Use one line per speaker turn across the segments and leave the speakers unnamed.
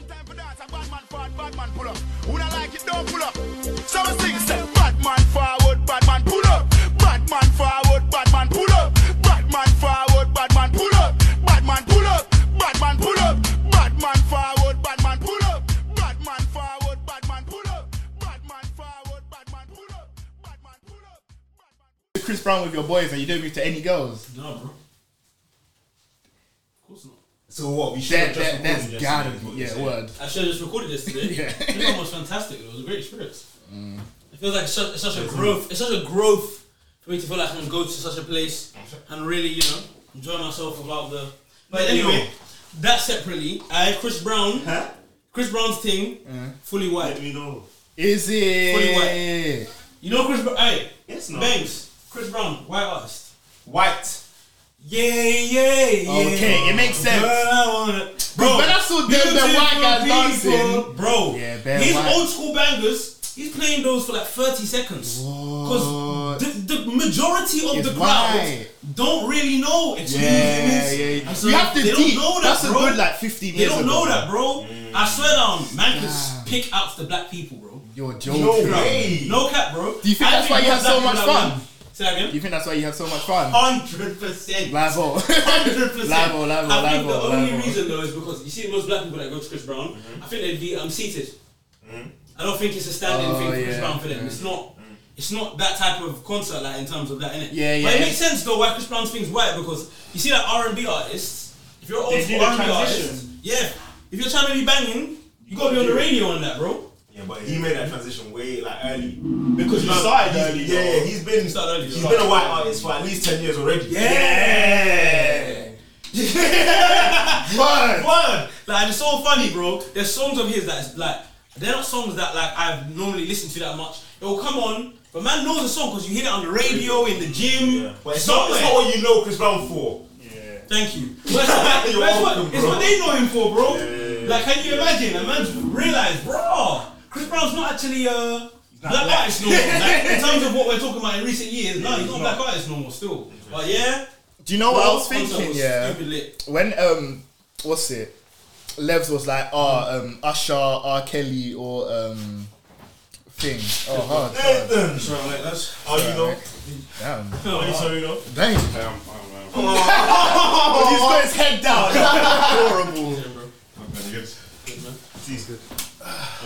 a bad man forward, bad man pull up. Who not like it, don't pull up. Some things say, bad man forward, bad man pull up. Bad man forward, bad man pull up. Bad man forward, bad man pull up. Bad man pull up, bad man pull up. Bad man forward, bad man pull up. Bad man forward, bad man pull up. Bad man forward, bad man pull up. Bad man pull up. Bad man
Chris Brown with your boys and you don't agree to any girls.
No, bro. Of course not.
So what? We should
That,
have just
that, that's
recorded yesterday,
gotta
is what
be,
you're
yeah,
saying.
word.
I should have just recorded this today.
Yeah.
It was almost fantastic. It was a great experience.
Mm.
It feels like such, it's such a growth. It's such a growth for me to feel like I can go to such a place and really, you know, enjoy myself without the. But anyway, that separately, I had Chris Brown,
Huh?
Chris Brown's thing, fully
Let
white.
me know.
Is
Fully
it?
You know Chris Brown? Hey,
It's not.
Banks, Chris Brown, white artist.
White.
Yeah, yeah, yeah.
Okay, it makes sense.
Girl, I wanna-
Bro, but that's what them- them
beautiful
white guys
people.
dancing.
Bro,
Yeah, bare
his
white.
old school bangers, he's playing those for like 30 seconds. Because the, the majority of
It's
the crowd
white.
don't really know exclusives.
Yeah, yeah, yeah.
And so
you have to
they
deep.
don't know that,
that's
bro.
a good like 15
they
years
don't
ago.
know that, bro. I swear down, man can
Nah.
pick out the black people, bro.
You're
No
joking.
way.
No cap, bro.
Do you think
I
that's why you
more
had so
black
much
people
fun?
than white. Say that again.
You think that's why you had so much fun?
Hundred percent.
Live all.
Hundred percent.
Live all, live all,
I think
live all,
the only
live all.
reason though is because you see most black people that go to Chris Brown,
Mm-hmm.
I think they'd be um, seated. I don't think it's a standing
Oh,
thing for Chris
yeah,
Brown for
Mm-hmm.
them. It's not. It's not that type of concert, like in terms of that, innit?
Yeah,
But
yeah.
it makes sense though why Chris Brown's thing's white because you see that R and B artists. If you're an
They
old
do
school
the
R and B artist,
transition.
yeah. If you're trying to be banging, you gotta be on the radio on that, bro.
Yeah, but he made that transition way like early.
Because
No,
started
he's-
early,
Yeah,
though.
he's been
You started early,
he's
though.
been a white artist for at least ten years already.
Yeah. Word.
Word. Like it's so funny, bro. There's songs of his that is like they're not songs that like I've normally listened to that much. It will come on, but man knows the song because you hear it on the radio, in the gym,
But it's not,
somewhere.
it's not what you know Chris Brown for.
Thank you. But it's, like,
You're
but it's what,
welcome,
it's what
bro.
they know him for, bro. Like, can you imagine? A man realised, bro, Chris Brown's not actually a black artist no more. Like, in terms of what we're talking about in recent years, no, he's not a black artist no more still. But yeah,
Do you know what I was
Brown's concert
thinking?
was
Yeah.
Stupid lit.
When um, what's it? Levs was like, oh,
Hmm.
um, Usher, R. Kelly, or um, thing. Oh, hard. hard.
Nathan. Oh, you know.
Damn.
Oh, you sorry, you know.
Dang. But he's got his head down. Horrible.
He's good.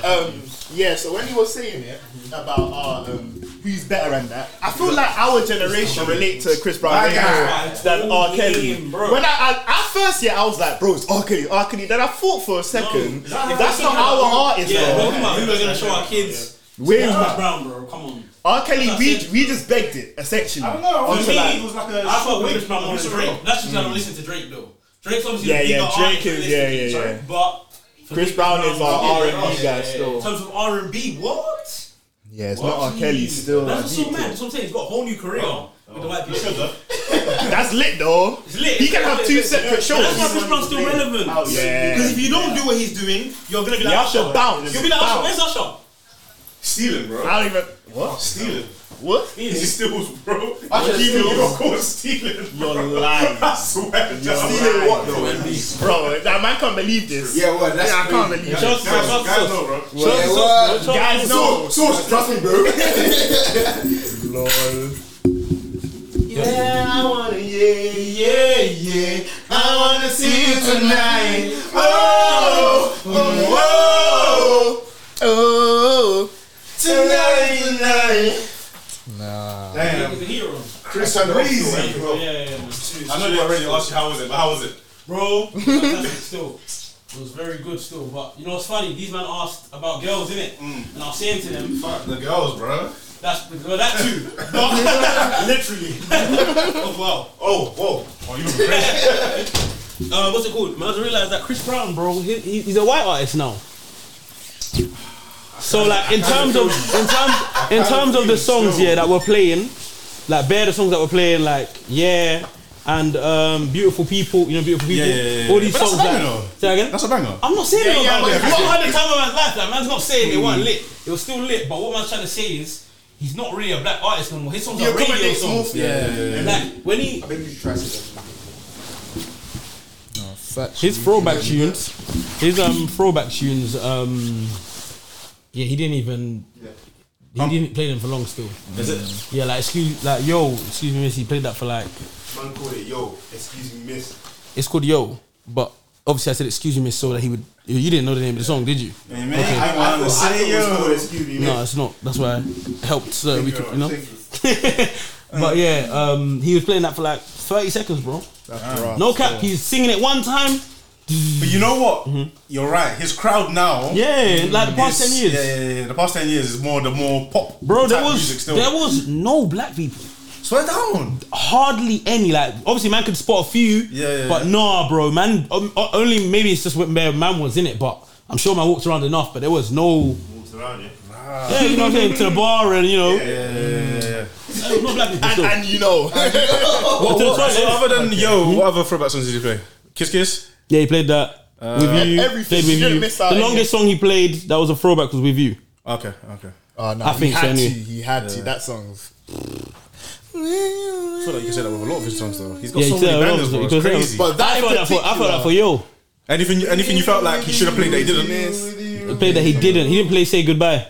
Um, yeah. So when you were saying it about uh, um, who's better and that, I feel like our generation relate to Chris Brown way more than R. Kelly.
Bro.
When I, I at first, yeah, I was like, bro, it's R. Kelly, R. Kelly. Then I thought for a second,
Is that-
that's
if
not
we're talking about who-
our artist,
Yeah,
bro.
we're talking about who we're gonna show our kids.
We're-
Chris Brown, bro. Come on.
R. Kelly,
That's
we
it.
we just begged it essentially.
I don't know.
Onto
For me,
like-
it was like a.
I fuck with
Wait,
Chris Brown more than
Mr.
Drake. That's just I don't listen to Drake though. Drake's obviously
Yeah,
the
yeah,
bigger
Drake
artist
is-
realistically,
yeah, yeah, yeah.
But for
Chris
me,
Brown is our
yeah,
R&B
yeah,
guy
yeah,
still.
In terms of R and B, what?
yeah, it's not R. Kelly still.
That's what's so
like,
mad. That's what I'm saying. He's got a whole new career with the white people.
That's lit though.
It's lit.
He can
It's
have
lit,
two
it's lit.
separate
But That's
shows.
why
Oh,
Chris Brown's still relevant.
yeah.
Because if you don't do what he's doing, you're gonna be like
You have to
Usher.
bounce.
You'll be like Usher.
Bounce.
Where's Usher?
Stealing, bro.
I don't even. What?
Stealing.
What?
He steals, bro.
I should
He
steal.
got caught stealing. bro.
You're lying.
I swear. to
lying.
God.
though?
Bro, that man can't believe this.
Yeah, well, that's
Yeah, I can't
crazy.
believe
Just-
it.
Guys,
Trust
guys
us.
know, bro.
Well, yeah, well,
Guys, no.
so, so, trust me, bro.
Lol.
Yeah, I wanna, yeah, yeah, yeah. I wanna see you tonight. Oh, oh, oh,
Oh.
tonight, tonight.
Nah.
Damn,
He's a hero.
Chris and Breezy.
Yeah, yeah, yeah. man.
I know they already asked you how was it, but how was it?
bro. Fantastic still. It was very good still, but you know what's funny? These man asked about girls, innit?
Mm.
And I was saying to them,
Fuck the girls, bro.
that's well, that too. But-
Literally.
oh, wow.
Oh, whoa. Oh, you were great.
Uh, what's it called? Man, I just realised that Chris Brown, bro, he, he- he's a white artist now. So like in terms of in terms in terms of the songs yeah that we're playing, like bare the songs that we're playing like yeah and um beautiful people you know beautiful people
Yeah, yeah, yeah, yeah.
all these
But that's
songs
a banger,
that,
though.
say again
That's a banger.
I'm not saying
Yeah,
it was
yeah,
bad.
yeah.
It's not had the time of man's life. That man's not saying it
Mm.
wasn't lit. It was still lit. But what man's trying to say is he's not really a black artist no more. His songs
He
are radio
accommodates
songs.
more. Yeah.
Like when he
I think you trust it.
Facts. His throwback tunes, his um throwback tunes, um, yeah, he didn't even. He
Um,
didn't play them for long still.
Is it?
Yeah, like excuse, like yo, excuse me, miss. He played that for like
Man called it, yo, excuse me, miss.
it's called yo, but obviously I said excuse me, miss, so that he would. You didn't know the name of the song, did you?
Hey,
Okay.
man, I
I
want
thought,
to
I thought
say
it was called
yo.
excuse me, miss.
No, it's not. That's why it helped so we could, you know.
Thank you.
but yeah, um, he was playing that for like 30 seconds, bro. No cap, he's singing it one time.
But you know what? You're right. His crowd now.
Yeah, like the past
is-
10 years.
Yeah, yeah, yeah. The past ten years is more the more pop.
Bro, there
type music
was
still.
there was no black people.
Swear down.
Hardly any. Like obviously, man could spot a few.
Yeah, yeah,
but nah, bro, man. Um, o- only maybe it's just when man was in it, but I'm sure man walked around enough. But there was no.
Walked around, yeah.
Ah.
Yeah, you know what I'm saying. To the bar and you know, Uh, no black people. still.
And you know,
But to the toilet.
So other than yo, what other throwback songs did you play? Kiss Kiss.
Yeah, he played that
Uh,
with you.
everything.
Played
You
with
didn't
you.
miss out
The
any-
longest song he played that was a throwback was with you.
Okay, okay.
oh, no,
I
he
think
had
so,
to.
anyway.
He had to. That song's
I feel like you can say that with a lot of his songs though. He's got
Yeah,
so
he said
many
that was-
bangers, bro.
he
It's
said that was-
crazy.
But that
I
in
felt that for I felt that for yo.
Anything, anything you felt like he should have played that he didn't.
didn't.
The play that he didn't. He didn't play Say Goodbye.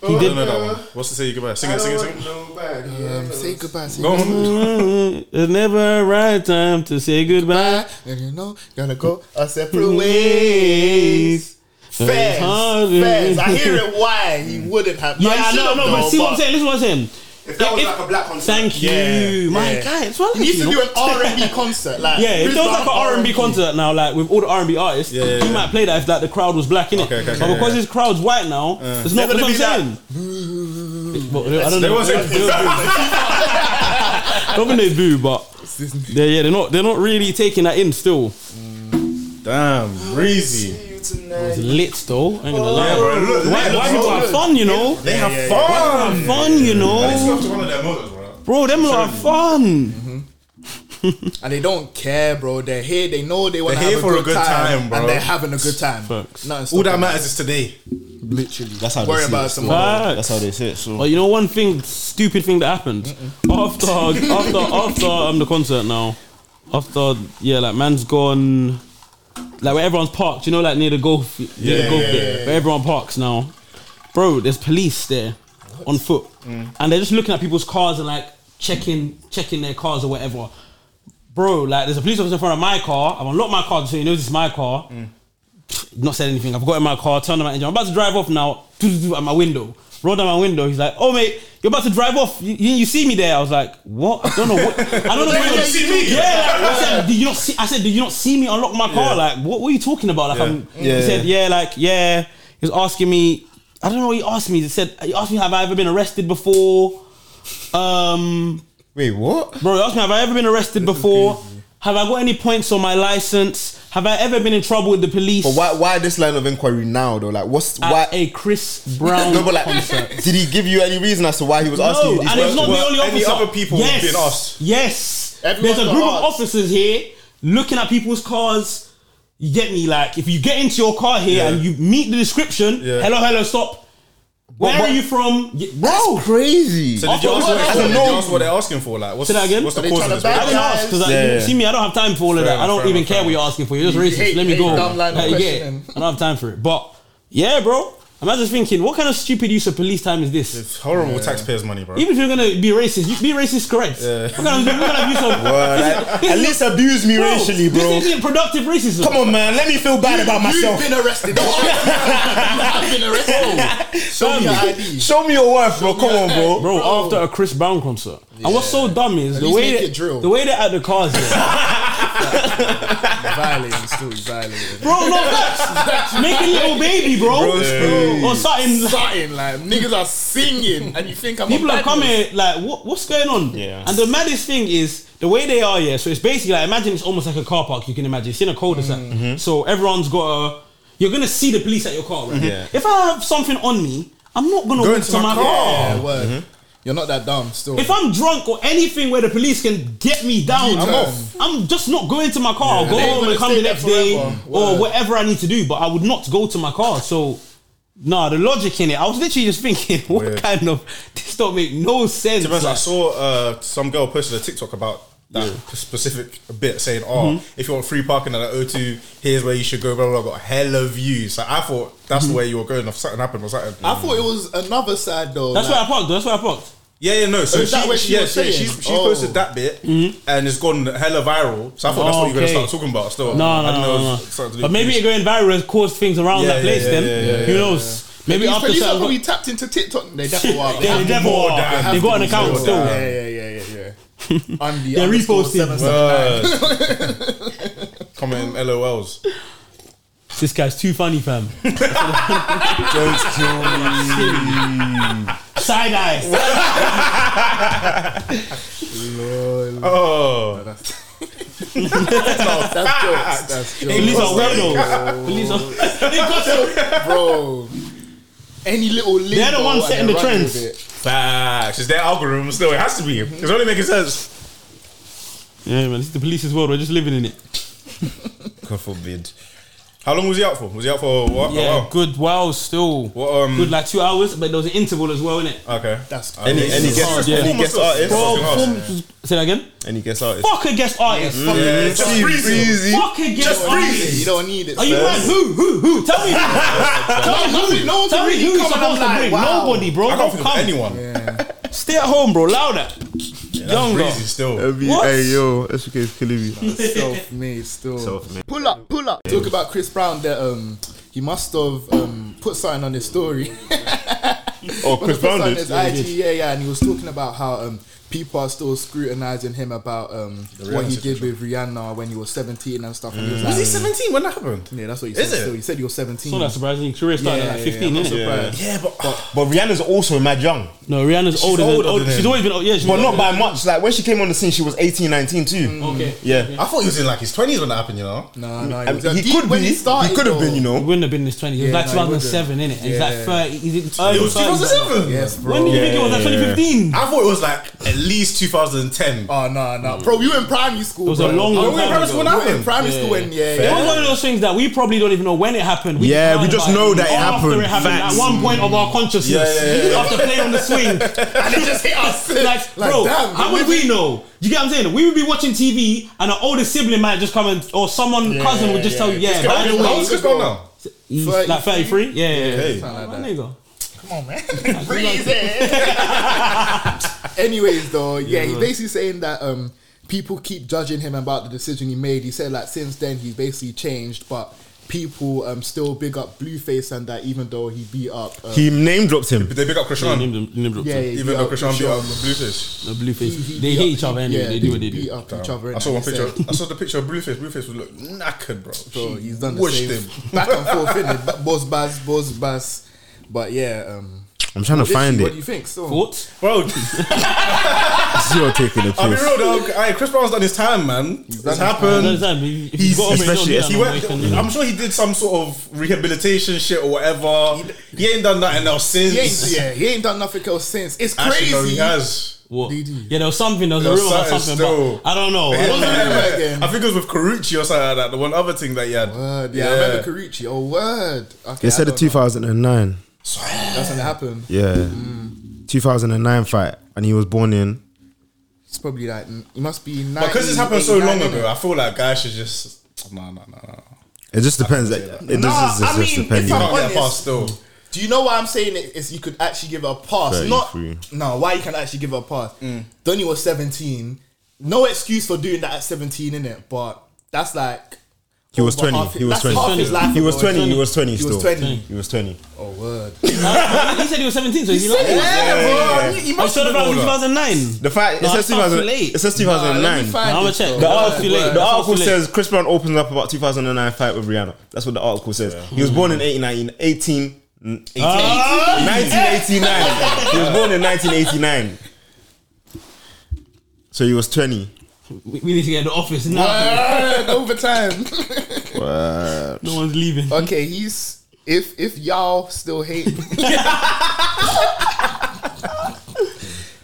He
I don't know
did.
that one. What's to say you goodbye? Sing
I
it,
don't
sing it,
want
sing it.
nobody.
um, say goodbye. Say
Go on.
Mm-hmm. It's never a right time to say goodbye.
And you know, gonna go our separate ways. Fez,
Harder.
Fez. I hear it why he wouldn't have.
Yeah,
he
I know,
should've
no, but
though,
see what I'm saying. Listen, what I'm saying.
If that was
If-
like a black concert.
Thank
Yeah,
you, my
yeah.
guy. It's well,
He needs
you
to do
know.
an R and B concert. Like,
Yeah, if there was like an
Brisbane
R and B concert now, like with all the R and B artists,
yeah,
he
yeah.
might play that if like the crowd was black in it.
Okay, okay,
but
okay,
because
yeah.
his crowd's white now, it's not
Never
what I'm
gonna be that.
saying. But I don't
There
know.
was a
I don't think they do, but they're, yeah, they're not. They're not really taking that in. Still,
damn breezy.
you tonight.
lit though. I ain't gonna lie.
Yeah, bro.
Oh,
Look,
White, white people have fun, you know.
They have fun.
Fun, you
It's
know,
not to one of their motives, bro.
bro. Them lot have fun.
and they don't care, bro. They're here. They know they want to
They're
have
here
a
for
good
a good
time,
time, bro.
and they're having a good time. Nothing
All
stopping
that
them.
matters is today.
literally.
That's how
Worry
they see
about
it.
some
still.
other-
That's how they see it. So
But you know, one thing, stupid thing that happened after after after um the concert now, after yeah, like man's gone, like where everyone's parked. You know, like near the golf, near the
Yeah,
golf
yeah,
bit, where everyone parks now. Bro, there's police there on foot,
Mm.
and they're just looking at people's cars and like checking checking their cars or whatever. Bro, like there's a police officer in front of my car. I've unlocked my car so he knows it's my car not said anything. I've got in my car, turned on my engine. I'm about to drive off now. At my window, rolled down my window. He's like, "Oh mate, you're about to drive off. You, you, you see me there?" I was like, "What? I don't know. What, I don't know." what
you see me?
Yeah, like, I said, "Do you not see?" I said, "Do you not see me unlock my car? Like, what were you talking about?" Like, I'm,
Yeah,
he
yeah.
said, "Yeah, like, yeah." He was asking me. I don't know what he asked me. He said, "He asked me, have I ever been arrested before?" Um,
wait, what?
Bro, ask me, have I ever been arrested before? Have I got any points on my license? Have I ever been in trouble with the police?
But why? Why this line of inquiry now though? Like, what's
at
why?
a Chris Brown
No, but like,
concert?
did he give you any reason as to why he was asking you
No,
these
and it's not
questions?
the only
Were any
officer.
other people
yes.
being asked?
Yes,
Everyone
there's a
got
group of
asked.
officers here looking at people's cars. You get me? Like, if you get into your car here and you meet the description,
Yeah.
hello, hello, stop. Where
but-
are you from, Y-
That's
bro?
crazy.
So did
After
you ask what-
what?
did you
After
ask what they're asking for? Like, what's,
Say that again?
what's
Are
the
they
cause of
trying
this?
to
I
back
didn't ask because like,
Yeah,
you
yeah.
see me. I don't have time for all of that.
enough,
I don't
fair
even
enough,
care
fair
what you're asking for. You're just racist.
hate-
Let me
hate
go.
dumb line of
Like, you get it.
questioning.
I don't have time for it. But yeah, bro, I'm just thinking, what kind of stupid use of police time is this?
It's horrible taxpayers' money, bro.
Even if you're gonna be racist, you be racist correct. We're gonna, we're gonna use some.
Word, at- at least abuse me racially, bro.
This isn't productive racism.
Come on, man. Let me feel bad about myself.
You've been arrested. I've been arrested. Show me your ID.
Show me your worth, bro. Come on, bro.
Bro, after a Chris Brown concert, and what's so dumb is the
least
way
make
that,
it drill.
the way they're at the cars, here.
He's violating. Still, he's violating.
bro. No, that's making little baby, bro, or something. like-
Starting like niggas are singing, and you think I'm
People
a
are
bad
coming like, what, what's going on?
Yeah.
And the maddest thing is the way they are. Yeah. So it's basically like imagine it's almost like a car park. You can imagine it's in a cul-de-sac.
Mm-hmm.
So everyone's got a. You're gonna see the police at your car, right?
Mm-hmm. Yeah.
If I have something on me, I'm not gonna
Go
walk
into
to my
my
car.
Yeah, word.
Mm-hmm.
You're not that dumb. Still,
If I'm drunk or anything where the police can get me down,
You
I'm,
turn.
off. I'm just not going to my car. I'll go
They ain't
home
gonna
and come
stay
the
there
next day
forever.
or
Word.
whatever I need to do, but I would not go to my car. So, nah, the logic in it, I was literally just thinking, what
Weird.
kind of. This don't make no sense.
To be honest, I
Like,
saw uh, some girl posted a TikTok about that p- specific bit saying, "Oh,
Mm-hmm.
if you want free parking at the O2, here's where you should go." Blah blah. blah. Got hella views. Like I thought that's
Mm-hmm.
the way you were going. If something happened or something.
I thought it was another side though.
That's where I
like,
parked. though. That's where I parked.
Yeah, yeah, no. So
Is that
she,
what she
yeah,
was
yeah,
saying?
she's, she's
Oh.
posted that bit and it's gone hella viral. So I thought that's
Mm-hmm. Oh,
what you're
okay.
gonna start talking about. Still,
No,
I
no,
didn't
no,
know
no.
it was something to do
But
with
maybe it
police.
going viral has caused things around
Yeah,
that place.
yeah,
then
yeah, yeah,
who knows? Maybe
these
after
police are
certain-
probably tapped into TikTok. They definitely are.
they
have
never
more
are.
than- have
They've got an
more
account
than-
still.
Yeah, yeah, yeah, yeah, yeah. On the
They're
underscore
reposting.
seven, seven.
Uh, comment LOLs.
This guy's too funny, fam. Side eyes.
Oh,
That's jokes. That's jokes.
Police are weirdos.
Oh.
Police are.
bro. Any little
They're the ones setting the trends.
facts. It's their algorithm still. It has to be. It's only making sense.
Yeah, man. It's the police's world. We're just living in it.
God forbid. How long was he out for? Was he out for what?
Yeah,
Oh, wow.
good while still.
What, um,
good like two hours, but there was an interval as well, innit?
Okay.
That's
Any, any
It's hard,
guest,
yeah.
any guest artist?
Say that again.
Any guest artist?
Fuck a guest artist.
Yeah,
Just
Breezy,
Breezy.
Breezy.
Fuck a guest
You
artist.
don't need it.
Are you
sir.
mad? Who? Who? Who? Tell me. Tell me who.
no one
Tell
can
me
really
who you're
come and I'm
supposed to
like,
bring.
wow.
Nobody, bro.
I can't
Don't
think of
come.
anyone.
Stay at home, bro. Louder.
That's
Younger.
Breezy still.
That'd be-
What?
Hey yo, SK is killing me.
Self-made still. Pull up, pull up. Talk about Chris Brown that um he must have um put something on his story.
Oh, Chris
Put something
Brown
on
did.
his IG, yeah, yeah, and he was talking about how um people are still scrutinizing him about um what he
Rihanna
did with Rihanna when he was 17 and stuff. And he was
Was
like,
he 17 when that happened?
yeah, that's what he said.
Is it?
Still, he said he was 17.
It's not that surprising. Career started at like 15,
yeah, I'm
innit?
not surprised.
Yeah, but
But Rihanna's also mad young,
No, Rihanna's older, than,
older
old-
than
She's
him.
always been. old- Yeah, she's
but
been
not
older.
by much. Like when she came on the scene, she was 18, 19 too.
Mm.
Okay.
Yeah,
I thought he was in like his 20s when that happened, you know?
No, no,
I mean,
was a
he
deep-
could
when
be. He
started,
could have been, you
though.
He
know.
wouldn't have been in his 20s. He was
Yeah,
like
no, he
2007, innit? He's like 30. He's in early
It was
30s.
2007.
Yes, bro.
When do you think it was? Like
Yeah, yeah, yeah.
2015?
I thought it was like at least 2010.
Oh no, no, bro, we were in primary school. It
was a long, long
we were in
time
primary school.
ago.
We were in primary school when yeah,
It
yeah.
was one of those things that we probably don't even know when it happened. We
Yeah,
heard
we just
about
know that it
after
happened.
It happened
Facts.
at one point of our consciousness.
Yeah, yeah, yeah, yeah.
After playing on the swing,
and it just hit us.
like, bro,
damn,
how
we-
would we know? You get what I'm saying? We would be watching TV, and an older sibling might just come and, or someone cousin would just tell you, yeah, by
How
the
old- how
way,
old is Chris Brown now?
he's like 33. Yeah, yeah, yeah. My nigga.
Anyways, though, yeah, he's basically saying that um, people keep judging him about the decision he made. He said like since then he's basically changed, but people um still big up Blueface and that even though he beat up. Um,
He name dropped him.
Did they pick up Krishan?
Name them- name drop
yeah, yeah,
them.
he
Even
beat
though
up
Krishan beat
Sean.
up Blueface.
The blue face.
He- he
They
beat
hate
up-
each other anyway.
yeah,
they do what they
Beat
do.
up each other.
I saw one
and they
picture.
said-
I saw the picture of Blueface. Blueface would look knackered, bro.
So
She
he's done the
washed
same
him.
back and forth in it, boss bass, boss bass. But yeah, um,
I'm trying to
literally,
find
What do
it.
you think? So
What?
Bro,
Um, You're taking the
I'll be
piss.
real, dog. Aye, Chris Brown's done his time, man.
done
It's
his
No,
happened.
it's not. If you
He's-
got over it,
especially E
don't
as
do that no
He went,
more, you can-
I'm sure he did some sort of rehabilitation shit or whatever. He ain't done nothing else since.
he ain't, yeah, he ain't done nothing else since. It's
Actually,
crazy.
no, he has.
What?
DD.
Yeah, there was something. There was
There
a
was
rumor about
something
something,
still.
but I don't know. I don't know.
remember again.
I think it was with Karuchi or something like that. The one other thing that he had.
Word, Uh, yeah, I remember Karuchi. Oh, word. Okay,
They said
I
the
don't know.
2009.
That's when it happened.
Yeah, 2009 fight, and he was born in.
It's probably like mm, it must be
Because this happened so long ago, I feel like guys should just. No, no, no, no.
It just depends. It, it
Nah,
does just,
I mean, if
depend.
I'm
yeah.
Can't get
honest.
past still.
Do you know why I'm saying it is you could actually give her a pass? Not
33.
no, why you can actually give her a pass.
Mm.
Donny was 17. No excuse for doing that at 17, innit? But that's like
He was
over
20.
half-
He was
that's half
20.
his life
He was
ago,
20.
innit?
He was 20.
He was
Still,
20.
he was 20.
Oh word.
He said he was 17, so he's like,
Yeah, bro. He
I
must
said about
older.
2009.
The fact it
No,
says
that's not
2000.
too late.
It
Nah, let
says
me
2009.
find
Nah, I'ma
this,
check.
though.
The
That's
article,
too late.
the
That's
article
too late.
says Chris Brown opens up about 2009 fight with Rihanna. That's what the article says. He was born in 1819 18, 18,
Ah!
1989. he was born in 1989. So he was 20.
We, we need to get in the office now.
Word, Overtime.
No one's leaving.
okay, he's if if y'all still hate me.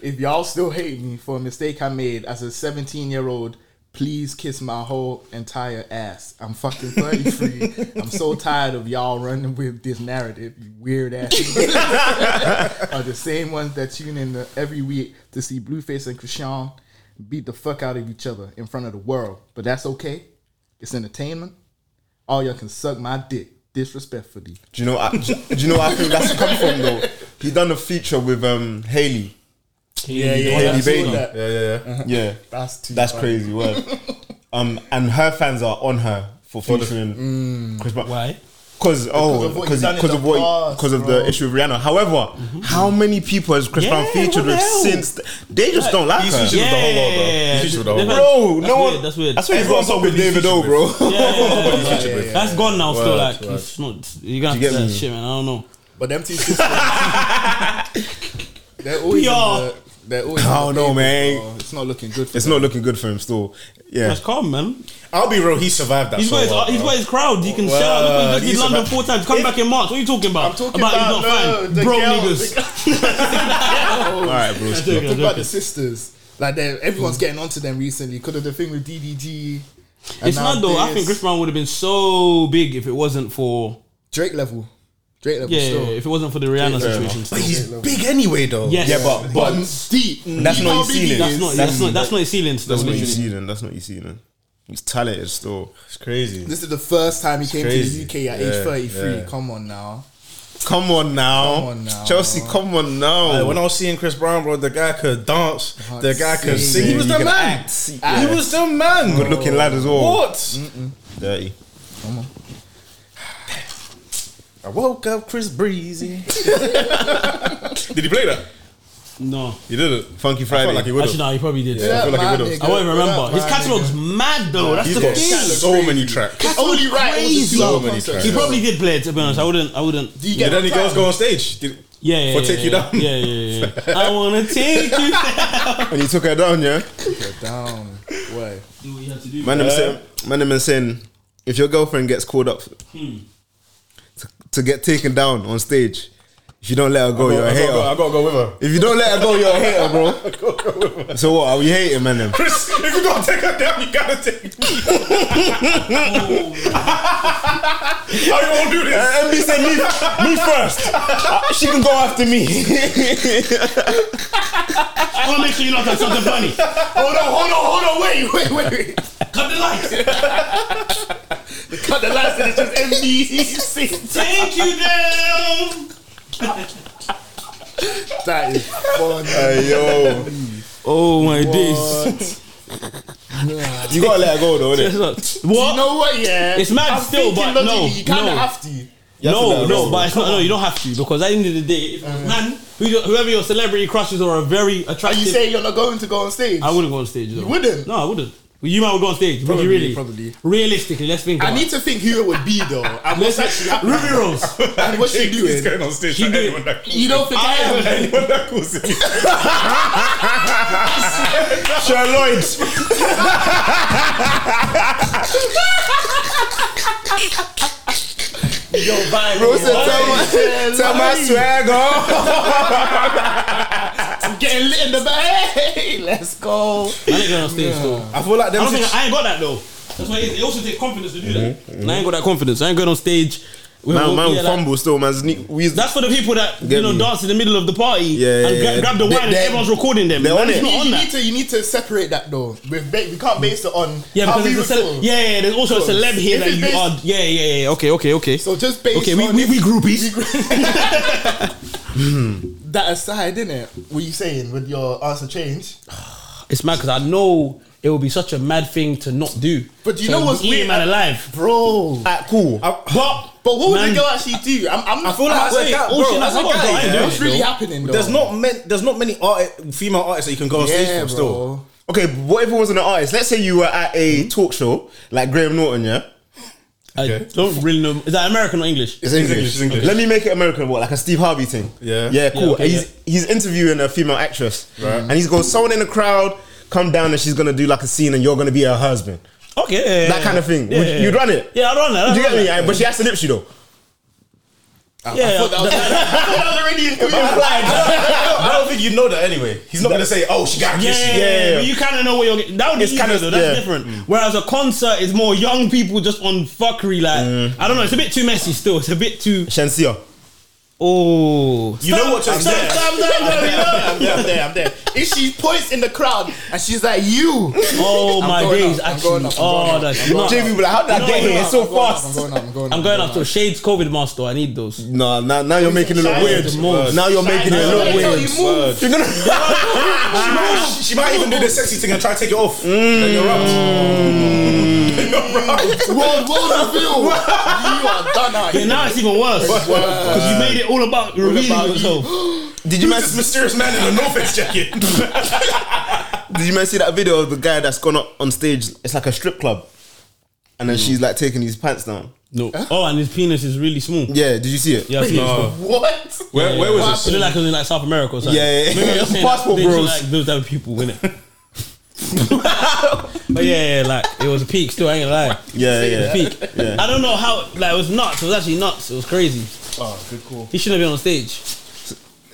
if y'all still hate me for a mistake I made as a 17 year old, please kiss my whole entire ass. I'm fucking 33. I'm so tired of y'all running with this narrative, you weird ass. are the same ones that tune in the, every week to see Blueface and Krishan. beat the fuck out of each other in front of the world. But that's okay. It's entertainment. All y'all Oh, can suck my dick disrespectfully.
Do you know? I, do you know? Where I think that's come from though. He done a feature with um Haley.
Yeah,
Haley
that's
Bailey.
all that.
Yeah, yeah, yeah.
Yeah,
That's too
that's
funny.
crazy. Word. um, and her fans are on her for
the-
featuring Chris Brown.
Why?
Cause oh,
of what
because
he's done in
because
the
of what
past,
because of
bro.
the issue with Rihanna. However, how many people has Chris
Mm-hmm. Yeah,
Brown featured
what the
with
hell?
since? th- They just don't like
He's
her.
featured with the whole world, bro.
Yeah.
He's featured with the whole
Different-
world.
That's
Bro, no
weird,
one.
that's weird.
That's why he's got
Everyone's
up with
featured
David O,
with.
bro.
Yeah.
He's featured with.
That's gone now. Still
Word,
like
word.
it's not. You're gonna have
you
to
get
say
me?
that shit, man. I don't know.
But them two sisters, they're always. in
PR.
the- They're always.
I don't know, man.
Oh, it's not looking good for
It's
them.
not looking good for him still. Yeah.
That's calm, man.
I'll be real. He survived that.
He's
so
got his he's
well, bro.
got his crowd. He can
Well,
shout. out. Look, he just did
he's
London
about-
four times. Come back in March. What are you talking about?
I'm talking
he's
about,
not
no,
fine.
the
bro
girls.
niggas.
All right, bro.
joking,
still.
I'm
Think about the sisters. Like they're-
Mm.
everyone's getting onto them recently because of the thing with DDG. and
It's
now
not though. I
this.
think Chris Brown would have been so big if it wasn't for
Drake level. Drake level.
yeah,
still.
if it wasn't for the Rihanna situation.
But
Still.
he's big anyway, though.
Yes.
Yeah, but
but
but
deep.
that's not his ceiling.
That's not. That's not. That's not his ceiling. Still,
That's not
literally.
his ceiling. That's not his ceiling. He's talented still.
It's crazy.
This is the first time he came
crazy.
to the UK at
Yeah,
age 33.
yeah.
Come on now.
Come on now,
Come on now.
Chelsea. Come on now.
Like, when I was seeing Chris Brown, bro, the guy could dance, the guy could
sing,
sing. He
yeah,
was
he
the
could
man.
act.
He Mm. was the man.
Good looking lad as well.
What?
Dirty.
I woke up Chris Breezy. Did he play that?
No,
He did it.
Funky
I
Friday.
felt like he would
actually,
have.
no. He probably did.
I feel like he
My
would have.
nigga,
I won't remember.
my
His
nigga.
catalog's mad though. That's
He's
the
got
thing.
so many tracks.
It's only right. it was
Crazy.
a two-hour
So many
concert.
tracks.
He probably did play it. To be honest, I wouldn't. I wouldn't.
You
Yeah,
get
then the
what I'm
girls go on stage. Did,
Yeah, yeah,
For
yeah,
Take
yeah.
You Down.
Yeah, yeah, yeah. yeah. I wanna take you down.
and he took her down, yeah.
saying? down. Why?
Do what you have to do.
Man, them saying, man, them saying, if your girlfriend gets called up to, to get taken down on stage, if you don't let her go, you're a
I,
hater.
gotta, I gotta go with her.
If you don't let her go, you're a hater, bro. so what? Are we hating, man? Them?
Chris, if you gonna take her down, you gotta take me. How you gonna do this?
MB Uh, said me, me first. Uh, she can go after me.
I wanna make sure you not have something funny.
Hold on, hold on, hold on. Wait, wait, wait, wait.
Cut the lights.
Cut the last and it's just MDC.
Take you down.
That is fun.
Hey, yo,
Oh my days.
you gotta let her go though, innit?
What?
You know what? Yeah,
It's mad still,
thinking
but no,
logically, you kind
no.
of have to.
No, no, but it's not, no, you don't have to because at the end of the day, if it's man, who, your- whoever your celebrity crushes or a very
Uh-huh. Are
attractive,
you saying you're not going to go on stage?
I wouldn't go on stage. Though. You
wouldn't?
No, I wouldn't. Well, You might would go on stage.
Probably,
would you really?
probably.
Realistically, let's think.
I
about
need
it.
to think who it would be though, and what's
Let's
actually happening.
Ruby Rose.
And what's she
He's
doing?
going on stage
She
to
did-
anyone that
You don't think I am?
anyone that calls it.
Lloyd.
Yo, bye,
Bro said, tell my, tell my swagger.
I'm getting lit in the back. Hey, let's go.
I ain't going on stage though.
I feel like
I
them.
don't
sit-
think I ain't got that though. That's why it, is. it also takes confidence to do that.
Mm-hmm.
And I ain't got that confidence. I ain't going on stage. with a-
Man, man,
yeah,
will
like-
fumble still, man. Sneak, we,
That's for the people that you
Get
know
me.
dance in the middle of the party
Yeah,
and
yeah,
gra-
yeah.
grab the
They-
wine and
they-
everyone's recording them.
they're
Man,
on
it's
it.
not
You,
on
you
that.
need to you need to separate that though. With ba- we can't base it on
Yeah,
how
because
we
there's a
would
cele-
feel.
yeah, yeah, there's also a
Close.
celeb here
If
that
it's
you
based-
are. Yeah, yeah, yeah. Okay, okay, okay.
So just based
okay, we,
on
we,
if-
we groupies.
that aside, innit? What you saying with your answer change?
It's mad because I know it would be such a mad thing to not do.
But you
So
know what's
eat
weird?
man alive.
Bro.
Alright, cool.
But
But what would
Man.
the girl actually do? I'm, I'm not,
feel like
I'm
as a
wait,
guy-
oh
bro,
shit,
as
that's
a
what
guy,
I ain't
yeah.
doing. What's really happening though?
There's not men, there's not many art, female artists that you can go on stage
yeah,
for still.
bro.
Okay, but what if it wasn't an artist? Let's say you were at a talk show like Graham Norton, yeah?
I
Okay.
don't really know. Is that American or English?
It's
English, it's English.
Let me make it American, what, like a Steve Harvey thing?
Yeah.
Yeah, cool.
okay,
and he's, he's interviewing a female actress. And he's going, someone in the crowd, come down and she's going to do like a scene and you're going to be her husband.
Okay, yeah, yeah,
That
yeah.
kind of thing.
Yeah,
Would,
yeah,
You'd
yeah.
run it.
Yeah, I run that.
Do you
I
get me?
run
But she has to lips you though.
that. Yeah,
That was,
that-
that was already in
I don't think you know that anyway. He's not gonna say, "Oh, she got
yeah,
kissed."
yeah, yeah, but you kind of know what you're. getting. That would be
It's
easier
kinda-
though. That's
yeah. Mm.
different. Whereas a concert is more
Mm.
young people just on fuckery. Like I don't know. It's a bit too messy. Still, it's a bit too.
Shansia.
Oh,
You know what? I'm there.
I'm there, I'm there,
I'm there. I'm there. I'm there. If she points in the crowd and she's like, "You,"
oh my
going
days!
up, I'm
actually,
going up, I'm
oh,
going up,
that's
I'm going
nuts.
JB, will be like, how did I get here
no,
so
going up,
fast?
I'm going up. I'm going up.
I'm going up to Shades COVID Master. I need those.
No, now, now you're making it look weird. Now you're making it
Shine.
look
Shine.
weird.
Shine. Move.
You're gonna-
She might, she might even do the sexy thing and try to take it off. Then you're out. You're out.
World, world reveal. you are done out
Yeah,
here.
now it's even worse because you made it all about revealing
about you.
yourself.
Did you
Who's
mess?
this mysterious man in a North Face jacket?
Did you man see that video of the guy that's gone up on stage? It's like a strip club, and then she's like taking his pants down.
No. Oh, and his penis is really small.
Yeah, did you see it?
Yeah, I've seen it before.
What?
where, where was
It looked like it was in like South America or something.
Yeah, yeah, yeah.
Maybe I'm saying
Passport
they should,
bros.
Like those type of people, innit? but yeah, yeah, like it was a peak. Still, I ain't gonna lie.
Yeah, yeah.
It was a peak.
Yeah.
I don't know how. Like it was nuts. It was actually nuts. It was crazy.
Oh, good call.
He shouldn't have been on stage.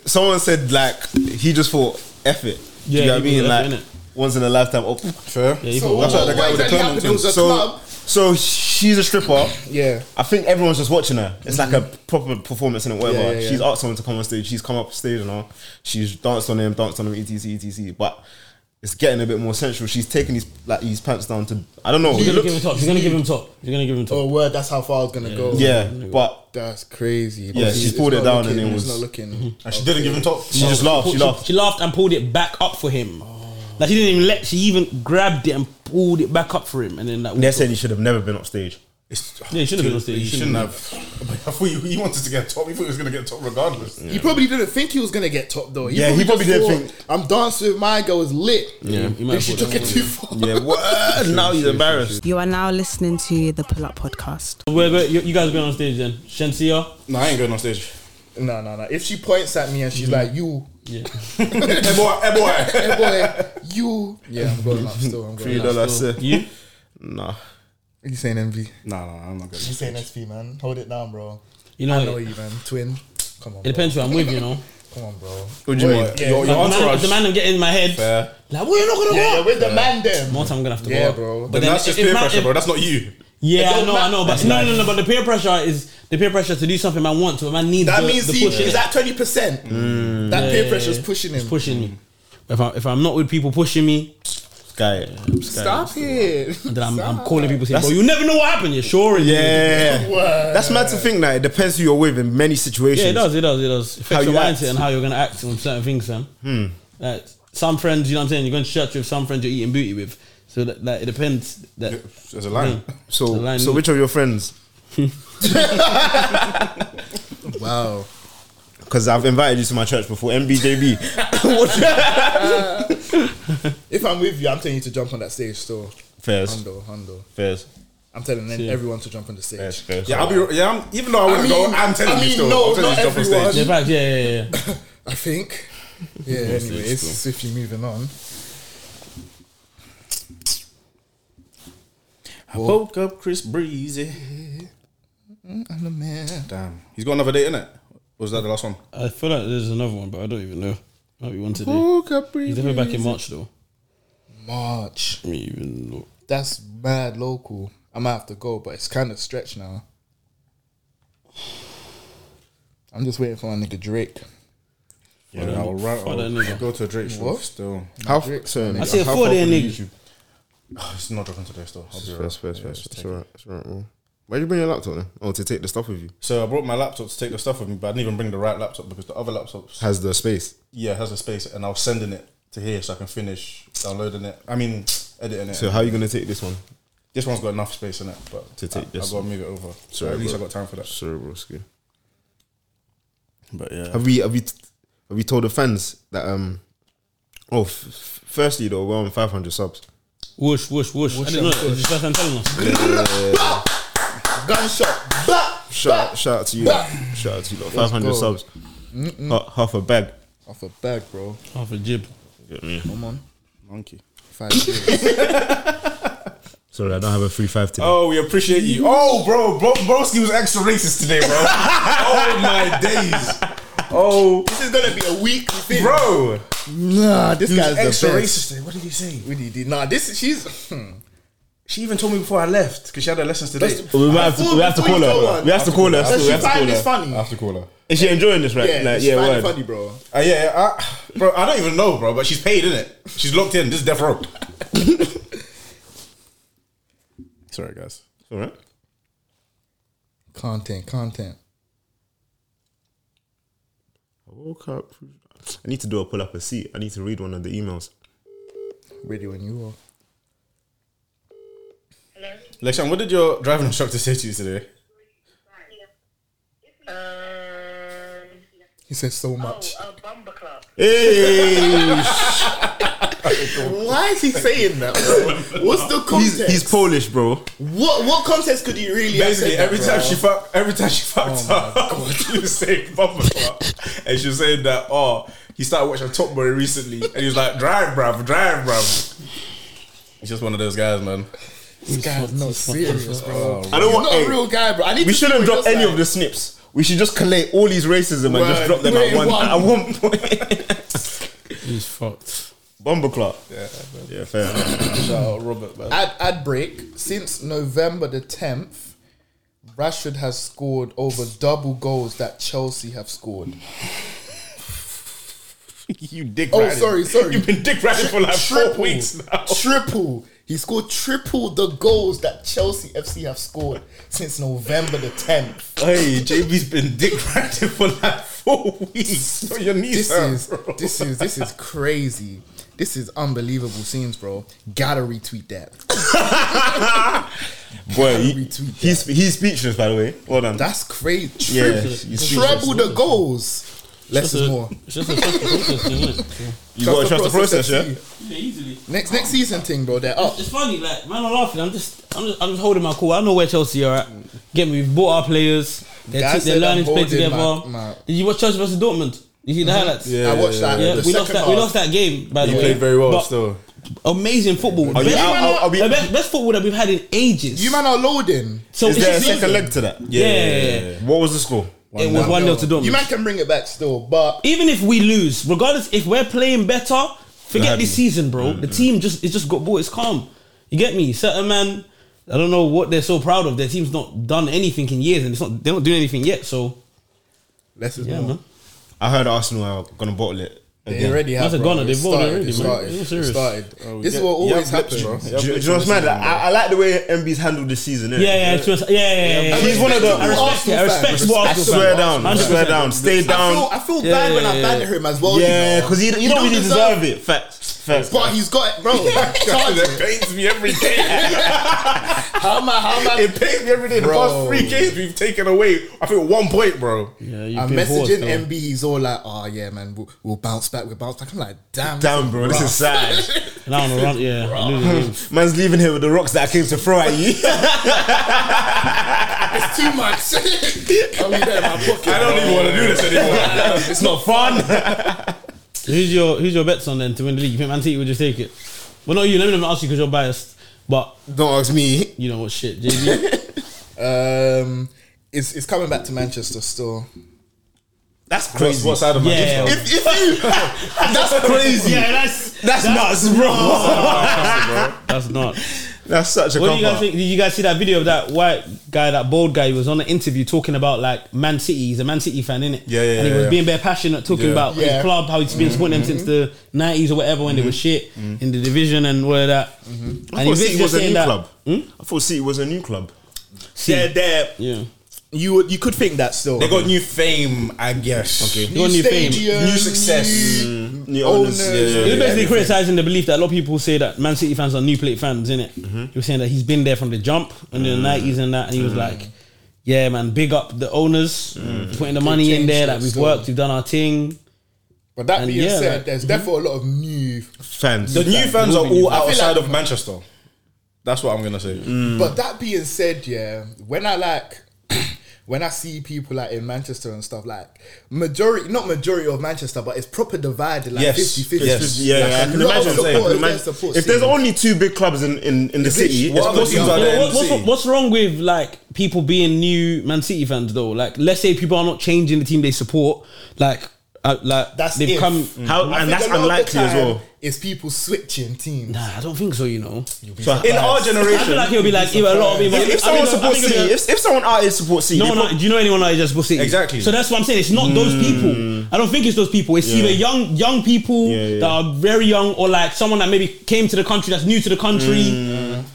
Someone said like he just thought F it. Do
Yeah,
you know what
he
I mean?
thought F
Like
it,
once in a lifetime. Oh,
Fair.
Yeah, he
So
thought,
what-
that's like the guy
what
with the
exactly
clown
happened
thing.
was a
So,
club.
so she's a stripper.
Yeah. Mm-hmm.
I think everyone's just watching her. It's like a proper performance and whatever.
Yeah, yeah, yeah.
She's asked someone to come on stage. She's come up stage and all. She's danced on him, danced on him, etc, etc. But it's getting a bit more sensual. She's taking his like his pants down to I don't know.
He's gonna give him top. He's gonna give him top. He's gonna give him top.
Oh, word. That's how far I was gonna go.
yeah, but
That's crazy.
Yeah,
It's-
she
it's
pulled it
not
down and
looking-
it
it's
was- Mm-hmm.
not looking.
And she didn't give him top.
she just laughed. She laughed. Oh.
She laughed and pulled it back up for him. Like she didn't even let. She even grabbed it and pulled it back up for him, and then like.
They're saying he should have never been on stage.
It's,
Yeah, he shouldn't have been on stage.
He
He
shouldn't
shouldn't
have. But I thought he, he wanted to get top. He thought he was going to get top regardless.
He probably didn't think he was gonna get top though.
Yeah, he probably
just
didn't
thought, I'm dancing with my girl is lit. Yeah,
he might have
she
thought
took
that
it too far.
Yeah, what? now he's embarrassed.
You are now listening to the Pull Up Podcast.
Where, where, you, you guys are going on stage then? Shensia?
No, I ain't going on stage.
No, no, no. If she points at me and she's like, "You,
Yeah.
Hey boy, hey boy.
hey boy, you," yeah, I'm going up still. I'm
Three
going up.
dollars. uh,
You?
Nah.
You saying envy?
No, no, I'm not going.
You saying SP man? Hold it down, bro.
You know,
I know
it,
you, man. Twin. Come on,
it
bro.
depends who I'm with, you know.
come on, bro.
What do you mean?
Yeah, your, your
Like, the, man,
entourage.
if the man I'm getting in my head.
Fair.
Like, well, you're not gonna
Yeah,
go.
yeah, with the man them.
More time I'm gonna have to
Yeah,
go.
bro.
But
Then
then
that's just
if-
peer
if my-
pressure,
if-
bro. That's not you.
Yeah, I
don't
know, I know. But
matter.
no, no, no. But the peer pressure is the peer pressure is to do something man wants. But man needs.
That
the,
means
the
he,
push, Mm.
he's
innit?
at twenty percent. That peer pressure is pushing him.
It's pushing me. If I if I'm not with people pushing me,
Guy.
Stop it.
then I'm, I'm calling people saying, "Bro, you never know what happened." Yeah, sure. it is."
Yeah. That's mad to think that it depends who you're with in many situations.
Yeah, it does. It does. It does. It affects
How
your
you
mindset
act.
and how you're gonna act on certain things, Sam. Like some friends, you know what I'm saying. You're going to church with some friends you're eating booty with. So that, that it depends. That
There's a line.
The
So,
line-
so which Hmm. of your friends?
Wow.
Because I've invited you to my church before. MBJB. What-
If I'm with you, I'm telling you to jump on that stage still.
Fairs.
Hundo, hundo.
Fairs.
I'm telling them, everyone to jump on the stage.
Fairs. Fairs.
Yeah, I'll be. Yeah, I'm, even though I wouldn't go, I'm telling
I
you
mean,
still.
no,
I'm telling
not
you to jump on
everyone.
yeah, facts, yeah, yeah, yeah, yeah.
I think. Yeah, anyways, swiftly moving on.
I woke up Chris Breezy.
Mm, I'm the man.
Damn, he's got another date in it. Was that the last one?
I feel like there's another one, but I don't even know. Might be one today.
Woke up
He's
Breezy.
definitely back in March though.
March.
Let me even look.
That's mad local. I might have to go, but it's kind of stretched now. I'm just waiting for my nigga Drake.
Yeah, I'll run.
Fuck that
I'll
nigga.
go to a Drake show
What?
still.
How
Drake.
so,
I see a
How
four
far
there,
from
nigga.
YouTube? Oh, it's not dropping today still. I'll be
Fairs,
right.
fairs, fairs. It's alright. It's alright. man. Why you bring your laptop then? Oh, to take the stuff with you.
So I brought my laptop to take the stuff with me, but I didn't even bring the right laptop because the other laptop
Has the space.
yeah, it has a space, and I was sending it to here so I can finish downloading it. I mean, editing it.
So how you gonna take this one?
this one's got enough space in it, but
To take
I,
this
I gotta move it over. So
Sorry,
at least
bro.
I got time for that.
Sorry, broski.
But yeah,
Have we have we have we told the fans that um oh f- f- firstly though we're on 500 subs.
Whoosh, whoosh, whoosh. I didn't know.
and
that. It's the first time telling us.
Gunshot. Bah!
Shout out, shout out to you. lot. Shout out to you. lot. 500
go.
subs. Ha- half a bag.
Off a bag, bro.
Half a jib.
Come on.
monkey.
Five years.
Sorry, I don't have a free five today.
Oh, we appreciate you. Oh, bro, bro Broski was extra racist today, bro. oh my days. Oh,
this is gonna be a weekly thing.
bro,
Nah, Ah, this
he was
guy's the
extra
best.
racist today. What did he say?
Really did. Nah, this she's hmm.
She even told me before I left because she had her lessons today.
we might have to, we have to call her. We have to call her.
Does
still, We
she
have to
find
call
this
her.
I
funny?
have to call her.
Is she enjoying this, right?
Yeah,
like,
it's
yeah,
finally
word.
funny, bro.
Uh, yeah, yeah, I, bro. I don't even know, bro. But she's paid, innit? She's locked in. This is death row. Sorry, guys.
All right.
Content, content.
I woke up. I need to do a pull up a seat. I need to read one of the emails.
Ready when you are.
Lexan, what did your driving instructor say to you today?
He says so much.
Hey,
Why is he saying that? Bro? What's the context?
he's, he's Polish, bro.
what what context could he really? have
Basically,
said that,
every
bro? Oh
time she fuck, every time she fucked up, she was saying bumper clock, and she was saying that oh, he started watching Top Boy recently, and he was like, drive, bruv, drive, bruv. He's just one of those guys, man.
this guy's not serious, bro.
I don't
You're
want.
not
hey,
a real guy, bro. I need to
we
see
shouldn't
what
drop
looks
any
like.
of the snips. We should just collate all these racism and just
Word.
drop them
Wait,
at one,
one.
at one point.
He's fucked.
Bumble clock. Yeah, yeah, fair.
Shout out Robert, man.
Ad, ad break. Since November the 10th, Rashford has scored over double goals that Chelsea have scored.
you dick.
Oh,
riding.
sorry, sorry.
You've been dick riding for like four
Triple.
weeks now.
Triple. He scored triple the goals that Chelsea FC have scored since November the 10th.
Hey, JB's been dick riding for like four weeks.
Bro, your knees
This
hurt,
is
bro.
this is this is crazy. This is unbelievable scenes, bro. Gotta retweet that.
Boy,
Retweet
he,
that.
he's he's speechless. By the way, well done.
That's crazy.
yeah,
Triple,
he's speechless.
treble the goals. Less is more.
It's just a it's just a process, thing, isn't it? Yeah.
You gotta trust the process, yeah.
FC.
Yeah, easily.
Next next season thing, bro. They're up.
It's funny, like
Man, I'm laughing. I'm just, I'm just, I'm just holding my cool. I know where Chelsea are at. Get me. We've bought our players. They're,
Guy
t- they're
said I'm
learning to play
holding
together.
my- my-
Did you watch Chelsea versus Dortmund? You see the highlights?
I watched that.
Yeah,
the
we
second
lost that.
half.
We lost that game. By the
He
way,
played very well
But
still.
Amazing football.
Are you-
Best-
are- are- are we-
the best, best football that we've had in ages.
You man are loading.
so
Is
it's
there a
just-
second leg to that?
Yeah, yeah, yeah, yeah.
What was the score?
It was one 0 to Dortmund.
You man can bring it back still, but
even if we lose, regardless if we're playing better, forget this season, bro.
Mm,
The team just it's just got ball. It's calm. You get me? Certain man, I don't know what they're so proud of. Their team's not done anything in years, and it's not they're not doing anything yet. So
less is
yeah,
Mm.
more.
man.
I heard Arsenal are gonna bottle it.
They already have.
That's a
bro.
goner.
It
They've won
started,
already,
it
man.
started,
You're
it
serious.
started. This is what always happens, bro.
Do you, do you know what's mad? Like, I, I like the way MB's handled this season. innit?
Yeah, yeah, it's just- yeah, yeah, yeah. yeah,
He's
yeah.
one of the-
I respect it. I respect what
I
Arsenal
swear
fans.
down, I
100%.
swear down, stay
I feel,
down.
I feel
Yeah,
bad when
yeah,
I
yeah.
banter him as well.
Yeah,
you know.
because you, you don't really deserve it. Facts, facts.
But he's got it, bro. Charge
That
it.
pains me every day.
How am I? How am I?
it pains me every day. The
Bro.
past three games we've taken away, I think one point, bro.
Yeah, you've
I'm
been bored,
messaging
though.
MB. He's all like, "Oh yeah, man, we'll, we'll bounce back. We'll bounce back." I'm like, "Damn,
Damn, bro, this is sad.
And I don't know, run- yeah, literally.
Man's leaving here with the rocks that I came to throw at you.
it's too much." I'll leave that in my pocket.
I don't even want to do this anymore.
it's not fun.
Who's your who's your bets on then to win the league? You think Man City would just take it? Well, not you. Let me not ask you because you're biased. But
don't ask me.
you know what, shit, JD.
Um, it's it's coming back to Manchester still.
That's
What's
crazy.
what side of my
Yeah,
If-
If you, that's crazy.
yeah, that's
That's, nuts, bro.
that's not.
that's such a
What do you
cover.
guys think? Did you guys see that video of that white guy, that bald guy? He was on an interview talking about like Man City. He's a Man City fan, innit?
Yeah, yeah,
And he
yeah,
was
yeah.
being very passionate, talking
Yeah.
about his
Yeah.
club, how he's been supporting them since the nineties or whatever, when they were shit in the division and all of that.
Mm-hmm. I
And
thought
was
City
just
was a
saying
new
that-
club. I thought City was a new club.
See,
They're there.
yeah,
You would- you could think that still.
They got new fame, I guess. Okay.
got new fame.
New success.
Mm, New
Owners.
owners, yeah,
He
yeah,
was
yeah.
basically criticizing the belief that a lot of people say that Man City fans are new plate fans, innit?
Mm-hmm.
He was saying that he's been there from the jump in
Mm.
the nineties and that, and he was like, "Yeah, man, big up the owners,
Mm.
for putting the money in
change
there.
that
Like we've
still.
worked, we've done our thing."
But that
And
being
yeah,
said,
like- mhm.
there's definitely a lot of new.
Fans.
The new fans are all
feel
outside
like-
of Manchester. That's what I'm gonna say.
Mm.
But that being said, yeah, when I like. When I see people like in Manchester and stuff, like majority, not majority of Manchester, but it's proper divided, like
Yes.
50 50.
Yes.
Yeah,
like
yeah,
a
I can
lot of
imagine. what I'm saying. I
supporters
can
don't
imagine.
support
If there's
City.
only two big clubs in, in, in the city,
What
it's
other
Tottenham.
teams are
But
there?
what- what's,
MC?
what's wrong with like people being new Man City fans though? Like, let's say people are not changing the team they support. Like, Uh, like
That's
they've
if.
come.
How
I think
and that's
a lot of the
unlikely as
time
well.
It's people switching teams.
Nah, I don't think so. You know,
So in
I
our
feel
generation,
like it'll be like either a lot of people.
if,
I
if someone
think- I
supports
think it'll
City,
be a-
if, if someone out here supports City,
No, no. Do you know anyone that is just City?
Exactly.
So that's what I'm saying. It's not those people. I don't think it's those people. It's either young young people
Mm. Yeah, yeah.
that are very young, or like someone that maybe came to the country that's new to the country.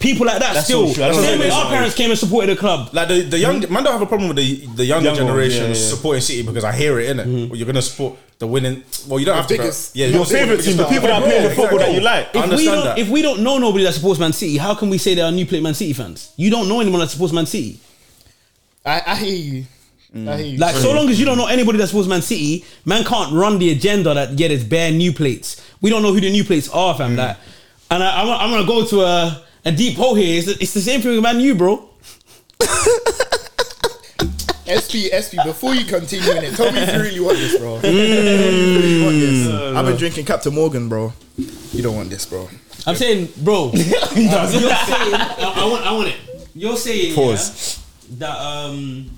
People like that
Mm. That's
still.
so true. I don't
Same
know
way
this
our
one.
parents came and supported the club.
Like the, the young man don't have a problem with the the younger
Young Mm. one,
generation
yeah, yeah.
supporting City because I hear it in it. Well, you're gonna support the winning. Well, you don't have
biggest-
to. Yeah, you
your
don't support
favorite team, the
biggest
people that
club.
play the
Exactly.
football that you like.
I
If we,
understand
don't,
that.
if we don't know nobody that supports Man City, how can we say they are new plate Man City fans? You don't know anyone that supports Man City.
I, I hear you. I hear you.
Like so long as you don't know anybody that supports Man City, man can't run the agenda that yeah, there's bare new plates. We don't know who the new plates are, fam.
Hmm.
That, and I, I'm, I'm gonna go to a, a deep hole here. It's the, it's the same thing with Man U, bro.
SP, SP, before you continue in it, tell me if you really want this, bro. Tell me if you really want this. I've been drinking Captain Morgan, bro. You don't want this, bro.
I'm saying, bro. um, you're saying, I, I want, I want it. You're saying yeah,
Pause.
that um,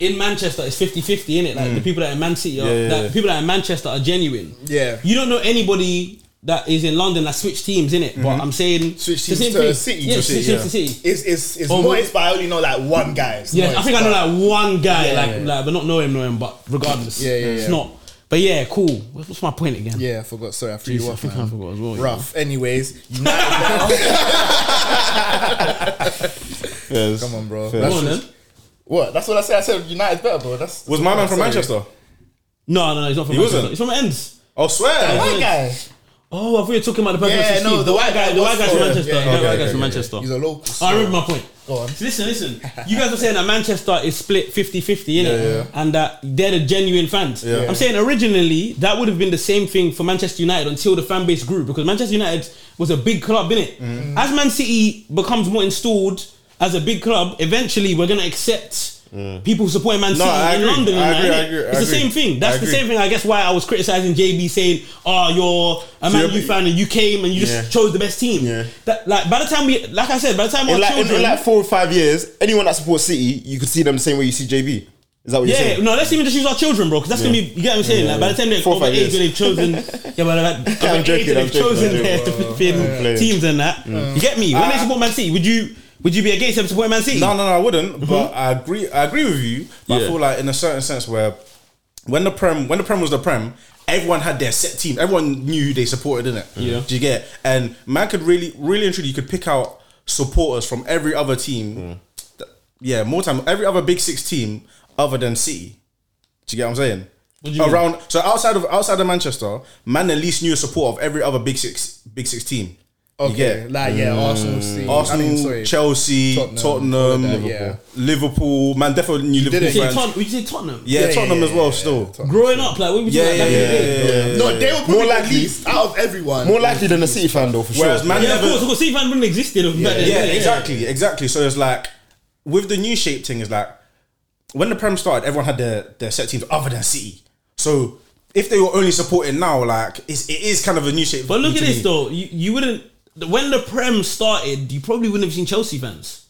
in Manchester it's 50-50, innit? Like the people that are in Man City, are,
Hmm. yeah,
that
yeah.
people that are in Manchester are genuine.
Yeah.
you don't know anybody. That is in London that switch teams, innit? But I'm saying
Mm-hmm. Switch
the
teams
same
to
thing.
City.
Yeah,
To
switch
City,
teams
yeah.
to City.
It's it's it's
Oh,
more.
but-
It's but I only know like one guy. It's
Yeah,
Moyes,
I think I
but-
know like one guy, like
yeah,
like, but not know him, know him. But regardless,
Yeah, yeah,
it's
yeah.
not. But yeah, cool. What's what's my point again?
Yeah, I forgot. Sorry, I threw
Jeez,
you
I
off.
think I
man.
forgot as well, yeah.
Rough. Anyways, United.
Yes.
Come on, bro.
Fair.
That's
Go on,
just-
then.
what? That's what I said. I said United's better, bro. That's
was my man from Manchester?
No, no, no, he's not from.
He
Manchester.
wasn't?
He's from Ends.
I swear.
White guy.
Oh, I thought you were talking about the person.
Yeah,
next to
no,
Steve.
the white guy
the white
was
guy's from
from-
Manchester.
yeah, okay,
Yeah, the white guy's
okay,
from
okay.
Manchester.
He's a local. so-
Oh, I remember my point.
Go on.
Listen, listen. You guys were saying that Manchester is split 50 50, innit? And that they're the genuine fans. I'm saying originally that would have been the same thing for Manchester United until the fan base grew because Manchester United was a big club, innit? As Man City becomes more installed as a big club, eventually we're going to accept. People supporting Man City
I
in
agree.
London,
I agree,
innit?
I agree, I
it's the
agree.
same thing.
I
That's the
agree.
same thing. I guess why I was criticizing JB saying, "Oh, you're a Man
you're-
U fan and you came and you just
Yeah.
chose the best team."
Yeah.
That, like by the time we, like I said, by the time
In
our
like, in,
children,
in like four or five years, anyone that supports City, you could see them the same way you see JB. Is that what you're
Yeah,
saying?
no, let's even just use our children, bro, because that's gonna be, you get what I'm saying? like, by the time they're
Four,
over
five
age,
years.
when they've chosen, yeah, but like, over
I'm
age,
joking,
when
I'm
they've
joking,
chosen
I'm joking.
their flipping
Yeah. Mm. Ah.
teams and that. You get me? When they support Man City, would you would you be against them supporting Man City?
No, no, no, I wouldn't. But I agree. I agree with you. But
Mm-hmm. Yeah.
I feel like in a certain sense where when the prem when the prem was the prem, everyone had their set team. Everyone knew who they supported in it.
Yeah.
Do you get? it? And man could really, really and truly, you could pick out supporters from every other team.
Mm.
Th- Yeah, more time every other Big Six team other than City. Do you get what I'm saying?
What do you mean?
Around so outside of outside of Manchester, man at least knew a support of every other Big Six Big Six team. You get
Okay.
it?
Like yeah,
Mm.
Arsenal. City.
Arsenal,
I mean, sorry.
Chelsea,
Tottenham,
Tottenham,
all of that,
Liverpool.
yeah.
Man, definitely knew
Would you
Liverpool
say,
fans.
Tot- would you say Tottenham?
yeah,
yeah,
Tottenham
yeah,
as well.
yeah,
still,
Growing up, like, what would you
yeah,
like
yeah,
back
yeah,
in the day?
yeah, yeah, yeah.
No, they were
More
probably the
likely-
least out of everyone.
More likely than a City fan, though, for
Whereas
sure.
man,
Yeah, of
never,
course, of course, City fans wouldn't exist in back then.
yeah,
yeah.
exactly, exactly. So it's like with the new shape thing is like when the Prem started, everyone had their their set teams other than City. So if they were only supporting now, like it's, it is kind of a new shape.
But look at
to
this
me.
though, you, you wouldn't when the Prem started, you probably wouldn't have seen Chelsea fans.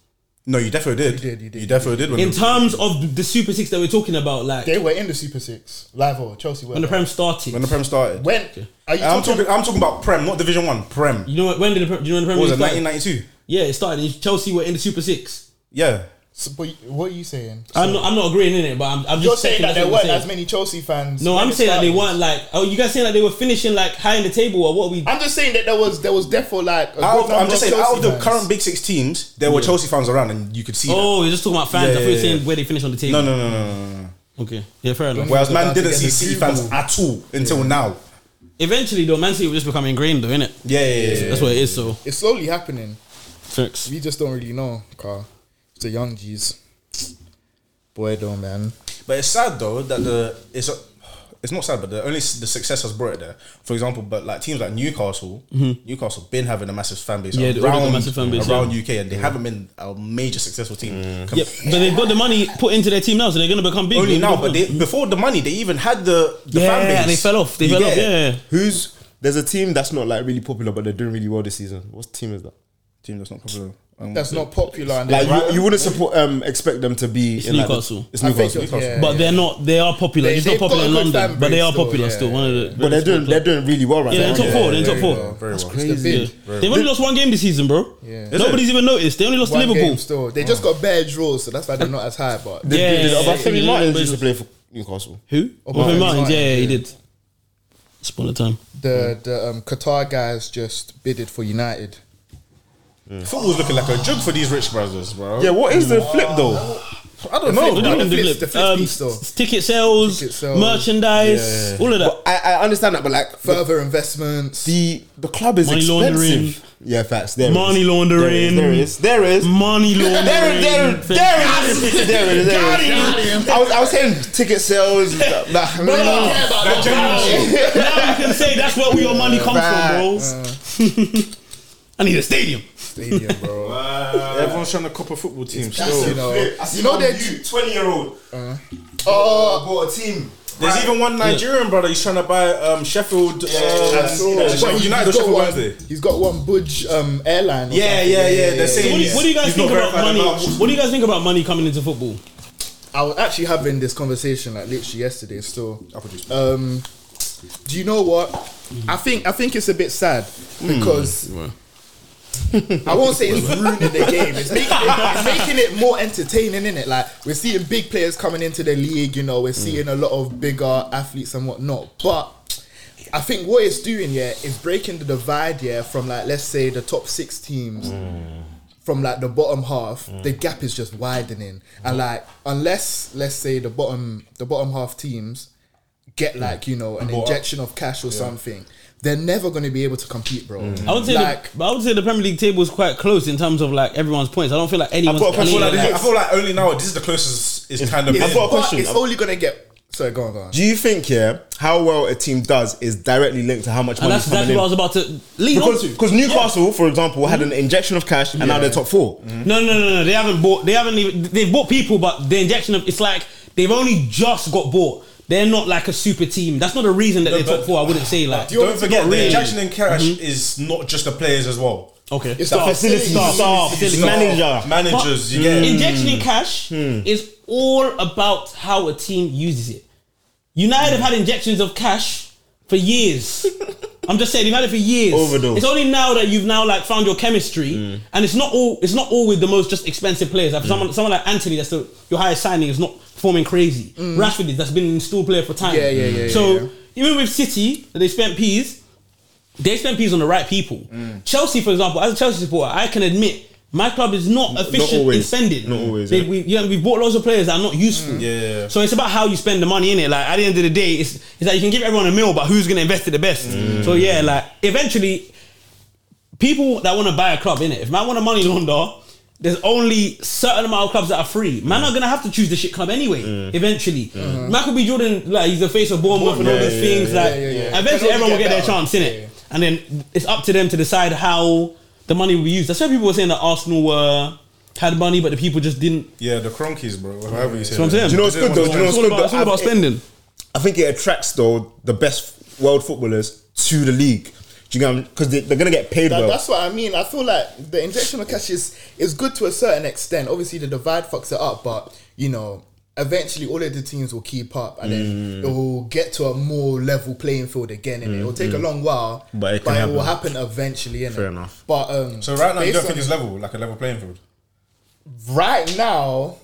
No, you definitely did.
You did, you did.
definitely did. When
In
the-
terms of the Super Six that we're talking about, like
They were in the Super Six. Live or Chelsea were.
when the
there.
Prem started.
when the Prem started,
When are you
I'm
talking?
talking, I'm talking about Prem, not Division One. Prem.
you know what, when did the Prem, do you know when the Prem
What was
League
it?
started?
1992.
Yeah, it started. and Chelsea were in the Super Six.
Yeah.
So, but what are you saying?
I'm not, I'm not agreeing in it, but I'm, I'm just
You're saying that
that's
there
what I'm
weren't
saying.
as many Chelsea fans.
No,
when
I'm
it
saying that they
started.
weren't like. Oh, you guys saying that they were finishing like high in the table or what? We
I'm just saying that there was there was therefore like a
Out
good
of-
number
I'm just saying, out of
Chelsea
the
fans.
current Big Six teams, there were Chelsea fans around, and you could see. that.
oh, you're just talking about fans.
Yeah,
I thought you were
yeah,
saying
yeah.
where they finish on the table.
No, no, no, no, no, no, no.
Okay, yeah, fair enough.
Whereas
about
man
to
didn't
get
see
the
City
Super
fans
Bowl.
at all until now.
Eventually, though, Man City will just become ingrained, though, innit?
Yeah, yeah, yeah.
That's what it is. So,
It's slowly happening.
facts.
We just don't really know, Carl. It's the young G's. Boy, though, man.
But it's sad though that the it's it's not sad, but the only the success has brought it there. For example, but like teams like Newcastle, Newcastle been having a massive fan base
Yeah, they always got
around,
massive fan base,
around UK, and they haven't been a major successful team. Com-
Yeah, but they've got the money put into their team now, so they're gonna become big.
Only
They're
now,
gonna
but they,
become-
before the money, they even had the, the
yeah,
fan base.
and they fell off. They
You
fell
get
off.
it?
Yeah,
Who's there's a team that's not like really popular, but they're doing really well this season. What team is that?
team that's not popular.
that's not popular. And
Like
they're right-
you, you wouldn't support um expect them to be in like, the-
Newcastle.
it's
I think
Newcastle.
it was-
Newcastle.
yeah.
But they're not. They are popular.
They-
it's not
they've
popular
got a
in
good fan
London, but they
base
are
still,
popular
yeah,
still. One of the,
But they're doing they're doing really well right
yeah, they're
now.
in top
aren't
four.
they?
They're in top
Very
four.
well, very
That's
well. It's the
crazy.
bid.
They've only lost one game this season, bro.
Yeah.
Nobody's even noticed. They only lost to
one
Liverpool.
game still. They just got bad draws, so that's why they're not as high. But
Did-
Yeah,
did-
yeah,
but I think
yeah,
Martins
yeah.
used to play for Newcastle.
Who?
Oh, Martin
Martin Martins.
Martins,
Yeah, yeah, he
yeah.
did. It's upon a time.
the the um, Qatar guys just bidded for United.
Football's looking like a joke for these rich brothers, bro.
Yeah, what is the flip though?
I don't
No,
know.
they're
The
doing the
flips, the
flip.
flips
Um,
piece though.
s- Ticket sales,
Ticket sales.
merchandise, all of that.
I, I understand that, but like the
Further investments.
the, the club is
Money
expensive.
laundering.
Yeah, facts. There it
Money
is.
laundering.
There it is. There it is.
Money laundering.
There it there it- there it is. There it is. There it is. I was I was saying ticket sales. nah, nah, nah.
now you can say that's where all your money comes from, bro.
Uh.
I need a stadium.
stadium, bro.
Everyone's trying to cop a football team.
That's,
Still.
you know,
I
you
see
know
on
they
you, 20 year old.
oh,
I bought a team.
There's even one Nigerian brother. He's trying to buy um, Sheffield.
I
um,
see that.
Sheffield United or
got
Sheffield
one,
Wednesday.
he's got one Budge um, airline. or
Yeah,
something.
yeah, yeah. They're saying
What do, you, what do you guys
he's
think
not
about
verified
money?
enough.
What do you guys think about money coming into football?
I was actually having this conversation like literally yesterday. So, um, do you know what? I think I think it's a bit sad because I won't say it's ruining the game. It's making it, it's making it more entertaining, is it? Like we're seeing big players coming into the league. You know, we're seeing a lot of bigger athletes and whatnot. But I think what it's doing, yeah, is breaking the divide, yeah, from like let's say the top six teams from like the bottom half, the gap is just widening. And like unless let's say the bottom the bottom half teams get like, you know, an injection of cash or something, they're never gonna be able to compete, bro.
Mm. I would say,
like
the, but I would say the Premier League table is quite close in terms of like everyone's points. I don't feel like anyone's.
But I feel, like,
anyone's-
I feel like only now this is the closest it's kind of.
I've
been.
but
got a question.
it's only gonna get sorry, go on, go on.
Do you think yeah how well a team does is directly linked to how much
and
money
that's
is coming
exactly
in?
what I was about to lead on
because
to.
because Newcastle, for example, had
Mm-hmm.
an injection of cash and now they're top four.
No, no, no, no. They haven't bought. They haven't even. They've bought people, but the injection of it's like they've only just got bought. They're not like a super team. That's not the reason that they're
but-
top four. I wouldn't say like.
Don't forget,
Not
the
really.
injection in cash is not just the players as well.
Okay.
It's the facilities.
Staff,
Staff,
facilities.
manager.
Managers, you get. Hmm.
Injection in cash is all about how a team uses it. United have had injections of cash for years. I'm just saying they've had it for years.
Overdose.
It's only now that you've now like found your chemistry,
Hmm.
and it's not all it's not all with the most just expensive players. Like someone someone like Anthony, that's the, your highest signing, is not performing crazy. Rashford is that's been an installed player for time.
Hmm. Yeah, yeah, yeah, yeah,
So
yeah.
even with City, that they spent peas, they spend peas on the right people. Chelsea, for example, as a Chelsea supporter, I can admit my club is not efficient in
always.
spending.
Not always,
They-
yeah.
we, yeah, we bought lots of players that are not useful.
yeah, yeah.
So it's about how you spend the money in it. Like at the end of the day, it's it's like you can give everyone a meal, but who's going to invest it the best? So yeah, like eventually, people that want to buy a club in it. If man want to money launder. There's only certain amount of clubs that are free. Man are gonna have to choose the shit club anyway. Eventually, Michael B. Jordan, like he's the face of Bournemouth and all those things. like,
yeah, yeah. Can only
eventually everyone will get
get better.
their chance in it, and then it's up to them to decide how the money will be used. That's why people were saying that Arsenal were had money, but the people just didn't
Yeah, the Cronkies, bro. However you say
what I'm saying.
that.
Do you know what's good though? Do you know
it's
what's
all
good?
about, it's all
though?
about
I-
spending.
I think it attracts though the best world footballers to the league. Do you know? Because they, they're gonna get paid
That,
well.
that's what I mean. I feel like the injection of cash is, is good to a certain extent. Obviously, the divide fucks it up, but you know, eventually all of the teams will keep up, and
Mm.
then it will get to a more level playing field again. And it will take a long while,
But it can
will
happen.
happen eventually. Innit?
Fair enough.
But um,
So right now, you
based
don't think
on-
it's level, like a level playing field?
right now,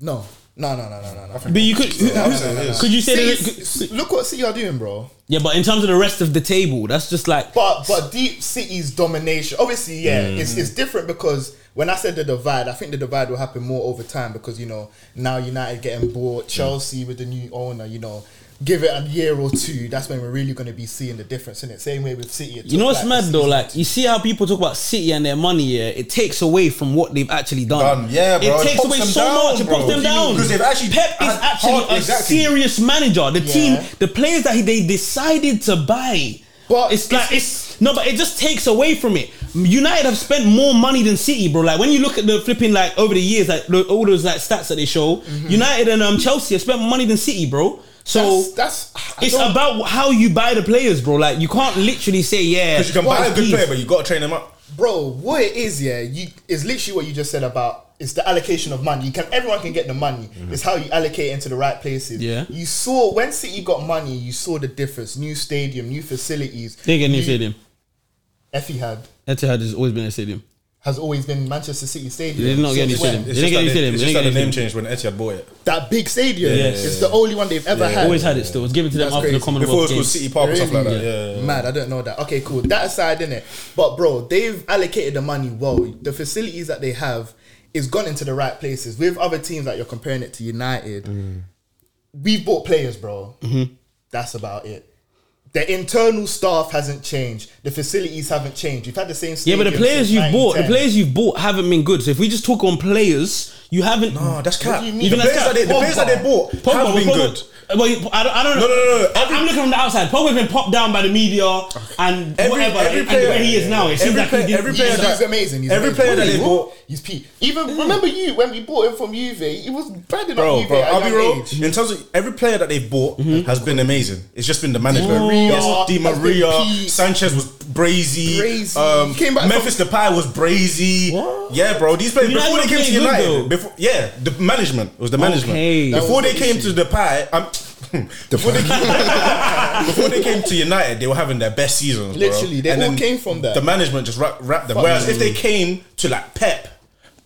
no, no, no, no, no, no. no.
But you could could you say that,
City's- s- look what City are doing, bro.
yeah? But in terms of the rest of the table, that's just like
But but Deep City's domination, obviously, yeah,
Mm.
it's, it's different because when I said the divide, I think the divide will happen more over time because you know now United getting
Mm.
bought, Chelsea with the new owner, you know, give it a year or two, that's when we're really going to be seeing the difference in it. Same way with City, it
you know
took,
what's
like,
mad
the
though.
season
Like you see how people talk about City and their money. Yeah, it takes away from what they've actually done.
Done, yeah, bro.
It
It
takes
pumps
away
them
so
down,
much. It
bro.
pumps them
What do you
down
mean? 'Cause they've actually
Pep is
had
actually
hard-
a
exactly.
serious manager. The
Yeah.
team, the players that he, they decided to buy.
But
it's like it's no, but it just takes away from it. United have spent more money than City, bro. Like when you look at the flipping, like over the years, like the, all those like stats that they show,
Mm-hmm.
United and um, Chelsea have spent more money than City, bro. So
That's, that's I
it's
don't-
about how you buy the players, bro. Like you can't literally say yeah.
Because you can buy a good player, but you got to train them up.
bro, what it is, yeah, you is literally what you just said about it's the allocation of money. You can everyone can get the money. It's how you allocate into the right places.
Mm-hmm. Yeah.
You saw when City got money, you saw the difference. New stadium, new facilities.
They get a new stadium.
Etihad
Etihad has always been a stadium.
has always been Manchester City Stadium.
They did not get a new
Since
stadium.
when?
They didn't get a new stadium.
it's
They
just
didn't get
that
a
the
new
name
stadium.
changed when Etihad bought it.
That big stadium.
Yes.
It's the only one they've ever had.
Always had it still. It's given to them
That's
after the
crazy.
Commonwealth
Before it was called
Games.
City Park or something like that.
Really?
Yeah, yeah, yeah.
Mad, I don't know that. Okay, cool. That aside, innit? But bro, they've allocated the money well. The facilities that they have is gone into the right places. With other teams like you're comparing it to United, we bought players, bro.
Mm-hmm.
That's about it. The internal staff hasn't changed. The facilities haven't changed. You've had the same.
Yeah, but the
stadium
players
since
you've bought, the
1910.
players you've bought haven't been good. So if we just talk on players, you haven't.
No, that's cap.
do you
The
mean? Even
players
that's
that
cap.
they- the players that they
Pogba.
bought have
but
been good.
Well, you- I don't, I don't know.
No, no, no, no.
I'm looking from the outside. Pogba's been popped down by the media and whatever. and where he is now, it seems
every
like
player-
he did,
every
he
player
did-
He's,
that-
he's amazing. He's
every
amazing.
player that they
He's
bought-
he's peak. Even remember you when we bought him from Juve, he was branded
Bro,
on Juve
bro,
at a
I'll be
young
real.
age.
In terms of every player that they've bought
Mm-hmm.
has been amazing. It's just been the management.
Di Maria
yes, Di
has been
Maria,
peak.
Sanchez was brazy.
Brazy.
Um,
He came back
Memphis Depay was brazy.
What?
Yeah, bro. These players
United
before they
were
came to
playing good,
United.
though.
before, yeah, the management it was the management.
Okay. That
Before
was
they
the
came
issue.
to Depay, I'm. Before they, came, before they came to United, they were having their best seasons. bro.
Literally, they all
then
came from that.
The management just wrapped, wrapped them.
Fuck
Whereas
them.
if they came to like Pep,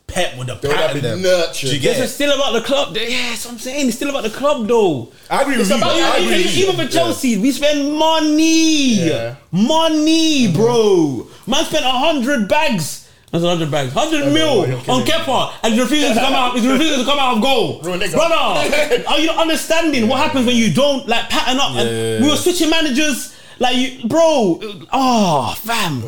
Pep would have
They would have
patted
been
them.
nurtured.
Do you
Yes,
get
it's
it?
still about the club. though. Yes, I'm saying it's still about the club though.
I agree with you.
about-
I agree
even,
with you.
even for Chelsea, we spend money,
Yeah.
Mm-hmm.
money, bro. Man spent a hundred bags. That's a hundred bags, hundred mil on Kepa, and he's refusing to come out. He's refusing to come out of goal,
Bro, nigga.
brother. Are you not understanding what happens when you don't like pattern up? and we were switching managers, like you, bro. Oh, fam.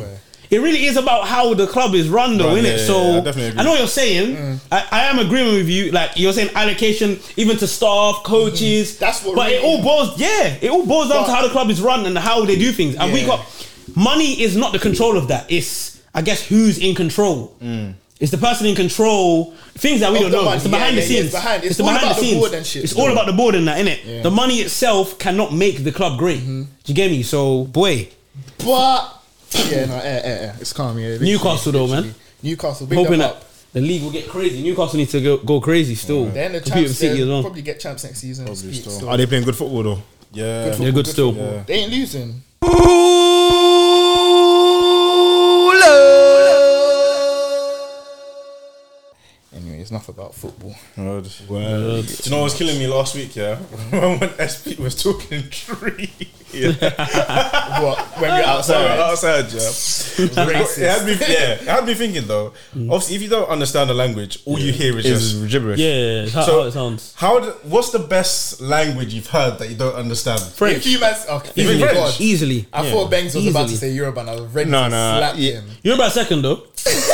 It really is about how the club is run, though,
Run,
innit?
yeah, yeah,
so
yeah, I definitely agree.
I know what you're saying.
Mm.
I, I am agreeing with you. Like you're saying allocation, even to staff, coaches.
Mm-hmm. That's what
But it
really-
all boils, yeah, it all boils down to
But-
how the club is run and how they do things. And we
Yeah.
got money is not the control of that. It's I guess who's in control. It's the person in control. Things that we
Mm. Of
don't
the
know.
money,
It's the
yeah,
behind
yeah,
the
yeah,
scenes.
it's behind- it's
the
all
behind
about
the
the
scenes.
board and shit,
It's all
bro.
about the board and that, innit? The money itself cannot make the club great.
Mm-hmm.
Do you get me? So, boy,
But yeah, no, eh, eh, eh, it's calm. Yeah, literally,
Newcastle though,
literally.
man.
Newcastle, big
hoping
them
that
up.
the league will get crazy. Newcastle need to go, go crazy still.
They're in the
Compete with
champs.
City as
They'll
well.
probably get champs next season. Speak,
still.
so.
Are they playing good football though?
Yeah.
They're good still.
They ain't losing. Anyway, it's enough about football.
Word. Do you know what was killing me last week? Yeah, when SP was talking tree. Yeah,
what? When you're
sorry,
outside,
outside. Yeah,
Racist.
it had me. Yeah, it had me thinking though. Obviously, if you don't understand the language, all you hear is
It's
just
Mm. gibberish.
Yeah, how,
So-
how it sounds.
how. Do, what's the best language you've heard that you don't understand?
if you mess, okay,
Even
thank
French.
God.
Easily.
I thought Bangs was about to
Easily.
say Yoruba, and I was ready
No,
to
no,
slap
yeah.
him.
You're about second though.
Thanks,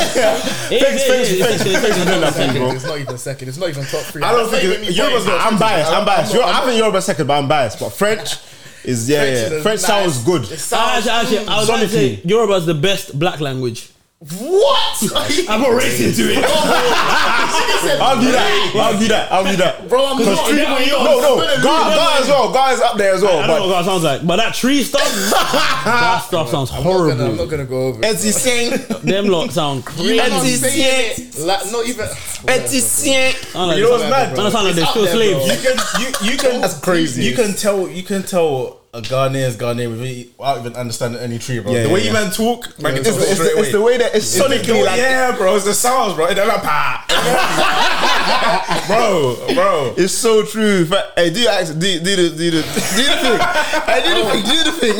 thanks, thanks, thanks for doing that for me, bro.
It's not even second. It's not even top three.
I don't
It's not
think
even
it-
me
Yoruba's
voting.
not. I'm biased. I'm biased.
I'm
Yo-
not-
I think Yoruba's second, but I'm biased. But French is yeah. yeah.
is
French,
a nice-
sounds good.
It sounds-
Actually, actually, I was going to say
Sonically.
Yoruba is the best black language.
What?
I'm not racing to it.
I'll do that. I'll do that. I'll do that.
Bro, I'm
Because
not-
tree-
that-
no, no,
I'm
God,
not-
God as well. God is up there as
I don't know
well.
what that sounds like, but that tree stuff, that stuff sounds
I'm not gonna- I'm not
horrible.
gonna go over.
But
it.
as you sing,
Them lot sound
You
crazy.
know what I'm
It's
saying? Like, not even.
as you sing.
Sound like
You
they
know what's
sound-
mad?
sound like
It's
they're
up
still
there,
You
slaves.
can, you, you can.
That's crazy.
You can tell. You can tell a Ghanaian's Ghanaian without- e, without even understanding any tree, bro.
Yeah,
the
yeah,
way you
yeah.
man talk, man, can
It's,
tell
it's,
straight
it's
away.
the way that it's sonically like.
yeah, bro, it's the sounds, bro. And they're like, "Pa." bro, bro.
It's so true. Fa- Hey, do you ask? Do, do, the, do, the, do the thing. Hey, do the thing.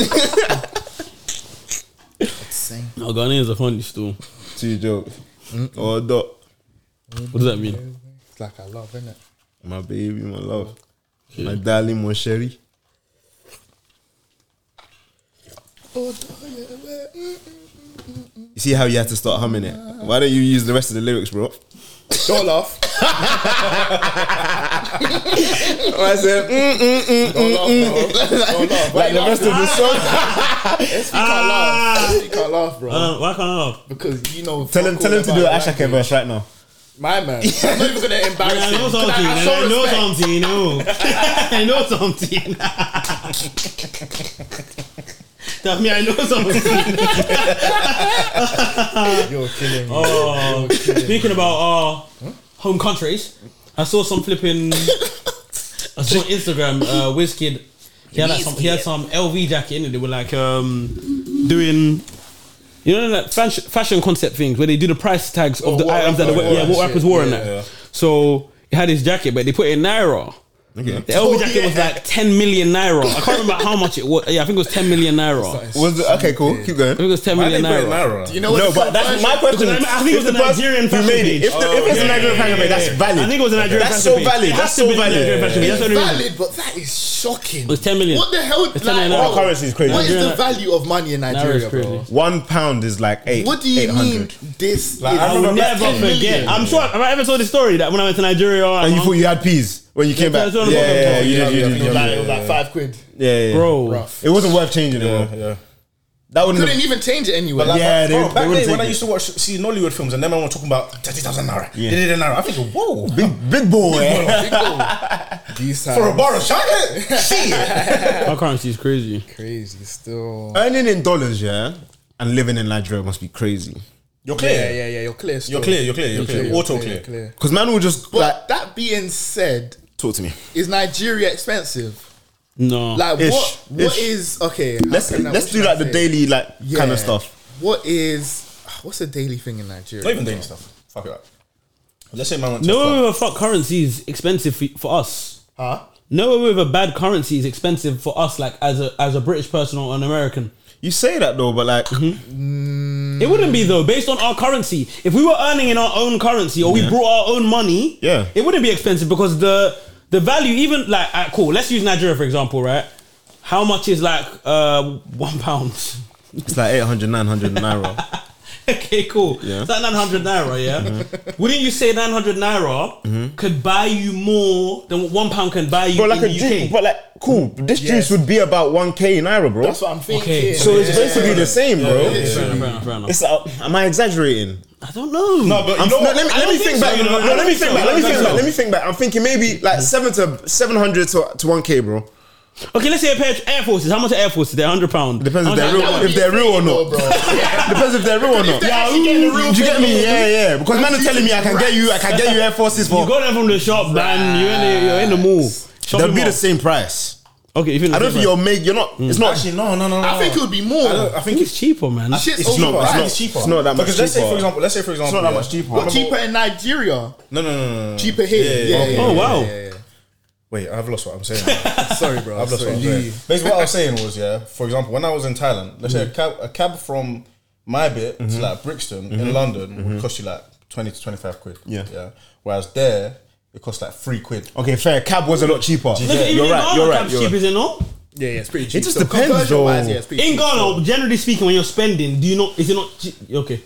Do the thing.
No, Ghanaians are funny still.
Two joke. Oh, dot.
What does that mean?
It's like I love, innit?
My baby, my love. My darling, my sherry. You see how you had to start humming it? Why don't you use the rest of the lyrics, bro?
Don't laugh.
I said, mm, mm, mm,
Don't laugh. Don't laugh. Don't laugh. Why
like the
laugh?
rest of the song.
Yes, we can't laugh. We can't laugh, bro.
Uh, why can't I laugh?
because you know.
Tell him,
fuck
tell
all
him to
about
do an
language.
Ashake verse right now.
My man. I'm not even gonna embarrass
I
him.
know
'cause I-
something.
I show
I know
respect.
something. You know. I know something. That me, I know something.
You're killing me.
Oh, speaking about uh, home countries, I saw some flipping. I saw on Instagram, uh, Wizkid. He had like some. He had some LV jacket in it. They were like um, doing. You know that fashion, fashion concept things where they do the price tags of
Oh,
the
what
items that
rapper
the,
wore
yeah,
that
what rappers wore and
shit.
that.
Yeah, yeah.
So he had his jacket, but they put it in naira.
Okay.
The LV jacket was like ten million naira. I can't remember how much it was. Yeah, I think it was ten million naira. I
Was it, okay, cool. Keep
think it
going.
was ten
Why
million
they put it in
naira.
Naira?
You know what?
no,
the
but that's
conversion-
my question.
Because I- I think it was a
If the person
Nigerian
who
fashion
made it,
page.
if, the, if it's a Nigerian fashion page, that's valid.
I think it was a Nigerian
That's
fashion
so
page.
valid.
It has
That's
to
so
be a
valid.
Nigerian fashion page.
It's
That's the only reason.
valid, but that is shocking.
It's 10 million.
What the hell?
It's 10
like,
million.
bro,
Currency is crazy.
What is the
Nigerian-
value of money in
Naira is
Nigeria, bro?
crazy.
One pound is like eight.
What do you mean?
800.
This is
Like,
I
I
will
remember
never
10 million.
forget. I'm sure. Have I ever told the story that when I went to Nigeria,
And you
uh,
thought you had peas when you came
Yeah,
back.
that's what
Yeah,
I'm talking
yeah,
about.
you did, you did,
It was
you
like- it
did.
was like five quid.
Yeah, yeah.
bro,
Rough.
It wasn't worth changing. Yeah,
Yeah, yeah.
That wouldn't
Couldn't
have,
even change it anyway.
like- Yeah, they-
bro,
they
back
wouldn't
then when
take
I used to watch see Nollywood films and them I were talking about thirty thousand naira, they did naira. I think whoa,
big, big boy.
Big goal. These times
for a bar of chocolate, shit.
our currency is crazy.
crazy still.
Uh,
Earning in dollars, yeah, and living in Nigeria must be crazy.
You're clear,
Yeah, yeah, yeah. You're clear. Still.
you're clear, you're clear, you're clear. Auto
you're
clear.
clear.
Because man will just
But
like
that being said,
talk to me.
is Nigeria expensive?
No,
Like
Ish.
what? What
Ish.
is okay?
Let's
how can I-
let's
what
do
should I
like the
say?
daily like
Yeah.
kind of stuff.
What is what's the daily thing in Nigeria?
Not even daily stuff. Fuck it up. Let's say man went to
no
Tesco.
way with a fuck currency is expensive for, for us.
Huh?
No way with a bad currency is expensive for us. Like as a as a British person or an American,
You say that though, but like
it wouldn't be though. Based on our currency, if we were earning in our own currency or we brought our own money,
Yeah.
it wouldn't be expensive because the the value even like at cool. Let's use Nigeria for example, right? How much is like uh one pound?
it's like 800, 900 naira.
Okay, cool.
Yeah. Mm-hmm.
Is that 900 naira, yeah? Wouldn't you say 900 naira could buy you more than what one pound can buy you
But Mm-hmm. like
in
a
the
juice,
UK?
but like cool. This
Yes.
juice would be about one k naira, bro.
That's what I'm thinking.
Okay,
so it's basically the same, bro.
Fair enough, fair enough, fair enough.
It's uh, am I exaggerating?
I don't know.
No, but you
I'm-
know
no,
what?
let me,
I
let
don't
me
think
think
so,
back.
you know,
No,
I
no,
don't
let me
think
think
so.
back. Let
I
me
don't
think
think
back.
so.
Let me think back. I'm thinking maybe like seven to seven hundred to to one k, bro.
okay, let's say a pair of Air Forces. How much are Air Forces? They're 100 pounds.
Depends if they're real,
would
if
be
they're real or
insane,
not.
though, bro.
Depends if they're real or not.
they're actually getting the real
do you get
thing,
me?
bro.
Yeah, yeah. Because man are telling me I can get you, I can get you Air Forces
You
for.
got them from the shop, man. You're in the, you're in the mall.
They'll
Shopping
be
mall.
the same price.
Okay, if you're in the
I don't
same
think you'll make. You're not.
Mm.
It's not.
Actually, no, no, no.
I
no.
think it would be more.
I, don't, I
I
think
think it's cheaper, man.
Shit's
it's
overpriced.
cheaper. I think
not- it's not that much
because let's say
cheaper.
for example, let's say for example,
not that
yeah.
much cheaper.
I
But cheaper
remember-
in Nigeria,
No, no, no, no, no.
cheaper here. Yeah, yeah,
Oh,
yeah,
wow.
yeah, yeah,
Wait, I've lost what I'm saying.
yeah. Sorry, bro.
I've lost
Sorry.
what I'm
You-
saying. Basically, what I was saying was, yeah. For example, when I was in Thailand, let's say
Mm.
a cab, a cab from my bit
Mm-hmm.
to like Brixton in London would cost you like twenty to twenty-five quid.
Yeah.
yeah. Whereas there, it costs like three quid.
Okay, fair. Cab was a lot cheaper.
Look, even
You're
in
right.
Ghana,
You're
cab's
right. You're
cheap,
right.
is it not?
Yeah, yeah, it's pretty cheap.
just depends,
conversion-wise,
though.
yeah, it's pretty
In
cheap.
Ghana, generally speaking, when you're spending, do you not? Is it not? che- Okay,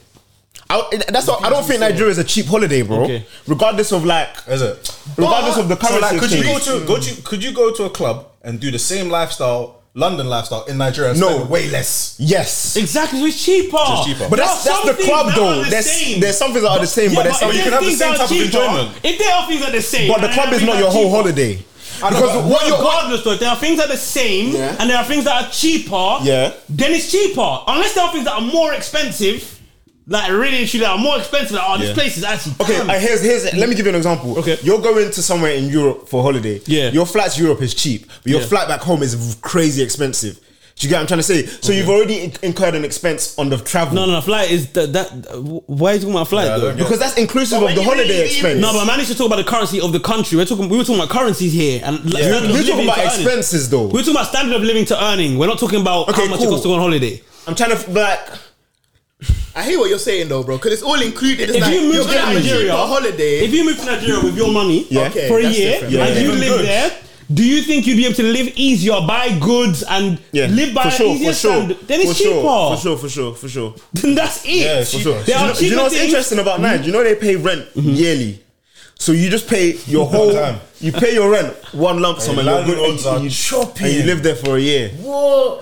I, that's what I don't think Nigeria is a cheap holiday, bro.
Okay.
Regardless of like,
Is it?
regardless of Mm. the
So
currency.
like, could you go
exchange.
to go to could you go to a club and do the same lifestyle, London lifestyle in Nigeria? And
No.
spend way less.
Yes.
exactly. So it's cheaper.
It's cheaper.
But
There
that's
are
that's
some
the
things
club
that
though.
are the
There's
same.
there's some things that are the same, but there's some
if
if
you
their
can have the
things
same
are
type of
cheaper,
enjoyment.
If their things are the same,
But the
then
club
that
is
means
not
they're
your whole
cheaper.
holiday.
know,
Because
but
what you're
Regardless, though, if there are things that are the same,
Yeah.
and there are things that are cheaper.
Yeah.
Then it's cheaper, unless there are things that are more expensive, like really and truly that are more expensive. Like, oh,
Yeah.
this place is actually
Okay,
damn.
uh, here's here's. Let me give you an example.
Okay.
you're going to somewhere in Europe for holiday.
Yeah.
your flight to Europe is cheap, but your
Yeah.
flight back home is crazy expensive. Do you get what I'm trying to say? So you've already in- incurred an expense on the travel.
No, no, no, flight is that. that uh, why are you talking about flight
I
though?
don't get
because that's inclusive of the
even-
holiday
even-
expense.
No, but I managed to talk about the currency of the country. We're talking. We were talking about currencies here, and like, standard of
we're talking
living
about
to earning.
expenses though.
We're talking about standard of living to earning. We're not talking about
Okay,
how much
cool.
it costs to go on holiday.
I'm trying to f- like.
I hear what you're saying though, bro, because it's all included. It's
if
like,
you move
you're
to
gonna have a
Nigeria,
cheaper holiday.
if you move to Nigeria with your money
Yeah.
Okay,
for a
that's
year,
different.
Yeah.
and you
Even
live
goods.
there, do you think you'd be able to live easier, buy goods, and
Yeah,
live by
for
an
sure,
easier
for sure,
standard? Then it's
for
cheaper.
Sure, for sure, for sure, for sure.
Then that's it.
Yeah, for sure.
There
Do
are
you know, do you
cheaper
know Mm-hmm. what's
things.
interesting about Nige? You know they pay rent yearly. So you just pay your whole
Damn.
you pay your rent one lump sum and, you're good, and,
landlords
you-
are
and you,
chopping.
and you live there for a year.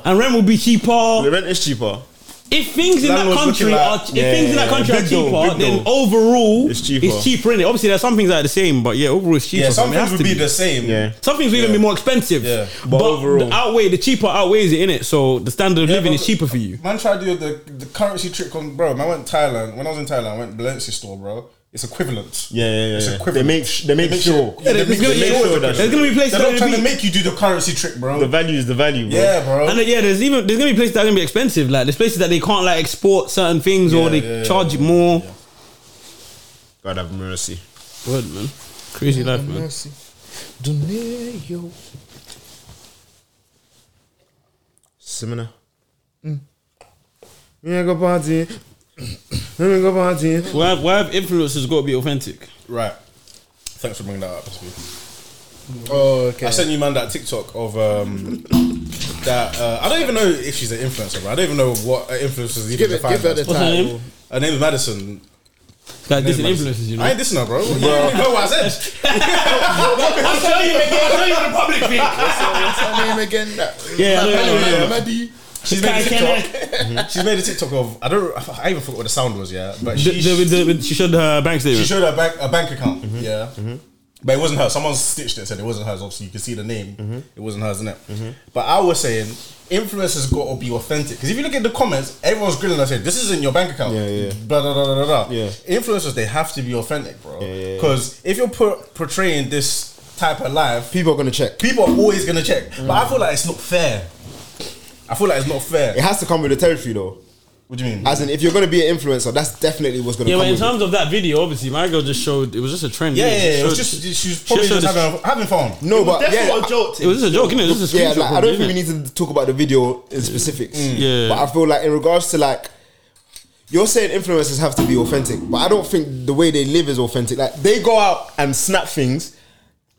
And rent will be cheaper.
The rent is cheaper.
if things in that
Landlord's
country
looking
are
like-
if
Yeah,
things in
yeah,
that
yeah.
country are
Big deal,
cheaper,
big
then
deal.
overall
It's cheaper.
It's cheaper in it. Obviously, there's some things that are the same, but yeah, overall it's cheaper.
Yeah,
fam.
some
It has
things would
to
be the same.
Yeah.
Some things will even
Yeah.
be more expensive.
Yeah.
But,
But
overall,
overall-
the outweigh the cheaper outweighs it in it. So the standard of
Yeah,
living
but-
is cheaper for you.
Man tried to do the, the currency trick on bro. Man went Thailand. When I was in Thailand, I went Balenciaga store, bro. It's equivalent.
Yeah, yeah, yeah,
It's
yeah.
equivalent.
They make sh- they make sure.
Yeah, they
there's
make,
gonna-
they make
yeah,
sure
there's
that-
gonna be places
They're
that
not trying
be-
to make you do the currency trick, bro.
The value is the value, bro.
yeah, bro.
And then, yeah, there's even there's gonna be places that are gonna be expensive. Like there's places that they can't like export certain things or
Yeah,
they
yeah, yeah.
charge more.
God have mercy.
Word man, crazy life man.
Similar. Yeah, go party. Let me go party.
Where where influencers got to be authentic.
Right. Thanks for bringing that up. That's weird.
Oh, okay.
I sent you man that TikTok of um that uh, I don't even know if she's an influencer. Bro. I don't even know what an influencer is even
give, it,
defined.
give her the
as.
What's her
title.
name?
her name is Madison.
Like this
Her name is
influencers, you know.
I ain't dissing her, bro. You don't even know what I said.
I'll show you again. I'll show you on the public
What's her name again?
Yeah, I don't know, yeah.
Madi.
She's made a TikTok. She's made a TikTok of I don't. I even forgot what the sound was. Yeah, but she,
she showed her bank
she
statement.
showed her bank a bank account. Yeah. But it wasn't her. Someone stitched it and said it wasn't hers. Obviously, you can see the name. It wasn't hers, innit? But I was saying, influencers got to be authentic. Because if you look at the comments, everyone's grilling us saying, this isn't your bank account.
Yeah, yeah.
Blah, blah, blah, blah, blah.
Yeah.
Influencers, they have to be authentic, bro.
yeah, yeah.
Because if you're por- portraying this type of life,
People are gonna check.
people are always going to check. But I feel like it's not fair. I feel like it's not fair.
It has to come with the territory, though.
What do you mean?
As in, if you're gonna be an influencer, that's definitely what's gonna
Yeah,
come.
but in
with it.
terms of that video, obviously, my girl just showed it was just a trend.
yeah, yeah,
innit?
yeah. It was
Showed-
just, she was probably
showed
just
us-
having, having fun.
no, but
That's
yeah,
not a joke.
it was just a joke, innit? It was just a
yeah.
screenshot.
Like, I don't think we need to talk about the video in specifics.
Mm.
Yeah.
but I feel like in regards to like. You're saying influencers have to be authentic, but I don't think the way they live is authentic. Like they go out and snap things,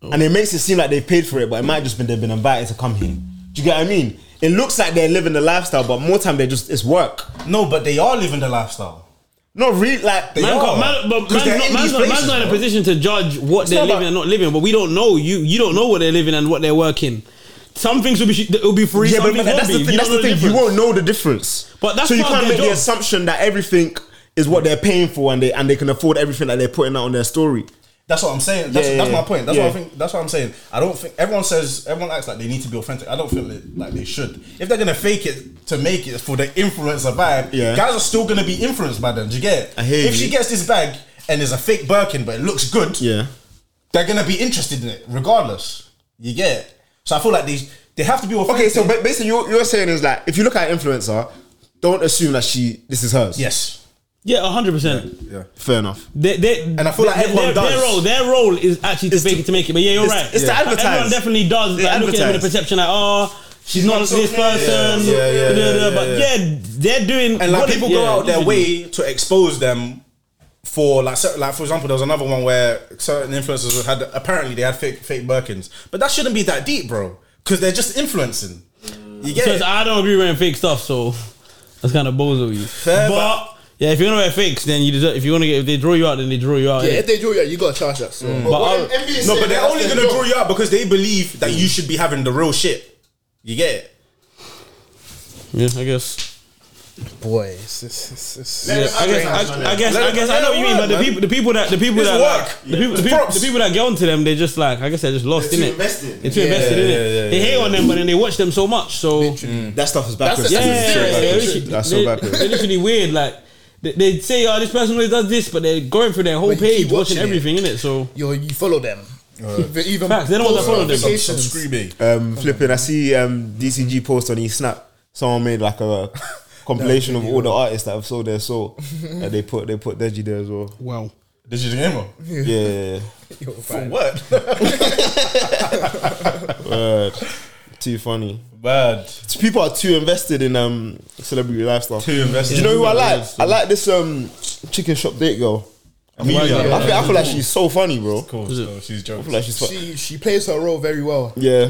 and it makes it seem like they paid for it, but it might just been they've been invited to come here. Do you get what I mean? It looks like they're living the lifestyle, but more time they just it's work.
No, but they are living the lifestyle.
Not really like
Man,
are.
can't- man, but
'Cause
man's,
they're
not,
in
man's,
these
not, man's
places,
not in a
bro.
position to judge what they're
not
living
about-
and not living, but we don't know. You you don't know what they're living and what they're working. Some things will be sh- will be free.
Yeah,
some
but,
things
but that's
won't
the
be.
thing. That's
don't know
the thing. You
difference.
won't know the difference.
But that's
so you
part of
can't
their
make the
job.
assumption that everything is what they're paying for, and they and they can afford everything that they're putting out on their story.
That's what I'm saying. That's,
Yeah,
that's
yeah,
my point. That's
yeah.
what I think. That's what I'm saying. I don't think everyone says everyone acts like they need to be authentic. I don't feel it, like they should. If they're gonna fake it to make it for the influencer vibe,
Yeah.
guys are still gonna be influenced by them. Do you get? It?
I hear
if
you.
she gets this bag and there's a fake Birkin, but it looks good,
Yeah,
they're gonna be interested in it regardless. You get? It? So I feel like they they have to be authentic.
Okay, so ba- basically, you're, you're saying is like if you look at an influencer, don't assume that she this is hers.
yes,
Yeah, hundred percent.
yeah.
fair enough.
They, they, and
I feel like
their,
everyone
their
does.
role, their role is actually to
It's
fake
to-
it to make it. But yeah, you're
it's-
right.
it's to
yeah.
advertise.
Everyone definitely does.
They
Like, look at them with the
advertise.
perception like, oh, she's not
not
this
so fair.
person.
Yeah,
da,
yeah,
da, da.
yeah,
but yeah,
yeah,
they're doing.
and like
what they-
people go
yeah,
out their
literally.
way to expose them for like cer- like for example there was another one where certain influencers had apparently they had fake fake Birkins but that shouldn't be that deep bro because they're just influencing you get
So
it?
it's- I don't agree wearing fake stuff, so that's kind of bozo you.
Fair,
but,
but-
yeah, if you're gonna wear fakes, then you deserve. If you wanna get, if they draw you out, then they draw you out.
Yeah,
innit?
if they do, yeah, you gotta charge that. So.
Mm. but I,
no but they're only gonna draw you out because they believe that you should be having the real shit you get it
yeah, I guess.
Boy, it's, it's, it's, it's,
Yeah, I guess. I, I guess. I guess. I know what you mean, but the people, the people that, the people
It's
that, like,
work.
the people, the
It's
people,
props.
the people that get onto them, they just like, I guess they're just lost in
Too
it.
invested.
They're too invested in it. they hate on them, but then they watch them so much, so
That stuff is backwards.
That's
yeah,
a-
yeah,
so
yeah,
backwards.
they're literally-
That's so
they-
backwards.
They're literally weird. Like they, they say, "Oh, this person always does this," but they're going through their whole
But you keep
page, watching
watching it.
everything in it. So
you you follow them. Even, even
Facts, they're the ones that
post
follow them.
I'm,
notifications.
screaming
um, flipping. I see um, DCG post on his snap. Someone made like a compilation of all the artists that have sold their soul, and they put they put Deji there as well.
wow,
this is the game
Yeah, yeah,
Yo,
for
fine.
what
yeah. Uh, too funny.
bad
people are too invested in um celebrity lifestyle.
Too invested.
Do you know who I like?
Invested.
I like this um chicken shop date girl.
Amelia
I, feel, I feel like she's so funny, bro. I
cool so Oh, she's joking
feel like she's fu-
She she plays her role very well.
yeah.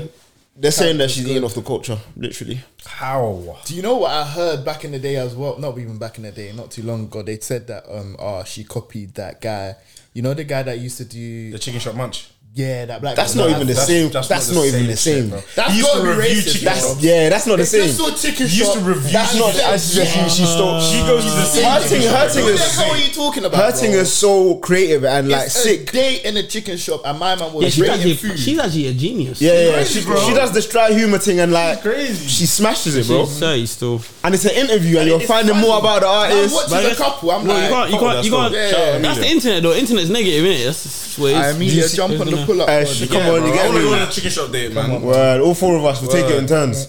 They're saying that she's eating off the culture, literally.
how
Do you know what I heard back in the day as well? Not even back in the day, not too long ago. ah, They said that um, oh, she copied that guy. You know the guy that used to do
the chicken shop munch
yeah, that black.
That's
girl, that-
not even the
that's-
same.
that's
That's,
not the
not even
same
the
shit,
same.
bro.
That's
He used
gotta
to
be
review
racist,
chicken
bro.
shops.
Yeah, that's not the
It's
same.
just so chicken
He used
shop.
to review.
That's not.
Yeah.
That's just who she stole.
She goes to the same.
Hurting,
chicken shop.
hurting
Who the
is
hell are you talking about?
hurting
bro?
is so creative and like
It's uh,
sick.
A day in a chicken shop, and my man
Yeah,
was
she's
rating
actually,
food.
she's actually a genius.
Yeah, yeah, yeah.
crazy,
she,
bro.
she does the dry humor thing and like
crazy.
she smashes it, bro.
She's 30 still.
And it's an interview, and you're
It's
finding
funny.
more about the
Man
artist.
watches
But
a
that's-
couple. I'm
No,
like, oh,
you can't, you can't,
fuck that
you can't.
stuff.
Shout out
That's the internet though. Internet's negative, innit? That's, that's what it
I
is.
immediately jump on the pull up.
Uh, she-
Come on,
Yeah, bro.
you
I
get me.
wanna go
on
on
a chicken shop date, man.
Word, all four of us will take it in
Word.
turns.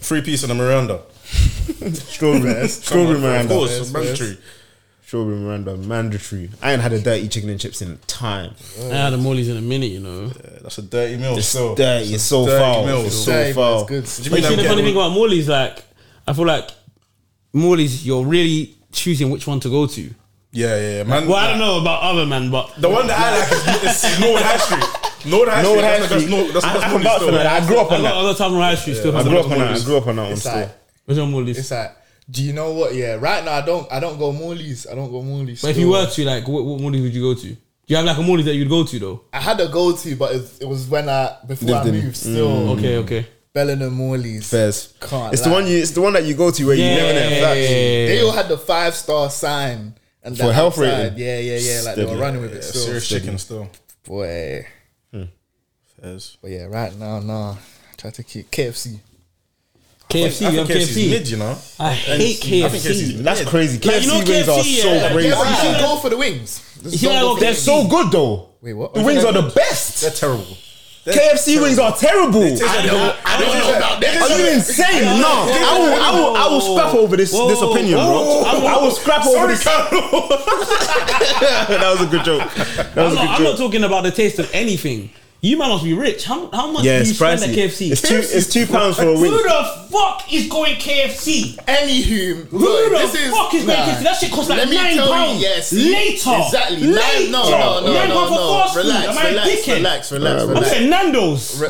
Three piece and a Miranda.
Strawberry, strawberry
Of
Miranda,
course, mandatory.
strawberry Miranda, mandatory. I ain't had a dirty chicken and chips in time.
I had a Morley's in a minute, you know.
Yeah, That's a dirty meal.
It's
still.
dirty, it's so
dirty
foul,
meal. Dirty,
it's so
Hey, man,
foul.
it's good.
But you see
Do mean
the
I'm
funny thing
getting-
about Morley's, like, I feel like Morley's, you're really choosing which one to go to.
Yeah, yeah, yeah, man.
Well, I don't know about other men, but
The one that I like is, is Norwood High Street. Norwood High Street.
Norwood High
that's- that's
Street.
Nor- That's
I- I
that's
can
Norwood
vouch for
still.
that. I grew up
I
on
got
that.
other time on high street still.
I
has
grew
it.
up on that. I grew up on that one.
It's
Still.
like,
Which one Morley's?
it's like, do you know what? Yeah, right now I don't, I don't go Morley's. I don't go Morley's.
But if
still.
you were to, like, what, what Morley's would you go to? Do you have like a Morley's that you'd go to though?
I had a go to, but it, it was when I before I
Lived in.
moved. Still,
Mm.
Okay, okay.
Bellingham Morley's.
Fairs.
Can't
It's the
lie.
one you. It's the one that you go to where you live in it. Facts.
They all had the five star sign and
For
that
health
outside.
rating?
Yeah, yeah, yeah. Like they were
Steady.
running with it.
Yeah,
still.
serious chicken still.
boy.
Hmm.
Fairs.
But yeah, right now, nah. Try to keep KFC.
KFC,
I
you have
think KFC's
KFC.
mid, you know.
I hate
I think KFC's
KFC.
mid.
That's crazy. KFC
Like, you know
wings
KFC,
are
yeah,
so
like,
crazy.
Yeah,
Wait,
but you
why?
should go for the wings. Just
Yeah,
don't go
okay.
for
They're
the
so
wings.
good though.
Wait, what?
The wings are the best.
They're terrible.
KFC wings are terrible.
I don't, I don't know about
Are you insane? No, I will, I will, I will scrap over this,
Whoa,
this
whoa,
opinion,
whoa.
bro. I will scrap over
Sorry,
this.
Carlo.
that was a good joke. That
I'm,
was
not,
a
I'm
good
not
joke.
talking about the taste of anything. You man must be rich. How, how much
yeah,
do you
it's
spend
pricey.
at KFC?
It's two, it's two pounds for a
Who
wing.
the fuck is going KFC?
Anywho,
Who
look,
the
this is,
fuck is making this? That shit costs like
Let me
nine
tell you,
pounds.
yes,
Later.
Exactly.
Later.
Nine, no, no, no,
Nine
no,
pounds for
no.
fast food.
Relax,
Am I a
relax,
dickhead?
relax, relax,
I'm
relax.
saying Nando's.
Re-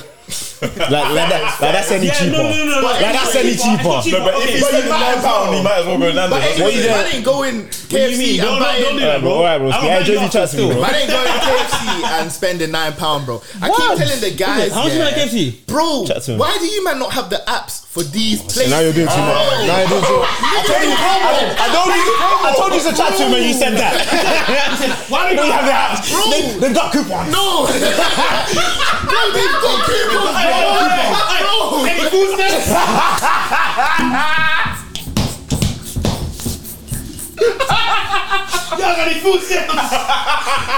Like, like that, like that's any
yeah,
cheaper.
no, no, no, no.
But
it's
Like
not
that's any
cheaper, it's
cheaper.
not cheaper.
But if
Okay.
But
he's
you
spending
might as
nine
well.
pound, he might as well go Nando's.
But
That's
anyway,
what
you
he said.
man ain't going
you
KFC
mean?
and
Don't- don't- don't
buying.
do
Alright, bro. Alright, bro.
I'm
Yeah,
not
Jersey
up
chats me,
still.
bro.
Man ain't going KFC and spending nine pound, bro. I
What?
keep telling the guys,
How much
yeah,
is that KFC?
bro?
Chat to him.
Why do you man not have the apps for these places?
Now you're doing too much.
Bro.
Now you're doing too much. I told you, I, I told you, I told
Oh,
you to chat to him when you said that. Why don't you have that? They, they've got coupons.
No, bro, they've got coupons, bro. Bro.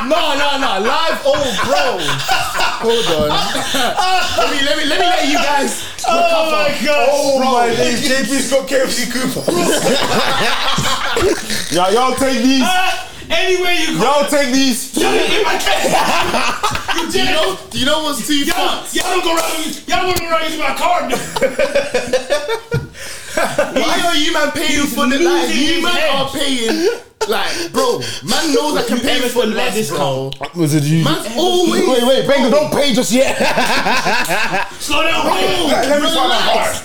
No, no, no, live, oh, bro. Hold on. let me, let me, let me let you guys.
Oh my god.
Oh my days, JP's got KFC coupons.
Y'all, y'all take these.
Uh, Anywhere you go,
Y'all take these.
y'all don't get my KFC.
Do you know, do you know what's too
Y'all,
fucked?
y'all don't go around. Y'all won't go around using my card.
Why are you man paying for the like?
losing
You
his
man
head.
are paying like, bro. Man knows I can pay
ever
for
think about
less,
this
bro.
Was it you?
Man's always.
Wait, wait, Bengal, don't pay just yet.
Slow down,
Bro,
bro.
Let me find that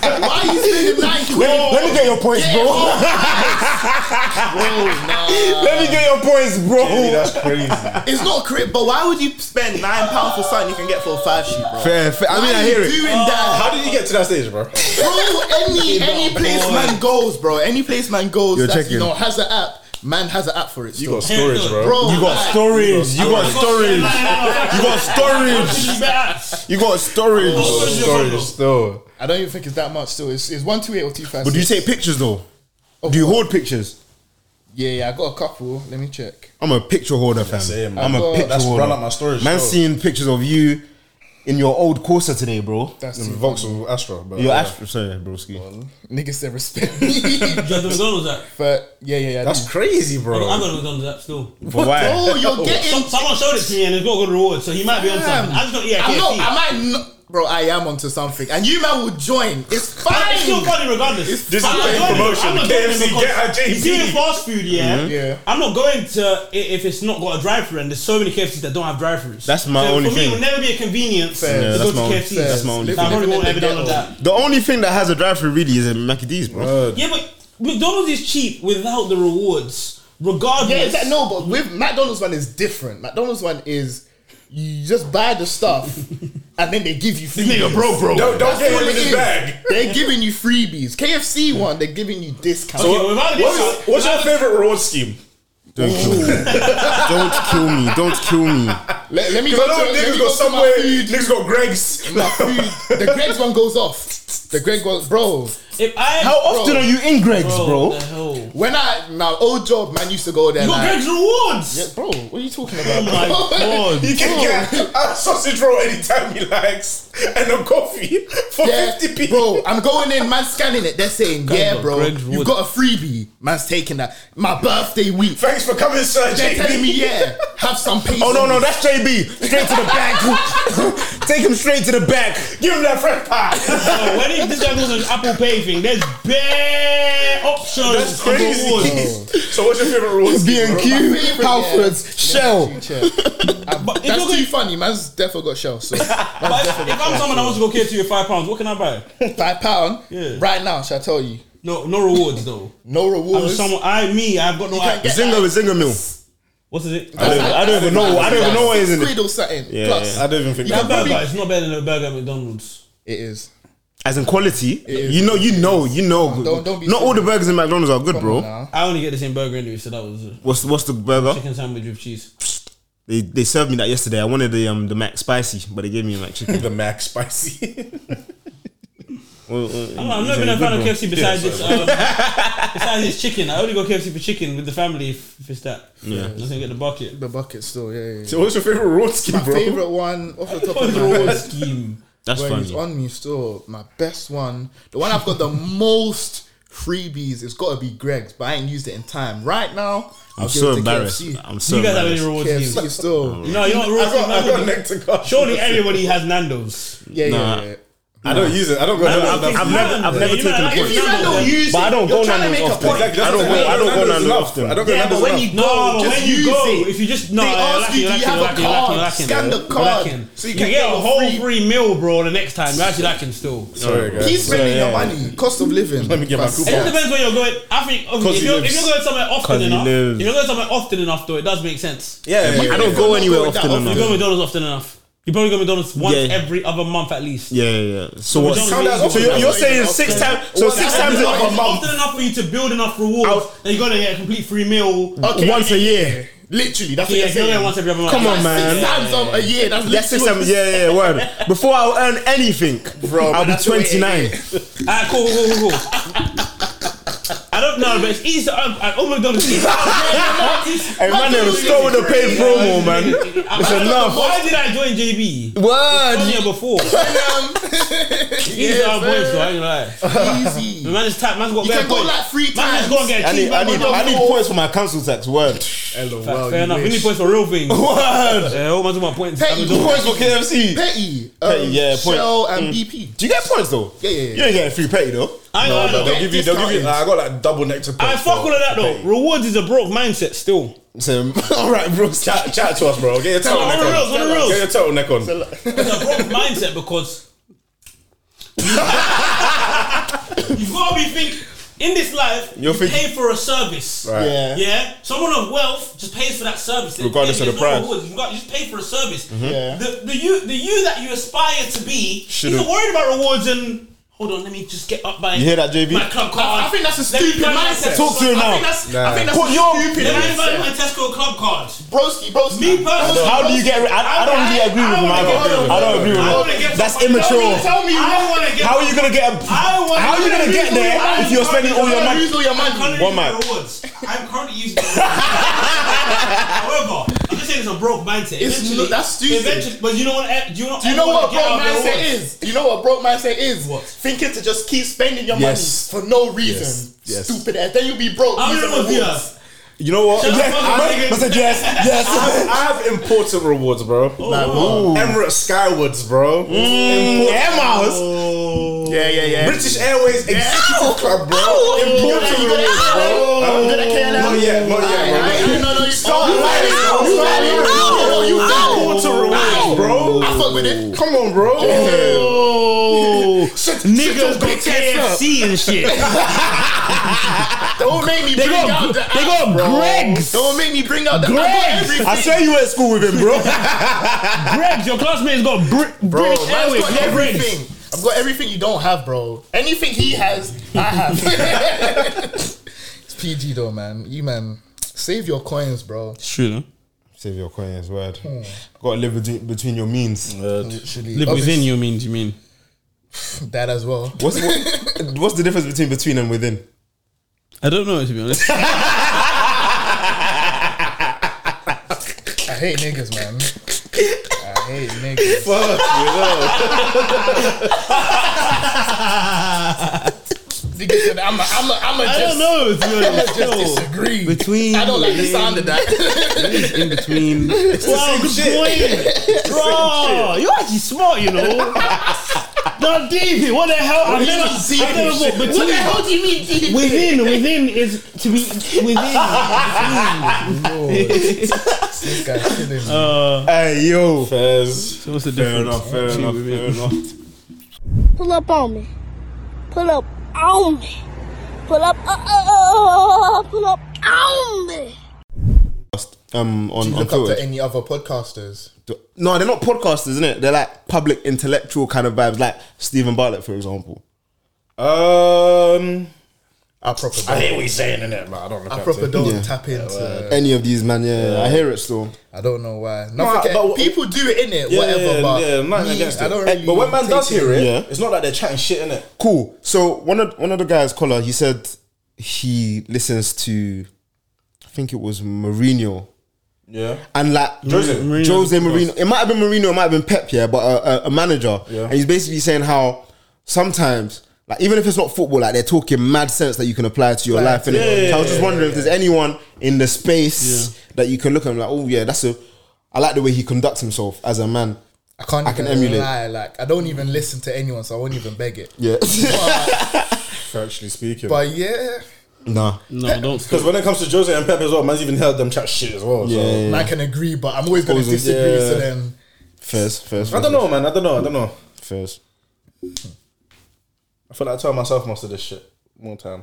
relax. Why are you spending nine
Let
quid?
me, let me get your points,
Yeah,
bro.
Nah.
Let me get your points, bro.
That's crazy.
It's not crib, but why would you spend nine pounds for something you can get for a five sheet, bro?
Fair, fair. I
Why
mean, I
are
hear
you
it.
doing that?
How did you get to that stage, bro?
bro, any any place man goes, bro, any place man goes
You're
that
checking.
you know has an app, man has an app for it. Still.
You got storage, bro.
bro,
You got
like,
storage. You got storage. You got storage.
storage.
You got storage.
Storage still.
I don't even think it's that much. Still, it's, it's one two eight or two five.
But do you
six.
take pictures though? Do you hold pictures?
Yeah, yeah, I got a couple. Let me check.
I'm a picture holder, fam.
Same.
I'm a
I've got-
picture
That's
holder.
run up my storage.
Man,
still.
seeing pictures of you in your old Corsa today, bro.
That's
Them
too funny.
Vauxhall Astra, bro.
Your
Yeah.
Astra, sorry, broski.
Niggas said respect me.
Got the McDonald's app.
but yeah, yeah, yeah. I
That's
do.
crazy,
I got
bro.
the McDonald's app still.
But why?
Bro, you're
Oh, Some,
getting.
someone showed it to me and it's got good rewards, so he might be on something. I just don't, yeah,
I'm not.
KFC.
I might not. Bro, I am onto something, and you man will join. It's fine.
It's still funny regardless.
This is
I'm not
paid
going-
promotion.
I'm not
KFC,
going
get her
because- You see,
JP.
with fast food, yeah,
Yeah.
I'm not going to i- if it's not got a drive-through, and there's so many KFCs that don't have drive-throughs.
That's my
so
only
for
thing.
me, it will never be a convenience
Fair.
Yeah,
to
that's
go
my
to
only-
KFC.
that's my only
I probably
thing.
won't ever
Living in
done
the
that.
The only thing that has a drive-through really is in McDee's, bro.
Yeah, but McDonald's is cheap without the rewards, regardless.
Yeah, is that no? But with McDonald's one is different. McDonald's one is You just buy the stuff, and then they give you freebies.
bro. Don't, don't
That's
get
what
him in
it
his
is.
bag.
They're giving you freebies. KFC one, they're giving you discounts.
So what-
this-
what's, what's your favorite reward scheme?
Don't kill me. Don't kill me. Don't kill me.
let, let me
Because
go
I know
to, let
niggas
me
got
go to
somewhere.
my food.
Niggas got Greg's.
My food. The Greg's one goes off. The Greg goes, bro.
If I
How often are you in Greg's, bro?
What the hell? You
When I my old job, man, used to go there.
got
like,
Greg's rewards. Oh
Yeah, bro, what are you talking about?
He can get a sausage roll anytime he likes and a coffee for
Yeah,
50p.
bro, I'm going in, man, scanning it. They're saying, yeah,
got
bro,
Greg's
you
wood.
got a freebie. Man's taking that. My birthday week.
Thanks for coming, sir.
They're telling me, yeah, have some pizza.
Oh no, no, that's JB. Straight to the back. Take him straight to the back.
Give him that fresh pie.
Yo, Oh, when he- this guy goes on his Apple Pay thing, there's bare options.
That's
of
crazy.
rewards.
so what's your favorite reward scheme? bro?
B&Q, Halfords, Shell.
But if
That's
you're
too
going-
funny. Man's definitely got shell. So
But if, if I'm someone that wants to go KFC with five pounds, what can I buy?
five pound
Yeah.
right now. Shall I tell you?
No, no rewards though.
No
I'm
rewards.
someone. I me. I've got no.
You can't
I,
get-
Zinger with Zinger Mill.
what is it?
I don't, I don't even know. I don't even know what is in it.
Quid or something.
Yeah,
Plus,
I don't even think
you
that
can
Burger.
probably-
It's not better than a burger at McDonald's.
It is.
As in quality,
is.
you know, you know, you know.
Don't- don't be
Not all
silly.
the burgers in McDonald's are good, bro.
Nah.
I only get the same burger anyway, so that was a
What's what's the burger?
chicken sandwich with cheese.
They, they served me that yesterday. I wanted the um the Mac spicy, but they gave me like chicken.
The Mac spicy.
Well, well,
I'm not, I'm not
it's
even
very
a fan
good,
of
bro.
KFC besides this. Um, besides this chicken, I only go KFC for chicken with the family if, if it's that. Yeah, nothing get the bucket.
The bucket still. Yeah. yeah, yeah.
So what's your favorite reward scheme,
My
bro?
favorite one off the top
What
of
is
my
the reward
head.
scheme?
That's
Well, it's
funny.
on me still. My best one, the one I've got the most freebies, it's got to be Greg's, but I ain't used it in time. Right now, I'll
I'm
give
so
it to
embarrassed.
KFC.
I'm so
You guys have any
embarrassed.
reward
KFC
schemes?
still.
No, you know what reward
I got, I got
scheme.
nectar cup.
Surely everybody has Nando's.
Yeah,
Nah.
yeah, yeah.
I don't use it. I don't go.
I've-
down
I've-
that
I've
food.
never- I've never
you know,
taken a
I
point.
think
If you man don't
Nando's-
use
But
it,
I don't
you're
go
trying to
Nando's
make a
often.
point.
Like, that's
I don't
the
go-
thing.
I don't go
Nando's
Nando's
enough.
often.
I don't go
Yeah, but
Nando's
when
enough.
you go,
No, but
just
when you
use
go,
it.
if you just no,
They
you're
ask
lacking,
you, do
you're
you have
lacking, you're
a
lacking, you're
card?
lacking, you're lacking.
Scan the
You're
card. So
lacking.
you
you
can
get
get
a
your
whole
free-
free meal, bro. The next time, you're actually lacking still.
Sorry, guys.
Keep spending
Yeah,
your
yeah.
money. Cost of living.
Let me get my
But
It just
coupon. Yeah.
still,
depends where you're going. I think
Cause
if
he
you're,
lives.
if you're going somewhere often
Cause he
enough, if
lives.
you're going somewhere often enough, though, it does make sense.
Yeah,
I don't
I'm
go
not
anywhere
going that
often
often.
You
enough.
go to McDonald's often enough. You probably go to McDonald's once
Yeah.
every other month at least.
Yeah, yeah. yeah. So what?
don't really-
So you're, you're saying six times? So six times
It's
a month?
often enough for you to build enough rewards
Out.
that you're gonna get a complete free meal.
Okay,
Once a year.
Literally, that's
Yeah,
what
you're
I'm
gonna get
saying.
once every other month.
Come on,
Like
man.
Six times um, a year. That's
Yeah, six
literally-
times. Yeah, yeah, yeah. Word. Before I earn anything,
Bro,
I'll
but
be
that's the way it
29.
Alright, Ah, cool, cool, cool, cool. cool. I don't know, but uh, it's easy to earn at all McDonald's.
Hey, man, they start with a paid promo, man. It's enough.
Why did I join JB? One
Word.
year before. It's easy to earn points, though, I ain't gonna lie.
Easy.
The man is tapped, man's got
You
better
can go
points.
like three
Man
times.
just go and get a
I need, I need,
cheeseburger.
I need points for my council tax. Word.
LOL,
Fair
you
enough, we need
wish.
points for real things.
Word.
Yeah, all man's about points.
Petty.
I mean,
Who
Points for KFC.
Petty, um,
Petty, yeah, point. Mm.
Shell and BP.
Do you get points though?
Yeah, yeah, yeah.
You ain't getting free petty though.
I ain't gonna lie,
They'll
though.
give you. They'll give you. I got like double nectar.
I
points
fuck
for-
all of that
for
though.
paying.
Rewards is a broke mindset still.
So, all right, bro.
Chat, chat to us, bro. Get your
No, on the reals, on
turtleneck
the
on.
reals.
Get your turtleneck on.
It's a broke mindset because you've got to be think in this life.
You're
you
thinking-
pay for a service.
Right.
Yeah.
Yeah, someone of wealth just pays for that service,
Regardless
There's
of the
no
price. Mm-hmm.
rewards. You've got- You just pay for a service.
Yeah.
The, the you the you that you aspire to be
Should've-
isn't worried about rewards and hold on, let me just get up by
You hear that, JB?
my club
I
card.
think that's a
Let
stupid
me buy my
mindset.
Tesco-
Talk to
I
him now.
think that's-
I think that's
Put
a
your-
stupid
Let me buy
mindset.
my Tesco club card.
Broski, broski.
Me personally-
How do you get? I, I don't really agree with him. I don't, I don't agree with him. That's immature.
Tell me,
I want to get.
How are you gonna get? A,
I wanna
how are you gonna get there if you're spending all your money?
Use all your
I'm
money.
currently
One man.
using the rewards. I'm currently using. The rewards. However, I'm just saying it's a broke mindset.
It's
Eventually,
not- that's stupid.
Eventually, but you know what? eh, Do you not?
Do you know what
everyone get
broke
out of the
mindset
rewards?
is? Do you know what broke mindset is?
What?
Thinking to just keep spending your money
Yes.
for no reason.
Yes.
Stupid ass. Then you'll be broke.
How
using
many rewards do you have?
rewards.
You know what?
Shut
Yes,
up,
I
motherfucker.
said yes, yes.
I have important rewards, bro. Like,
Ooh.
Emirates Skywards, bro.
Emma's.
Yeah, yeah, yeah.
British Airways Executive Club, bro.
Yeah,
Important
you got
rewards,
that-
bro.
You got that
Huh?
KLM?
Not yet, not yet, bro.
Oh. No, no, no. You Oh,
Stop
you
lying.
valid. You
Stop
valid. No,
lying.
no, you valid.
Important rewards,
I
bro.
fuck with it.
Come on, bro.
Oh.
Niggas go KFC and shit.
Don't make me
They
bring
got
out the
they got Greg's.
Don't make me bring out the
Greg's.
I swear you were at school with him, bro.
Greg's. Your classmates got Br-
Bro,
British
man's
Airways.
got
no Greg's.
everything. I've got everything you don't have, bro. Anything he has, I have. it's PG though, man. You man, save your coins, bro.
It's true. though.
Save your coins, word. Got to live between, between your means.
Literally,
Live
Obviously,
within you means you mean.
that as well.
What's what, what's the difference between between and within?
I don't know to be honest.
I hate niggas, man. I hate niggas. Niggas said, I'm a, I'm a, I'm a just,
know to be
I'ma just disagree.
Between
I don't like the sound of that.
in between. Wow, good point, bro. Oh, You're actually smart, you know. Now, David, what the hell? I've never, I've never thought between. What the hell do you mean? Within, within is to be within.
this guy's killing me.
Hey yo,
so what's the difference?
fair enough, fair enough.
Pull up on me. Pull up on me. Pull up. Uh, uh, uh, pull up on me.
Um, on, on
Look up
Twitter.
to any other podcasters.
No, they're not podcasters, isn't it? They're like public intellectual kind of vibes, like Stephen Bartlett, for example. Um,
I proper
I
don't,
hear what he's saying in it, but I don't look
I
up
proper
to it.
don't tap into.
any of these man, yeah, I hear it still.
I don't know why. Nothing
but
can-
what-
people do it in it,
Yeah,
whatever.
yeah,
but
yeah, nothing
me,
against
I
it.
don't really.
but when man does
take
hear it,
Yeah.
it's not like they're chatting shit in it.
Cool. So one of one of the guys, Collar, he said he listens to, I think it was Mourinho.
Yeah,
and like
Jose. Mourinho.
Jose Mourinho. It might have been Mourinho, it might have been Pep, yeah, but a, a, a manager.
Yeah.
And he's basically saying how sometimes, like even if it's not football, like they're talking mad sense that you can apply to your life. innit? so I was just wondering if there's anyone in the space that you can look at and like, oh yeah, that's a. I like the way he conducts himself as a man.
I can't.
I can
even
emulate.
Lie. Like I don't even listen to anyone, so I won't even beg it.
Yeah.
factually speaking.
But yeah,
nah.
No, don't.
Because when it comes to Jose and Pep as well, man's even heard them chat shit as well.
Yeah.
so.
yeah, yeah.
I can agree, but I'm always going to
Opposing,
disagree. So
yeah.
then,
First, first.
I don't know, man. I don't know. I don't know.
First.
I feel like I tell myself most of this shit more time.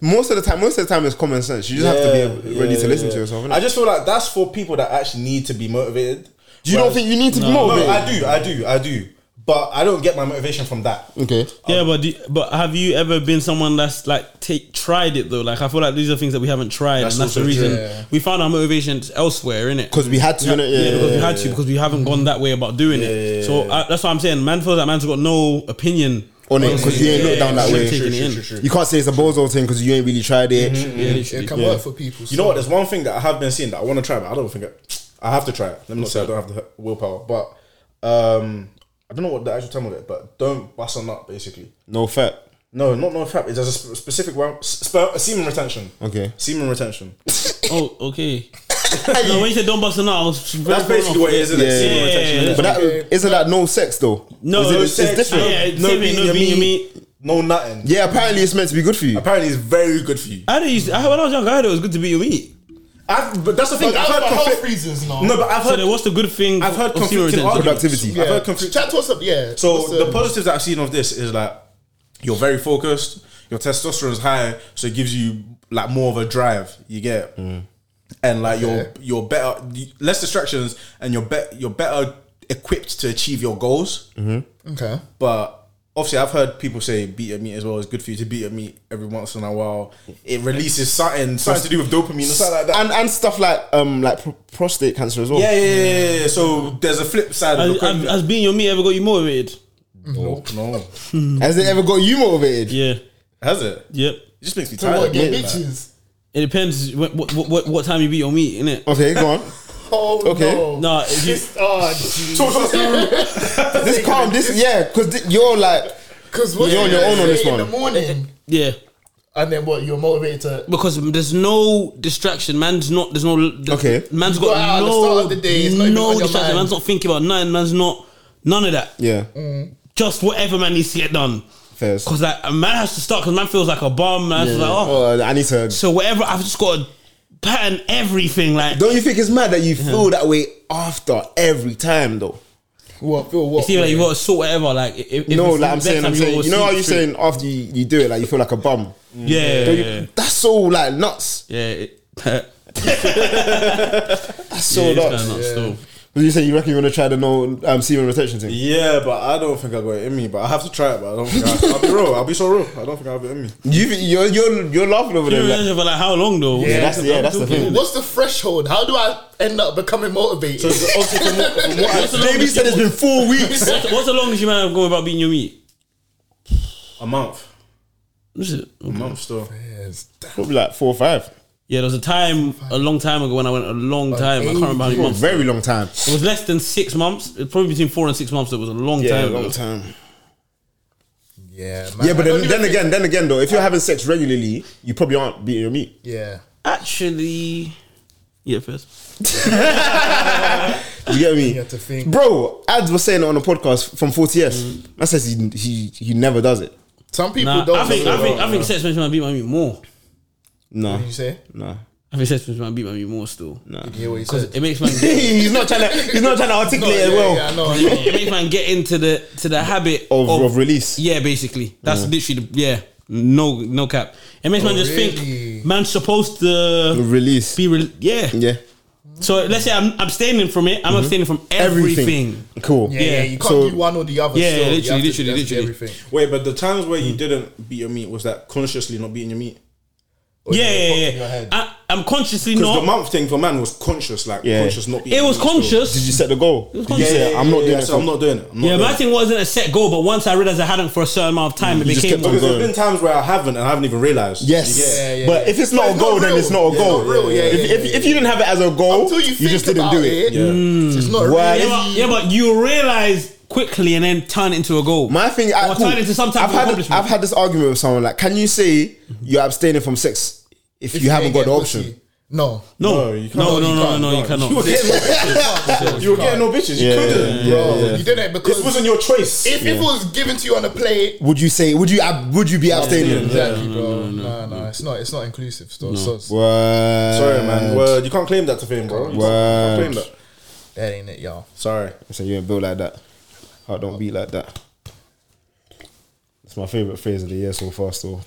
Most of the time, most of the time, it's common sense. You just have to be
Yeah,
ready
yeah,
to listen
yeah.
to yourself. innit?
I just feel like that's for people that actually need to be motivated.
you don't think you need to be
No,
motivated?
I do, I do, I do. But I don't get my motivation from that.
Okay.
Yeah, but do, but have you ever been someone that's like take tried it though? Like I feel like these are things that we haven't tried, and that's the
also true.
reason
Yeah.
we found our motivations elsewhere, innit?
Because we had to, innit?
yeah, because we had to because we haven't gone that way about doing it. So I, that's what I'm saying. Man feels like man's got no opinion
On it, 'cause you ain't looked down that
yeah,
way.
taking it in.
You can't say it's a bozo thing because you ain't really tried it.
Yeah,
it
literally.
can
Yeah.
work for people.
You know what? There's one thing that I have been seeing that I want to try, but I don't think I, I have to try it. Let me not say I don't have the willpower, but um, I don't know what the actual term of it. But don't bust on up, basically.
No fat.
No, not no crap. It's just a sp- specific one. s- sp- semen retention.
Okay.
Semen retention.
Oh, okay. no, when you said don't bust a nut, I was
That's basically what it is, isn't it?
Yeah.
Semen
Yeah.
retention.
Yeah.
innit?
But that
Okay.
isn't that no sex though?
No,
Is it-
no
it's
sex,
different.
Yeah,
No
no
being
being, no
your
being your
meat.
meat.
No nothing.
Yeah, apparently it's meant to be good for you.
Apparently, it's very good for you.
I didn't used to, I, when I was young, I heard it was good to beat your meat.
I've, but that's the thing.
But
I've
that's
heard
for health
conflict-
reasons, no.
No, but I've
So
heard.
then what's the good thing?
I've heard
of semen
conflicting
retention?
arguments.
Productivity.
I've
Yeah.
heard conflict.
Chat to us up, yeah.
So
What's
the positives that I've seen of this is like you're very focused, your testosterone is high, so it gives you like more of a drive. You get, and like you're you're better, less distractions, and you're bet you're better equipped to achieve your goals.
okay.
But obviously, I've heard people say beat your meat as well. It's good for you to beat your meat every once in a while. It releases something something to do with dopamine or something like that.
And and stuff like um like pr- prostate cancer as well.
yeah, yeah, yeah, yeah, yeah. So there's a flip side of the
Has,
coin.
has, has being your meat ever got you motivated?
No,
Has it ever got you motivated?
Yeah.
has it? It
Yep.
just makes me
So what?
tired.
Get
man.
bitches.
It depends what what, what, what time you beat your meat, innit?
Okay, go on.
Oh
Okay.
no.
No, if you,
Oh, jeez.
Talk us through.
this calm. This yeah, because you're like
Because what
You're on
you
your own on
say
this
in
one.
the morning,
yeah.
and then what? You're motivated to
Because there's no distraction. Man's not. There's no.
Okay.
Man's
Go
got
out at the
no.
start of the day, it's not even on
no
your
distraction.
mind.
Man's not thinking about nothing. Man's not. None of that.
yeah,
Just whatever man needs to get done.
first.
Because like a man has to start. Because man feels like a bum. Man feels like oh.
Oh, I need to.
So whatever. I've just got to pattern everything. Like
Don't you think it's mad that you feel that way after every time though?
What feel what?
It's either like you got to sort whatever. Like if, if
no,
it's
like I'm
next
saying,
time
I'm saying,
gotta
you know how
see
you're
through-
saying after you, you do it, like you feel like a bum.
Yeah,
Don't you-
yeah.
That's so like nuts.
yeah. it- yeah,
That's so
it's kind
nuts.
of nuts still.
But you say you reckon you want to try the no um, semen retention thing?
Yeah, but I don't think I got it in me. But I have to try it. But I don't think I, I'll be real. I'll be so real. I don't think I have it in me.
You, you're you're you're laughing over
You
there.
know,
Like,
yeah, but like how long though?
yeah, that's the, yeah, that's the thing.
What's the threshold? How do I end up becoming motivated?
So it's obviously from what, from what I,
Baby said it's been four weeks.
What's, what's the longest you might have gone without beating your meat?
a month,
Is it?
a month still.
Probably like four or five.
Yeah, there was a time, a long time ago when I went a long time. I can't remember how many
For a
months.
very long time.
It was less than six months. It was probably between four and six months. It was a long time. ago.
time.
yeah, man.
Yeah,
I don't
but then,
even
Um, then again, then again though, if you're having sex regularly, you probably aren't beating your meat.
think- yeah.
Actually, yeah, first.
You get me?
You have to think.
Bro, ads was saying it on a podcast from 40s. That says he, he he never does it.
Some people
Nah,
don't.
I think
know
I think
about
I think sex makes my beat my meat more.
No,
what you say.
no,
I think sex makes my beat my meat more still.
no.
Yeah, what you said.
It makes man get,
he's not trying to. He's not trying to
No,
articulate
yeah,
it well.
yeah, I know, I know.
it makes man get into the to the habit
Of, of, release.
Yeah, basically. That's literally the, yeah. No no cap. It makes man just
Oh, really?
think man's supposed to
Release.
be re- yeah.
Yeah.
So let's say I'm abstaining from it. I'm abstaining from everything.
Cool.
Yeah, yeah, you can't
So-
do one or the other.
Yeah,
still. You
literally,
have to- you
literally,
have to do
literally.
Everything.
Wait, but the times where you didn't beat your meat was that consciously not beating your meat.
Oh,
Yeah, yeah,
fucking
yeah.
your head.
I, I'm consciously
Because the
not.
month thing for man was conscious, like
Yeah.
conscious not beating.
It
your
was
meat still.
conscious.
Did you set the goal? Did you
Yeah,
say
yeah,
I'm not
yeah,
doing
yeah,
it?
so I'm not doing it. I'm not
Yeah,
doing
my
it.
thing wasn't a set goal, but once I realized I hadn't for a certain amount of time, it
just
became
kept on
Because
like,
there's been times where I haven't and I haven't even realized.
Yes.
Yeah, yeah,
but
yeah.
if it's not
But
a
it's
goal,
not
then
real.
it's not a
Yeah,
goal.
not real, yeah,
if,
yeah,
if,
yeah,
if you didn't have it as a goal,
Until you,
you,
think
just didn't
about
do
it,
it.
Yeah.
It's not
Why-
Mm. yeah,
really.
but, yeah, but you realize quickly and then turn it into a goal.
My thing, I,
Or
cool.
turn it into some type
I've
of
had
accomplishment.
I've had this argument with someone like, can you say you're abstaining from sex if, you haven't
ain't
got the
get
option?
pussy. No.
no, no,
you can't.
no, no,
You
no,
can't,
no,
you
you cannot.
You were getting no bitches. You were getting no bitches. You
Yeah,
couldn't.
yeah,
bro.
You did it because
This wasn't your choice.
if, if it was given to you on a plate,
Would you say? Would you? ab- Would you be abstaining?
exactly, bro. No, no, it's not. It's not inclusive. Still, so it's-
Word.
Sorry, man. Word. You can't claim that to fame, bro. You
Word.
can't claim that.
that ain't it, y'all.
Sorry.
So you ain't built like that. Heart don't beat like that. It's my favorite phrase of the year so far. So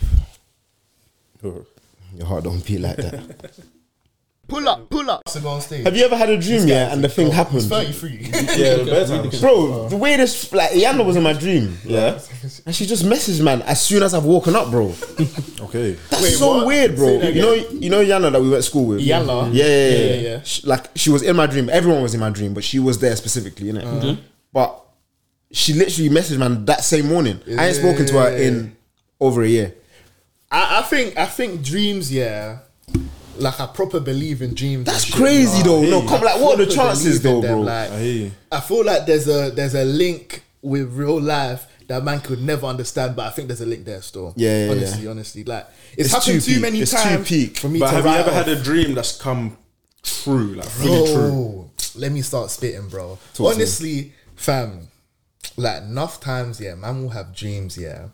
your heart don't beat like that.
Pull up, pull up. So go on stage.
Have you ever had a dream yeah, and the thing happened?
Thirty-three.
Yeah, bedtime.
Bro, the way this like Yana was in my dream, yeah, and she just messaged man as soon as I've woken up, bro.
Okay.
That's
Wait,
so
what?
weird, bro.
that
You know, you know Yana that we went to school with.
Yana?
yeah, yeah, yeah.
Yeah, yeah, yeah.
She- like she was in my dream. Everyone was in my dream, but she was there specifically, innit?
Uh-huh. Mm-hmm.
But she literally messaged man that same morning. I ain't spoken to her in over a year.
I, I think I think dreams, yeah. Like I proper believe in dreams.
That's
and shit,
crazy
you know?
though. No, come like what are the
Proper
chances
believe in
though,
them,
bro?
Like,
I hear you.
I feel like there's a there's a link with real life that man could never understand, but I think there's a link there still.
Yeah, yeah,
honestly,
yeah.
honestly, like it's,
It's
happened
too
too,
peak.
many
It's too
times
peak.
for me
But
to
have you
write
ever
off.
had a dream that's come true, like really true?
Bro, let me start spitting, bro.
Talk to
Honestly, fam, like enough times, yeah, man will have dreams, yeah.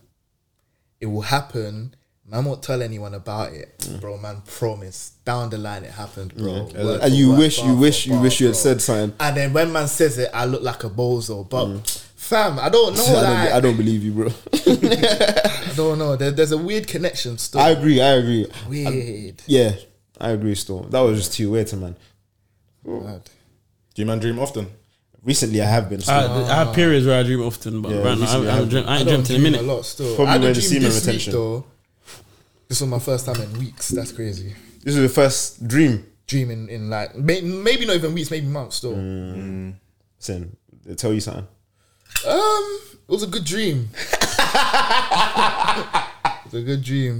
It will happen. Man won't tell anyone about it, bro. Man, promise. Down the line, it happened, bro. Word
Mm. And
for
you
word,
wish,
bar
you
for
wish, you
bar,
wish you had
bro.
said something.
And then when man says it, I look like a bozo. But fam, I don't know.
Mm. I don't,
like,
I don't believe you, bro.
I don't know. There, there's a weird connection still.
I agree. I agree.
weird.
Yeah, I agree. Still, that was just too weird to man.
Mad.
Do you man dream often?
Recently, I have been. Still.
I, I have periods where I dream often, but right now I, haven't- I, haven't dream, I ain't
I don't
dreamt in a
dream
minute.
a lot still.
Probably
I
when
don't
the
dream
semen
this
retention.
week though. This was my first time in weeks. That's crazy.
this is the first dream.
Dreaming in like may, maybe not even weeks, maybe months still.
Listen, they tell you something.
Um, it was a good dream. it was a good dream.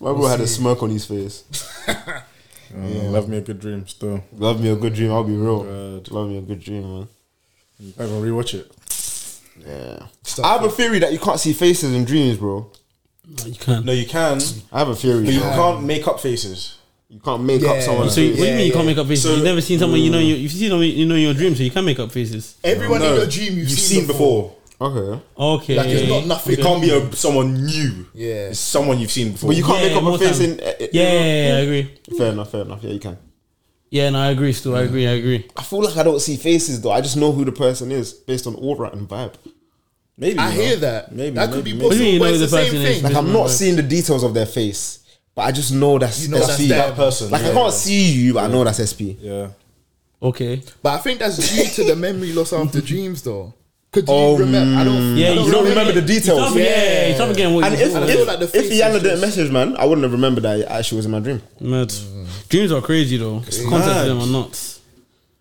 My bro had a smirk on his face.
Love me a good dream still.
Love me a good dream. I'll be real.
God.
Love me a good dream, man.
You can't even rewatch it.
Yeah.
Stuff.
I have a theory that you can't see faces in dreams, bro.
You can't.
No, you can,
I have a theory.
but you
bro.
can't make up faces.
You can't make up
Yeah.
someone's
So
face.
what do you mean you can't make up faces?
So-
You've never seen someone you know. You, you've seen someone you know in your dream, so you can make up faces.
Everyone
No,
in your dream you've, seen, before.
Okay.
Okay,
Like it's not nothing.
It can't be a someone new.
Yeah.
it's someone you've seen before.
But you can't
Yeah,
make up a
more
face
time.
in.
Yeah, yeah, yeah, I agree.
Fair enough. Fair enough. Yeah, you can.
Yeah, no, I agree. Still, I agree. I agree.
I feel like I don't see faces though. I just know who the person is based on aura and vibe. Maybe
I
you know.
hear that.
Maybe
that
maybe,
could be
maybe.
What do
possible,
you mean you
but
know
it's the
who the
same
person is?
thing.
Like I'm
Maybe.
not seeing the details of their face, but I just know that's
You know that's
SP.
them. That
person,
Like I
yeah,
can't
yeah.
see you, but I know that's SP.
Yeah.
Okay.
But I think that's due to the memory loss after dreams, though. Could you
Um,
remember? I don't.
Yeah,
I
you don't remember the
You start
details.
forgetting- yeah, you start forgetting what
And
you
if
were
I
doing.
feel like the
if, if
face
Yana
is
didn't
just-
message, man, I wouldn't have remembered that I actually was in my dream.
Mad. Dreams are crazy though. The concept of them are nuts.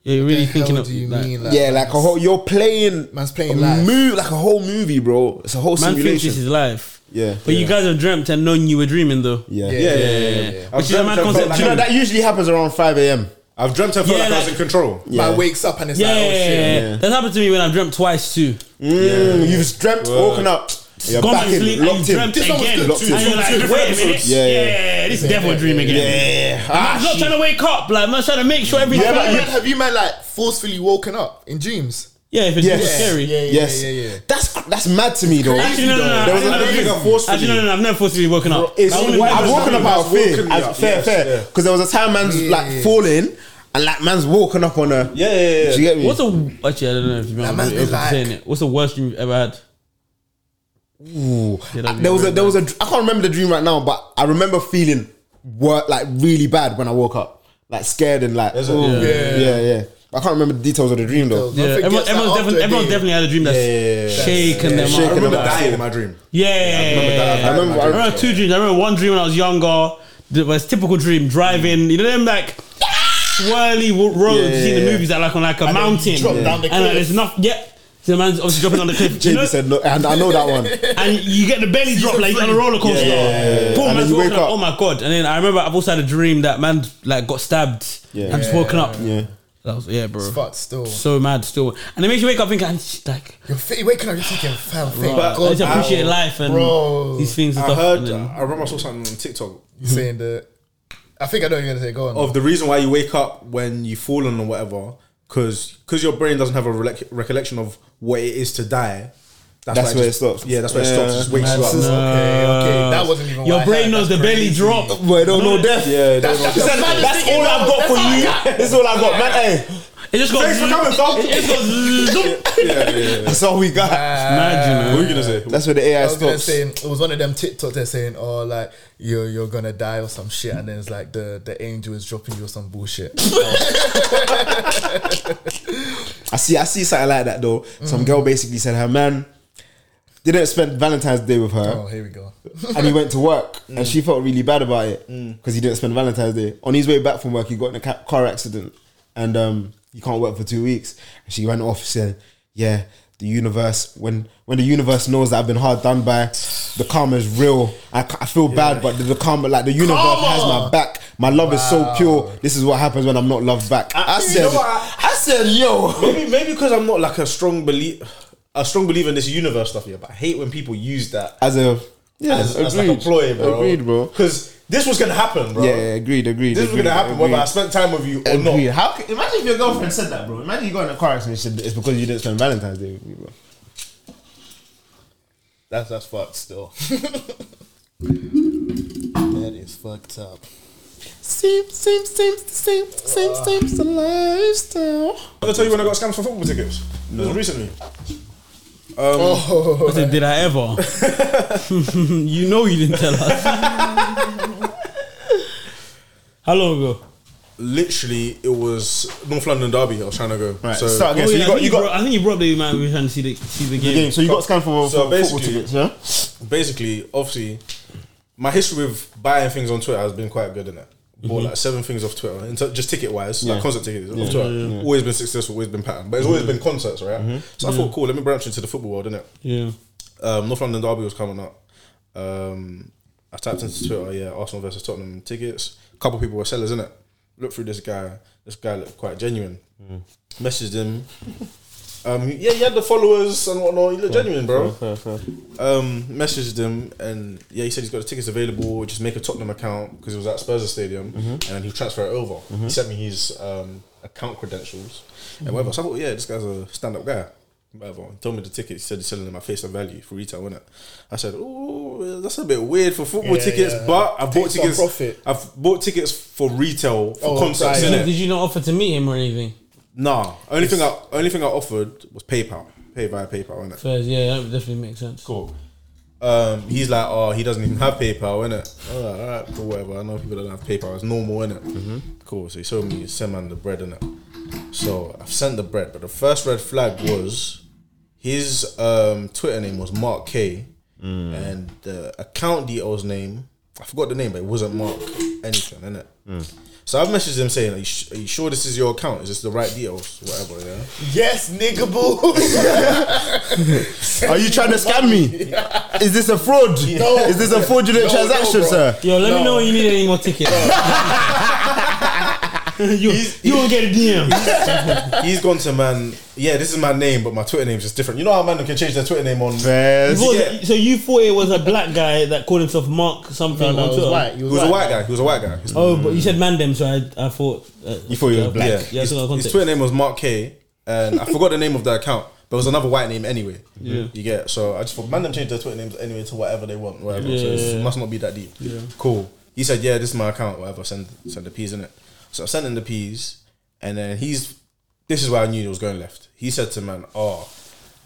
Yeah, you're really thinking
Hell
of
do you
like,
mean?
yeah, like a whole you're playing
Man's playing
a
live.
mo- like a whole movie, bro. It's a whole
man thinks
simulation.
this is life.
Yeah,
But you
yeah.
guys have dreamt and known you were dreaming though.
yeah.
Yeah, yeah, yeah.
Which is a
dreamt
mad
I've
concept
felt
Do
too.
you know that usually happens around five a.m.
I've dreamt I felt
Yeah,
like, I was
like-
in control.
Yeah.
Man wakes up and it's
Yeah,
like, oh shit.
yeah. That's happened to me when I've dreamt twice too.
Mm, You've just dreamt, woken up, you're
Gone
back
to sleep
in,
and you
locked in.
dreamt
This one was
again.
good Locked too.
And
in.
you're like, wait a minute.
Yeah,
Yeah,
yeah.
this is devil dream again.
Yeah, Ah,
I'm not trying to wake up. Like, I'm not trying to make sure everything.
Have
but
you
you-
man- have you man like forcefully woken up in dreams?
Yeah, if it's
Yes.
too scary.
Yeah, yeah,
yes,
yeah, yeah.
that's that's mad to me though.
Actually, no, no, no.
There was
I
a-
didn't
I
know
think I
this.
forcefully-
Actually, no, no, no. I've never forced to be woken up.
It's,
That
I've
wouldn't be-
woken up out of fear.
woken me
As,
up,
fair,
yes,
fair.
yeah.
Because there was a time man's
Yeah, yeah, yeah.
like falling, and like man's woken up on a.
Yeah, yeah, yeah.
Do you get me?
What's the actually? I don't know if you remember
man's
I'm
been like-
saying it. What's the worst dream you've ever had?
Ooh.
Yeah, that'd be
there was a
weird,
there was a dr- I can't remember the dream right now, but I remember feeling what like really bad when I woke up, like scared and like
a-
ooh,
Yeah.
yeah. yeah I can't remember the details of the dream though.
I
Yeah,
think
everyone,
it's like
everyone's,
after
defi-
a
everyone's
day.
definitely had a dream that's shaking them
shaking
I
up.
remember
them up.
dying in my dream.
Yeah, yeah,
remember that.
yeah.
I remember. I
I remember two dreams. I remember one dream when I was younger. It was typical dream driving. You know them like swirly wo- roads. you see in the
Yeah.
movies that like on like a
then
mountain.
drop down the
and like,
cliff.
there's enough. Yeah, so the man's obviously dropping down the cliff. you
JB
know,
said no, and I know that one.
and you get the belly drop like you're on a
three.
roller coaster. Poor
And then
man's
you
woken
wake
up.
up.
Oh my god! And then I remember I've also had a dream that man like got stabbed.
Yeah.
and just woken up.
Yeah.
That was yeah, bro.
But still,
So mad still, and it makes you wake up thinking "I'm just, like
you're fi- waking up, you're thinking, fam, thank
I
God.
just appreciate
bro.
life and
Bro.
these things and
I
stuff.
heard.
and then-
I remember I saw something on TikTok
You're saying that. I think I know what you're gonna say. Go
Oh,
on.
of the reason why you wake up when you fall on or whatever, because your brain doesn't have a relec- recollection of what it is to die.
That's
why
where
just-
it stops.
Yeah, that's where it stops. It just wakes
Man,
you up.
sis- okay, okay, that wasn't even. what
Your
I
brain
had.
knows the
That's
belly
crazy.
drop.
Well, don't know death. Yeah,
That's, that's,
He said,
the maddest
that's
thing
all I've
knows.
got for
That's all I
you.
got.
This is all I've got, man. Hey,
It just goes.
Thanks for coming, son.
It just goes. zoom.
that's all we got.
Mad,
What
you
are
know.
you gonna say?
That's where the AI
I was gonna
stops.
say it was one of them TikTok they're saying, oh, like you're you're gonna die or some shit, and then it's like the the angel is dropping you or some bullshit.
I see, I see something like that though. Some girl basically said her man didn't spend Valentine's Day with her,
oh, here we go.
and he went to work, and she felt really bad about it because he didn't spend Valentine's Day. On his way back from work, he got in a ca- car accident, and um, he can't work for two weeks. And she went off saying, "Yeah, the universe. When when the universe knows that I've been hard done by, the karma is real. I, ca- I feel bad, but the, the karma, like the universe, has my back. My love is so pure. This is what happens when I'm not loved back." I,
you
said,
know what? I-
"I said, yo."
maybe maybe because I'm not like a strong believe a strong believer in this universe stuff. Yeah, but I hate when people use that
as a yeah,
as,
agreed.
as like a ploy, bro.
Agreed, bro.
Because this was gonna happen, bro.
Yeah, yeah, agreed, agreed.
This was
agreed,
gonna happen
agreed.
whether I spent time with you or
Agreed.
not.
How? Can, imagine if your girlfriend said that, bro. Imagine you got in a car accident. She said it's because you didn't spend Valentine's Day with me, bro.
That's that's fucked still.
That is fucked up.
Seems, seems, seems, seems, seems, seems the lifestyle.
Did I tell you when I got scammed for football tickets? It was recently.
I said, Did I ever? you know you didn't tell us. How long ago?
Literally, it was North London Derby. I was trying to go.
Right,
So,
start again.
Oh,
so
yeah,
you
I
got
think
you
brought-
got
I think you probably man. We were trying to see the see the
the
game.
game. So you got scanned for,
So
for football
basically-
tickets, yeah.
basically, obviously, my history with buying things on Twitter has been quite good in it. Bought like seven things off Twitter, in ter- just ticket wise,
Mm-hmm. Yeah. Mm-hmm.
like concert tickets off Twitter. Always been successful, always been pattern, but it's always been concerts, right? So I thought, cool, let me branch into the football world, innit?
Yeah.
Um, North London Derby was coming up. Um, I tapped into Twitter, yeah, Arsenal versus Tottenham tickets. A couple people were sellers, innit? Look through this guy. This guy looked quite genuine. Messaged him. Um, yeah, he had the followers and whatnot. He looked genuine, bro um, messaged him and yeah, he said he's got the tickets available. Just make a Tottenham account because he was at Spurs Stadium
Mm-hmm.
and he'll transfer it over. He sent me his um, account credentials and whatever. So I thought, yeah, this guy's a stand up guy. whatever. He told me the ticket. He said he's selling them at face of value for retail, wasn't it? I said, oh, that's a bit weird for football
Yeah,
tickets,
yeah.
but I bought
Takes on
tickets.
profit.
I've bought tickets for retail for
Oh,
concerts.
right.
innit?
Did you not offer to meet him or anything?
Nah, only thing I only thing I offered was PayPal, pay via PayPal, innit?
First, yeah, that would definitely make sense.
Cool. Um, he's like, oh, he doesn't even have PayPal, innit? All right, all right, cool, whatever. I know people don't have PayPal. It's normal, innit? Mm-hmm. Cool. So he showed me send man the bread, innit? So I've sent the bread, but the first red flag was his um, Twitter name was Mark K, and the account details name I forgot the name, but it wasn't Mark anything, innit? So I've messaged him saying, are you, sh- are you sure this is your account? Is this the right details? Whatever, yeah.
Yes, nigga boo.
Are you trying to scam me? Is this a fraud? Is this a fraudulent
No,
transaction,
no, bro.
sir?
Yo, let me know when you need any more tickets. you, you won't get a DM.
He's gone to man. Yeah, this is my name, but my Twitter name's just different. You know how man can change their Twitter name on. It
Yes.
Well,
Yeah.
So you thought it was a black guy that called himself Mark something
No, no,
on
it was
Twitter?
white. He
was a white guy. He was a white guy. His,
Oh, but you said Mandem, so I, I thought. Uh,
You thought he was black.
yeah,
Yeah, I
his,
took out of
his
context.
Twitter name was Mark K, and I forgot the name of the account, but it was another white name anyway. Yeah, you get. So I just thought man them change their Twitter names anyway to whatever they want, whatever. so it must not be that deep. Yeah. Cool. He said, yeah, this is my account, whatever. Send send the peas in it. So I sent him the peas, and then he's. This is where I knew it was going left. He said to man, oh,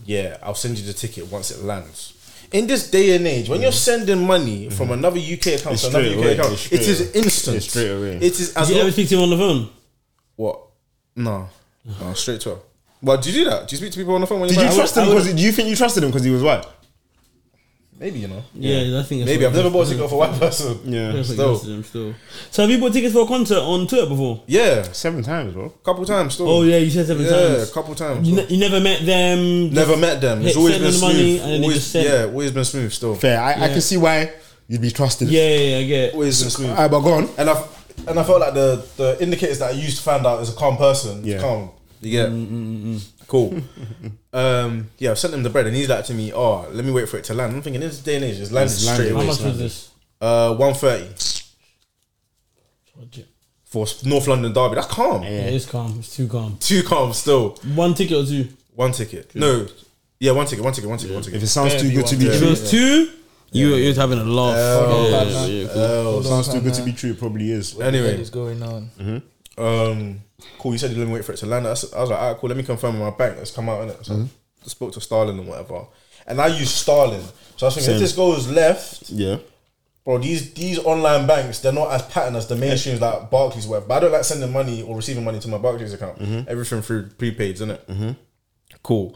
yeah, I'll send you the ticket once it lands. In this day and age, when you're sending money from another UK account
Mm-hmm. It's
to another
straight
UK
away.
account,
It's
it
straight
is
away.
instant.
It's straight away.
It is as
Did you
long-
ever speak to him on the phone?
what? No. No, straight to her. Well, do you do that? Do you speak to people on the phone when
Did
you're
you
back?
trust
I
him?
would-
Because do you think you trusted him because he was white?
Maybe, you know.
Yeah, I think that's
Maybe.
what
I've
it
never
was.
bought a ticket for a white person.
Yeah.
That's what it
Still.
was to them, still. So have you bought tickets for a concert on Twitter before?
Yeah.
Seven times, bro.
Couple times still.
Oh yeah, you said seven
Yeah,
times.
a couple times.
You, ne- you never met them.
Never met them. It's
Hit
always
send them
been
the money
smooth.
and then they just send
always, yeah, always been smooth still.
Fair. I, I can see why you'd be trusted.
Yeah, yeah, yeah, I get. It.
Always been smooth.
All right, but go on.
and I and I felt like the the indicators that I used to find out as a calm person.
Yeah.
Calm. You get
Mm,
it? cool. um, yeah, I sent him the bread and he's like to me, "Oh, let me wait for it to land." I'm thinking, in this day and age, it's landed straight
How
away.
much was this?
Uh, one thirty
Budget.
for North London Derby. That's calm.
Yeah, it's calm. It's too calm.
Two calm still.
One ticket or two.
One ticket. No. Yeah, one ticket, one ticket, one ticket, one
If
ticket.
it sounds too good to be
If it
true,
was two, you you're having a laugh. Yeah, yeah, yeah, cool.
Oh,
sounds too good to be true. It probably is.
What
anyway,
is going on?
um, cool. You said you didn't wait for it to land. I s- I was like, all right, cool. Let me confirm with my bank. Let's come out in it. So
Mm-hmm.
I spoke to Starling and whatever, and I used Starling. So I was thinking, if
Same.
this goes left,
Yeah.
bro, these these online banks they're not as pattern as the mainstreams like Barclays were. But I don't like sending money or receiving money to my Barclays account. Everything through prepaids, isn't it? Mm-hmm. Cool.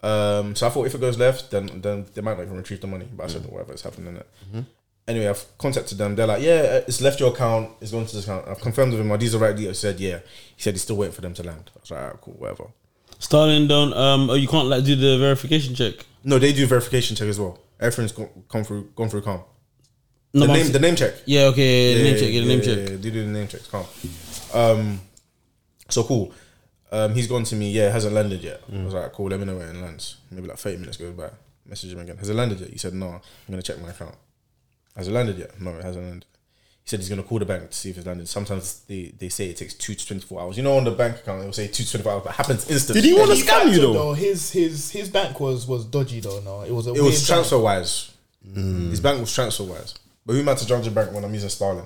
Um, so I thought if it goes left, then then they might not even retrieve the money. But I said whatever is happening, innit? Anyway, I've contacted them. They're like, yeah, it's left your account. It's going to this account. I've confirmed with him. Are these the right details? He said, yeah. He said he's still waiting for them to land. I was like, all right, cool, whatever.
Starting down. Um, oh, you can't like do the verification check.
No, they do verification check as well. Everything's gone, gone through, gone through calm.
No,
The
but I'm
name,
s-
the name check.
yeah, okay, yeah, name check, yeah, the name check.
Yeah, they do the name checks. Calm. Um, so cool. Um, he's gone to me. Yeah, it hasn't landed yet. I was like, cool. Let me know when it lands. Maybe like thirty minutes goes by. Message him again. Has it landed yet? He said no. I'm gonna check my account. Has it landed yet? No, it hasn't landed. He said he's gonna call the bank to see if it's landed. Sometimes they, they say it takes two to twenty four hours. You know, on the bank account they'll say two to twenty four hours, but it happens instantly.
Did he want to
He
scam you
factored,
though?
His his his bank was was dodgy though. No, it was a
It was
weird
transfer wise. His bank was transfer wise. But who matters transfer bank when I'm using Starling?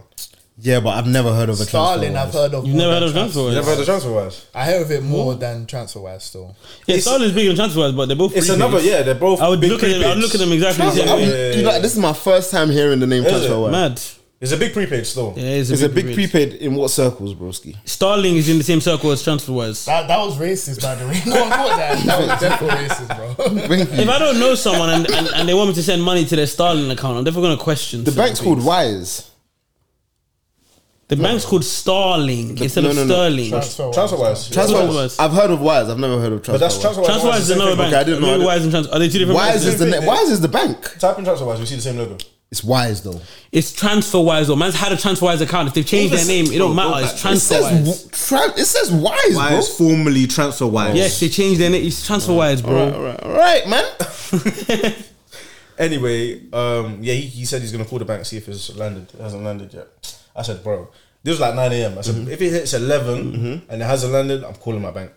Yeah, but I've never heard of a
bank. Starling, I've heard of.
You've
more
never
than
heard of
You never
TransferWise?
heard of transfer wise?
I heard of it more than TransferWise still.
Yeah, Starling's big on TransferWise, but they're both.
It's
free
another
bids.
yeah. They're both.
I would
big
look at them. I'd
prepaids.
look at them exactly the same
I'm-
way.
you know, like, this is my first time hearing the name
Is
transfer.
it?
Wire.
Mad.
It's a big prepaid still.
Yeah, it's a,
It's a big
bid.
prepaid in what circles, broski?
Starling is in the same circle as TransferWise.
That, that was racist, by the way. No one thought that. That was definitely racist, bro.
If I don't know someone and, and, and they want me to send money to their Starling account, I'm definitely going to question.
The
certain
bank's called
things.
Wires.
The bank's called Starling instead
no,
of
no, no.
Sterling.
Transfer wise.
That's what it
Transfer-
was.
I've heard of Wires. I've never heard of transfer.
But that's
Wires.
transfer
TransferWise is another bank.
Okay, I didn't know. I
Maybe
didn't-
Wires and Trans. Are they two different?
Wires
banks?
is the ne- Wires is the bank.
Type in transfer wise, you see the same logo.
It's Wise though.
It's TransferWise. Or man's had a TransferWise account. If they've changed their name, it don't matter. It's
It says
TransferWise.
w- tra- it says Wise, bro.
formerly transfer wise.
Yes, they changed their name. It's TransferWise, bro.
All right, all right, man.
Anyway, um, yeah, he, he said he's gonna call the bank see if it's landed. It hasn't landed yet. I said, bro, this was like nine
Mm-hmm.
a.m. I said, if it hits 11 and it hasn't landed, I'm calling my bank.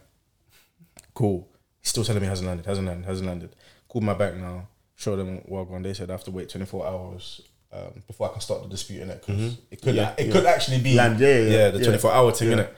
Cool. He He's still telling me hasn't landed, hasn't landed, hasn't landed. Called my bank now, showed them what one. They said I have to wait 24 hours um, before I can start the dispute in it because it could
Mm-hmm. Yeah,
it
yeah.
could actually be
Land, yeah, yeah,
the
yeah.
24 hour thing in it.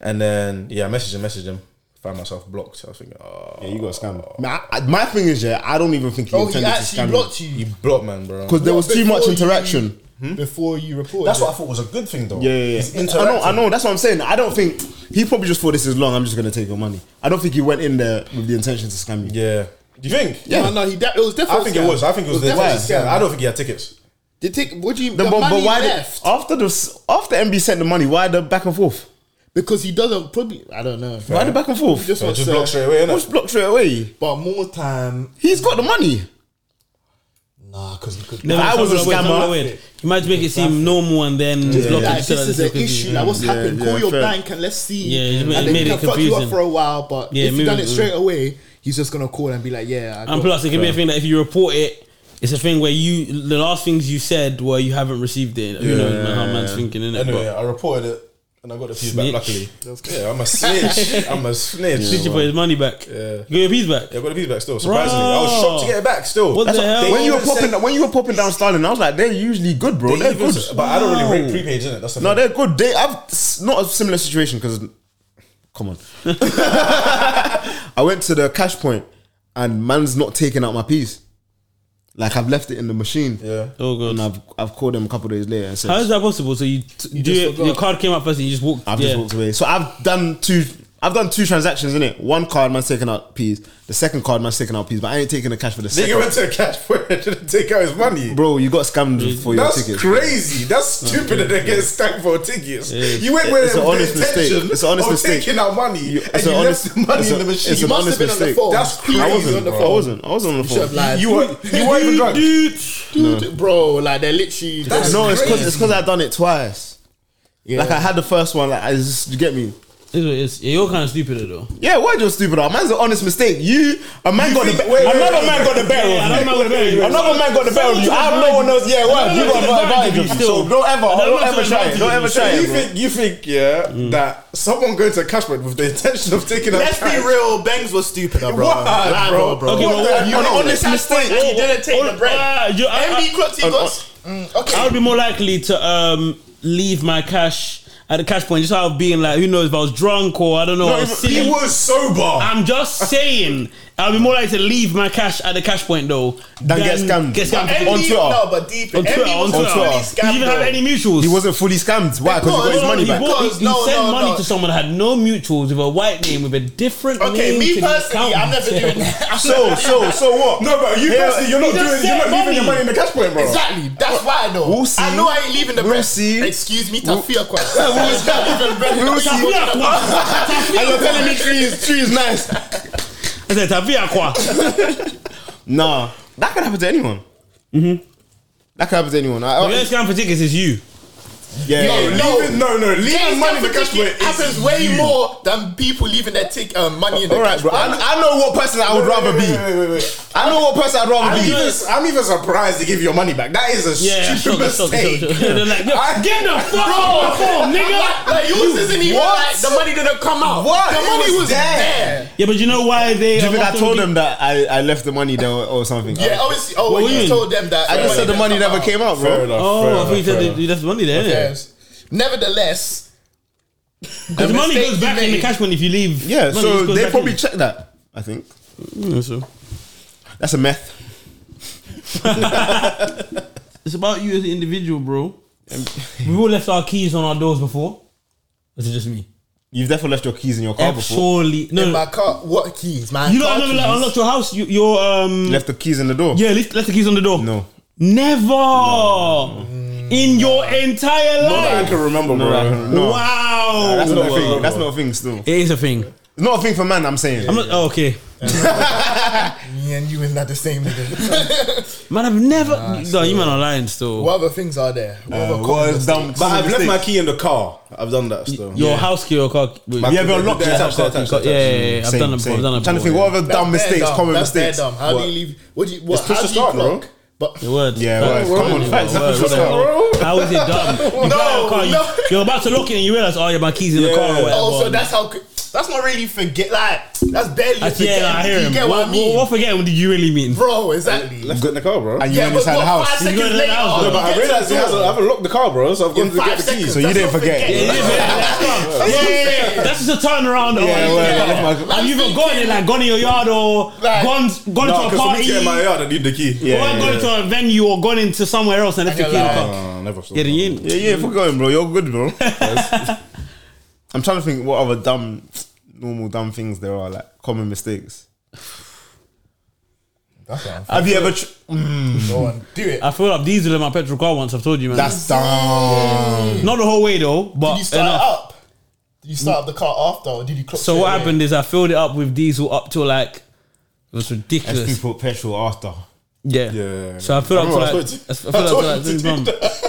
And then yeah, I messaged him, messaged him, found myself blocked. I was thinking, oh,
Yeah, you got scammed. Man, I, I- my thing is, yeah, I don't even think he
Oh, he
intended to
actually
scam
blocked you.
you blocked man, bro.
because there was too much
Before you-
interaction.
before you report.
That's what I thought was a good thing though.
Yeah, yeah,
He's
yeah. I know, I
interacting.
know. That's what I'm saying. I don't think he probably just thought this is long. I'm just gonna take your money. I don't think he went in there with the intention to scam you.
Yeah. Do you think?
Yeah, no, no, he. De- it was definitely.
I think it was. I think it was, the
definitely
why?
scam.
I don't think he had tickets.
They take. What do you?
Then,
the
but,
money
but why did-
left
after the s- after MB sent the money? Why the back and forth?
because he doesn't probably. I don't know.
Why the back and forth?
He just
So
wants
just
to.
blocked straight away,
Just
innit?
blocked straight away.
but more time,
He's got the money.
nah, because he could.
No,
I
it's not
was a
weird, it's not
scammer.
weird. You might make it seem normal and then block
Like,
it.
this is an issue. Like, what's
Yeah,
happened?
yeah,
Call your
fair.
bank and let's see.
Yeah, it made-
and then
made
he
it
can fuck you up
confusing.
for a while. But
Yeah,
if
maybe-
you done it straight away, he's just gonna call and be like, "Yeah." I got-
And plus, it can be a thing that if you report it, it's a thing where you the last things you said were you haven't received it. Who knows man, how man's thinking in it?
Anyway,
But
I reported it and I got the feedback.
Snitch.
Luckily, yeah, I'm a snitch. I'm a snitch.
did you put his money back?
Yeah.
You got your piece back.
Yeah, I got the feedback still. Surprisingly, I was shocked to get it back. Still,
What the
what-
hell?
they
When you were
even
popping,
said-
when you were popping down Starling, I was like, they're usually good, bro.
they
They're
even
good.
said- but I don't really rate
Wow.
prepaid, innit? That's the
No,
thing.
they're good. They have s- not a similar situation because, come on. I went to the cash point and man's not taking out my piece. Like I've left it in the machine.
Yeah.
Oh
And
god.
I've I've called him a couple of days later and said
How is that possible? So you, t- do
just
it,
forgot.
your card came up first and you just walked.
I've
yeah.
just walked away. So I've done two. I've done two transactions in it. One card man's taking out peas. The second card man's taking out peas, but I ain't taking the cash for the
Nigga
second.
went to the cash point and didn't take out his money.
Bro, you got scammed for your
Mm. That's
tickets.
crazy. That's stupid that they get stacked for tickets. You went with
It's
it
an
with
honest
the
mistake.
intention
It's an honest
of
mistake.
taking out money
You-
and
it's
you
an
left
honest-
the money
it's
in
a-
the machine.
it's
He
an
must have
honest
been on the
mistake.
phone.
That's crazy.
I
He's
wasn't.
on the
I
phone.
wasn't. I wasn't on the
should have
phone.
lied.
You were you weren't even drunk.
Dude, bro, like they're literally.
That's
No, it's because
crazy.
it's because I've done it twice.
Yeah.
Like I had the first one. Like I just you get me.
It was- it's- yeah, you're kind of stupid though.
Yeah, why you stupid? Out? Man's an honest mistake. You a man got
think-
the
wait, wait,
another
wait,
man got the better
Yeah,
of
another
you.
man got the better of you.
Another man got the better of you. I have no one else. Yeah, well, you got the advantage of you. So don't ever,
Another
don't
man
ever
took
try it.
advantage
Don't ever
of
try
you
it. bro. Mm.
think you think yeah that someone going to a cash point with the intention of taking out
Let's be
cash-
real, Bangs was stupid, bro.
Why,
Nah,
bro?
bro.
Okay,
What
well,
the-
what-
you
an
went to
honest
the cash
mistake.
point and you didn't take the bread.
Ah, you- I- I-
MB clocked you, guys.
I
Okay.
Mm,
would be more likely to um, leave my cash at the cash point just out of being like, who knows if I was drunk or I don't know. I was silly.
He was sober.
I'm just saying, I'd be more likely to leave my cash at the cash point though
Than get scammed.
Get scammed
But
for-
on
MB
Twitter.
No, but deep.
on,
MB
Twitter. On
was
Twitter,
really
Did
scammed,
you even have
though.
any mutuals?
He wasn't fully scammed. Why? Because he got his
No, no,
money
he,
back.
bought, he,
Because-
he
no,
sent
no,
money
no.
to someone that had no mutuals with a white name with a different
Okay,
name.
me
to the
personally,
account.
I'm never doing that. I'm
So,
never-
so, so what?
No, but you
Here-
personally, you're not
he just
doing, you're
said
not leaving your
money.
money in the cash point, bro.
Exactly. That's why I know.
We'll see.
I know I ain't leaving the
We'll
bread.
see.
Excuse me, Tafia Kwan. It's not even bread.
We'll see.
Tafia Kwan.
And you're telling me trees, trees nice.
I said, "Tavia kwa."
Nah, that could happen to anyone. Mm-hmm. That could happen to anyone. I,
The only scam for tickets is you.
yeah,
Yo,
yeah.
no.
Leaving, no, no,
Getting
leaving money in the cash
ticket
point
happens
is
way
you.
more than people leaving their tick, uh, money in the
All right,
cash
bro. I,
point.
I know what person I would rather
Wait, wait,
be.
wait, wait, wait.
I know what person I'd rather
I'm
be.
even, I'm even surprised they give you your money back. That is a
Yeah,
stupid
shocker, shocker,
mistake.
shocker. They're like, "Yo,
I-
get the fuck off my phone, nigga.
Like, yours isn't even
What?
like the money didn't come out.
What?
The
It
money
was
was,
there.
there.
Yeah, but you know why they?
Do you
um,
think I
often
told
be-
them that I, I left the money there or, or something?
Yeah, obviously. Oh,
What
well,
do you
you
mean?
told them that.
I just said the money never came out, bro.
Fair enough.
Oh,
fair
I thought you
enough, fair
said
enough.
they- that's money there. innit?
Yes. Nevertheless, The
Because money
mistake
goes
you
back in the
made.
cash when if you leave.
Yeah,
Money
so
just goes
they
back
probably
in.
checked that. I think
Yeah, so.
that's a meth.
It's about you as an individual, bro. we all left our keys on our doors before. Was it just me?
You've definitely left your keys in your car Oh, before.
Surely, no.
in
no.
my car, what keys, man?
You know, I never like, unlocked your house. You, your um,
You left the keys in the door.
yeah, left, left the keys on the door.
No.
never in your entire
Not that I
life.
can remember,
No, I
bro.
don't- no.
Wow,
That's not a
No,
thing.
no,
That's
no.
not a thing. Still,
it is a thing.
it's not a thing for man. I'm saying.
I'm not oh, okay.
me and you is not the same. nigga.
Man, I've never. no, you man are lying still.
what other things are there? What other common
was
mistakes?
dumb.
But I've left my key in the car. I've done that still.
Your house key, your car. Wait,
My-
Yeah, but unlocked
They're
it.
attached, they're attached,
yeah,
they're attached.
yeah, yeah, I've done it before. I've done it
Trying to
before,
think, what other
That's
dumb mistakes,
bare dumb.
common
That's bare
mistakes?
dumb. How
What?
do you leave? What do you? What,
It's push
how
to
do you
start, bro.
clock? But
Yeah, words.
Yeah,
Facts.
words. Come on,
Word,
facts.
word, word,
That's what's
word. How is it dumb? You buy a car, you-
no.
You're about to lock it and you realize, oh yeah, my keys in the
Yeah.
car. Or whatever.
Oh, so that's how.
That's not really forget. Like that's barely
I,
forgetting.
yeah, I hear
you
him.
get what I mean,
What forget? What do you really mean?
bro? Exactly.
Left it in the car, bro.
And you
yeah,
went
but
inside the
what,
house.
Five
You go
seconds
in the
later,
house,
you
No, but
get
I
to
realized
the
he hasn't, I
door.
haven't locked the car, bro. So I've gone
in
to get
five
the
seconds.
keys.
So you
that's
didn't
not
forget.
forgetting.
Yeah, yeah, That's just a turnaround. though.
Yeah, well,
Yeah.
that's my-
Have you even gone in, like gone in your yard or
Like-
gone gone
No,
to a
because for me
party?
to get in my yard, I need the key.
or gone to a venue or gone into somewhere else and left your key in the car.
Uh, never saw
Yeah,
that.
then you ain't-
Yeah, yeah, for going, bro. You're good, bro. I'm trying to think what other dumb, normal dumb things there are, like common mistakes.
That's what I'm
Have you ever? Tr-
going. Do it.
I filled up diesel in my petrol car once. I've told you, man.
That's dumb.
not the whole way though, but
Did you start
enough.
up? Did you start up the car after, or did you? Clock
So
straight
what
away?
happened is I filled it up with diesel up to like it was
Let's
ridiculous.
put petrol after.
Yeah.
Yeah.
So I filled
I
up to
remember I
like
told you.
I filled up to
told
like
you to
20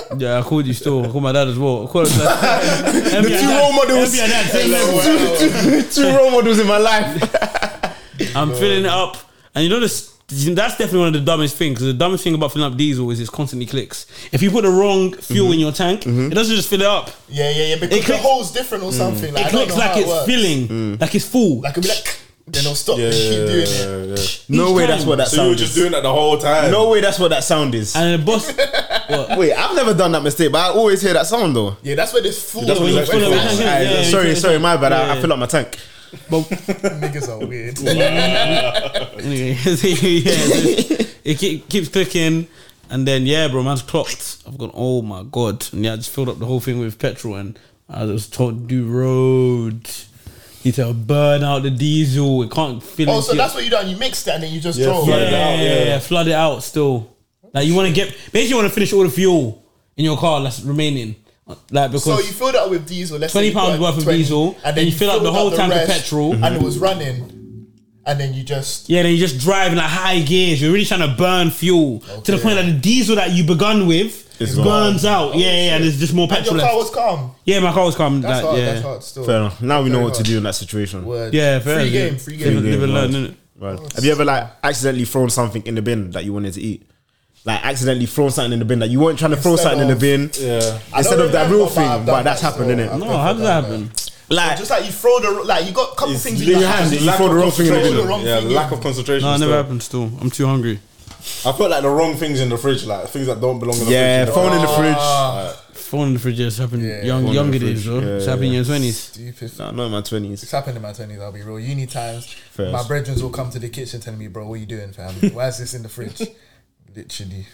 grand. Yeah, I called you still. I called my dad as well. I called him like, the
two role models. Two role models in my life.
I'm filling it up, and you know this. That's definitely one of the dumbest things. Because the dumbest thing about filling up diesel is it constantly clicks. If you put the wrong fuel in your tank, it doesn't just fill it up.
Yeah, yeah, yeah. Because the
clicks-
hole's different or something. Like,
It
I don't
clicks
know
like
how it
it's
works.
filling, like it's full.
Like it'll be like, then it'll stop and keep doing it.
Yeah, yeah.
No
Each
way.
time.
That's what that
So you
sound
were
is.
just doing that the whole time.
no way. That's what that sound is.
and the boss, what?
Wait, I've never done that mistake, but I always hear that sound though.
Yeah, that's where this fool
That's
when you
what
fill up your tank,
niggas
yeah,
Aye,
yeah,
sorry,
it's-
sorry, my bad.
yeah,
I,
yeah.
I fill up my tank.
But
are weird.
anyway, so, yeah, so it keep, keeps clicking, and then yeah, bro, man's clocked. I've gone, oh my god, and yeah, I just filled up the whole thing with petrol, and I was told do road. You to burn out the diesel. It can't fill.
Oh,
it
so
yet.
that's what you done. You mixed that and then you just drove.
yeah,
flood it
yeah,
out, yeah.
yeah, flood it out still. Like you want to get basically you want to finish all the fuel in your car that's remaining. Like because
So you filled up with diesel. Let's say
20
you got
pounds worth of
20,
diesel, and you fill up the
filled
whole tank of petrol.
and it was running, and then you just
yeah, then you're just driving at high gears. You're really trying to burn fuel to the
Okay.
point that the diesel that you begun with
Is
burns out. yeah, yeah,
shit.
and there's just more
and your
petrol
car
left.
was calm.
yeah, my car was calm.
That's
Like,
hard.
yeah,
That's hard. Still,
Fair enough. Now we know
Very
what to
hard.
do in that situation.
Word.
yeah, fair
free
enough,
game.
yeah.
Free
Live,
game.
and- live and learn,
Right.
innit?
Right. Have you ever like accidentally thrown something in the bin that you wanted to eat? Like accidentally thrown something in the bin that you weren't trying to throw
Instead
something in the
of-
bin.
Yeah.
I
Instead
don't
of that
remember,
real
but
thing,
I've
but
done
that's
that
happened,
before.
innit?
No, how does that happen?
Like
Just like you throw the like you got a couple
It's
things
in your
hand
hand,
and
you throw the wrong thing in the
throw
bin.
the wrong
Yeah,
thing
lack
in.
of concentration.
No, it
still.
never happened. Still, I'm too hungry.
I felt like the wrong things in the fridge, like things that don't belong in the
yeah,
fridge.
phone in the fridge.
Phone in the fridge just happened
Yeah,
young,
phone in
younger
the
days,
fridge.
bro.
Yeah,
it's happened in
yeah.
your twenties.
Stupid.
Nah, not in my
It's
twenties.
happened in my twenties. I'll be real. Uni times,
Fair.
my brethren will come to the kitchen telling me, "Bro, what you doing, fam? Why is this in the fridge?" Literally,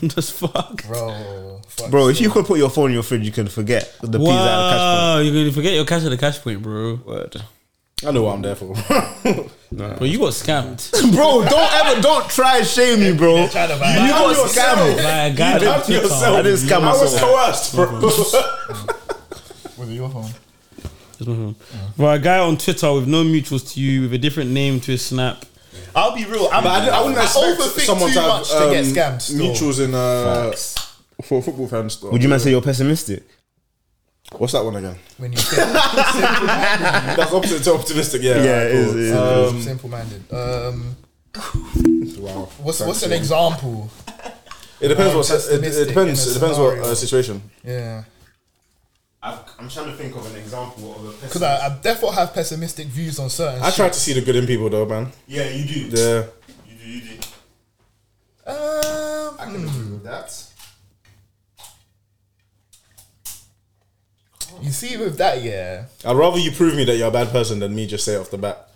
That's fuck.
bro. fuck
Bro, if
sake.
you could put your phone in your fridge, you can forget the pizza at
Wow, you're gonna forget your cash at the cash point, bro.
the cash point. Word.
I know what I'm there for.
Bro, you got scammed
Bro, don't ever, don't try and shame me, bro. You
Trying to buy-
got scammed.
by a guy.
did
on
it
TikTok.
yourself. I didn't scam
I was
myself.
coerced, bro.
Was it your phone?
That's my phone. By Mm-hmm. a guy on Twitter with no mutuals to you, with a different name to his snap.
I'll be real. I'm,
But I, I wouldn't expect
overthink
someone
too
to have
much to get
um,
scammed. Still.
Mutuals in uh, for football fans. Store.
Would you man say you're pessimistic?
What's that one again?
When you
Um,
simple,
That's opposite to optimistic. Yeah,
Yeah, it is,
cool.
it is.
simple-minded. Um,
Wow.
what's what's an
Thanks,
example?
yeah. It depends
Um,
what it, it
pessimistic
depends.
in a
It depends what
scenario.
uh, situation.
Yeah,
i I'm trying to think of an example of a
because I, I definitely have pessimistic views on certain.
I
shit.
try to see the good in people, though, man.
Yeah, you do.
Yeah.
You do, you do.
Um,
agree with that.
you see, with that, yeah,
I'd rather you prove me that you're a bad person than me just say it off the bat.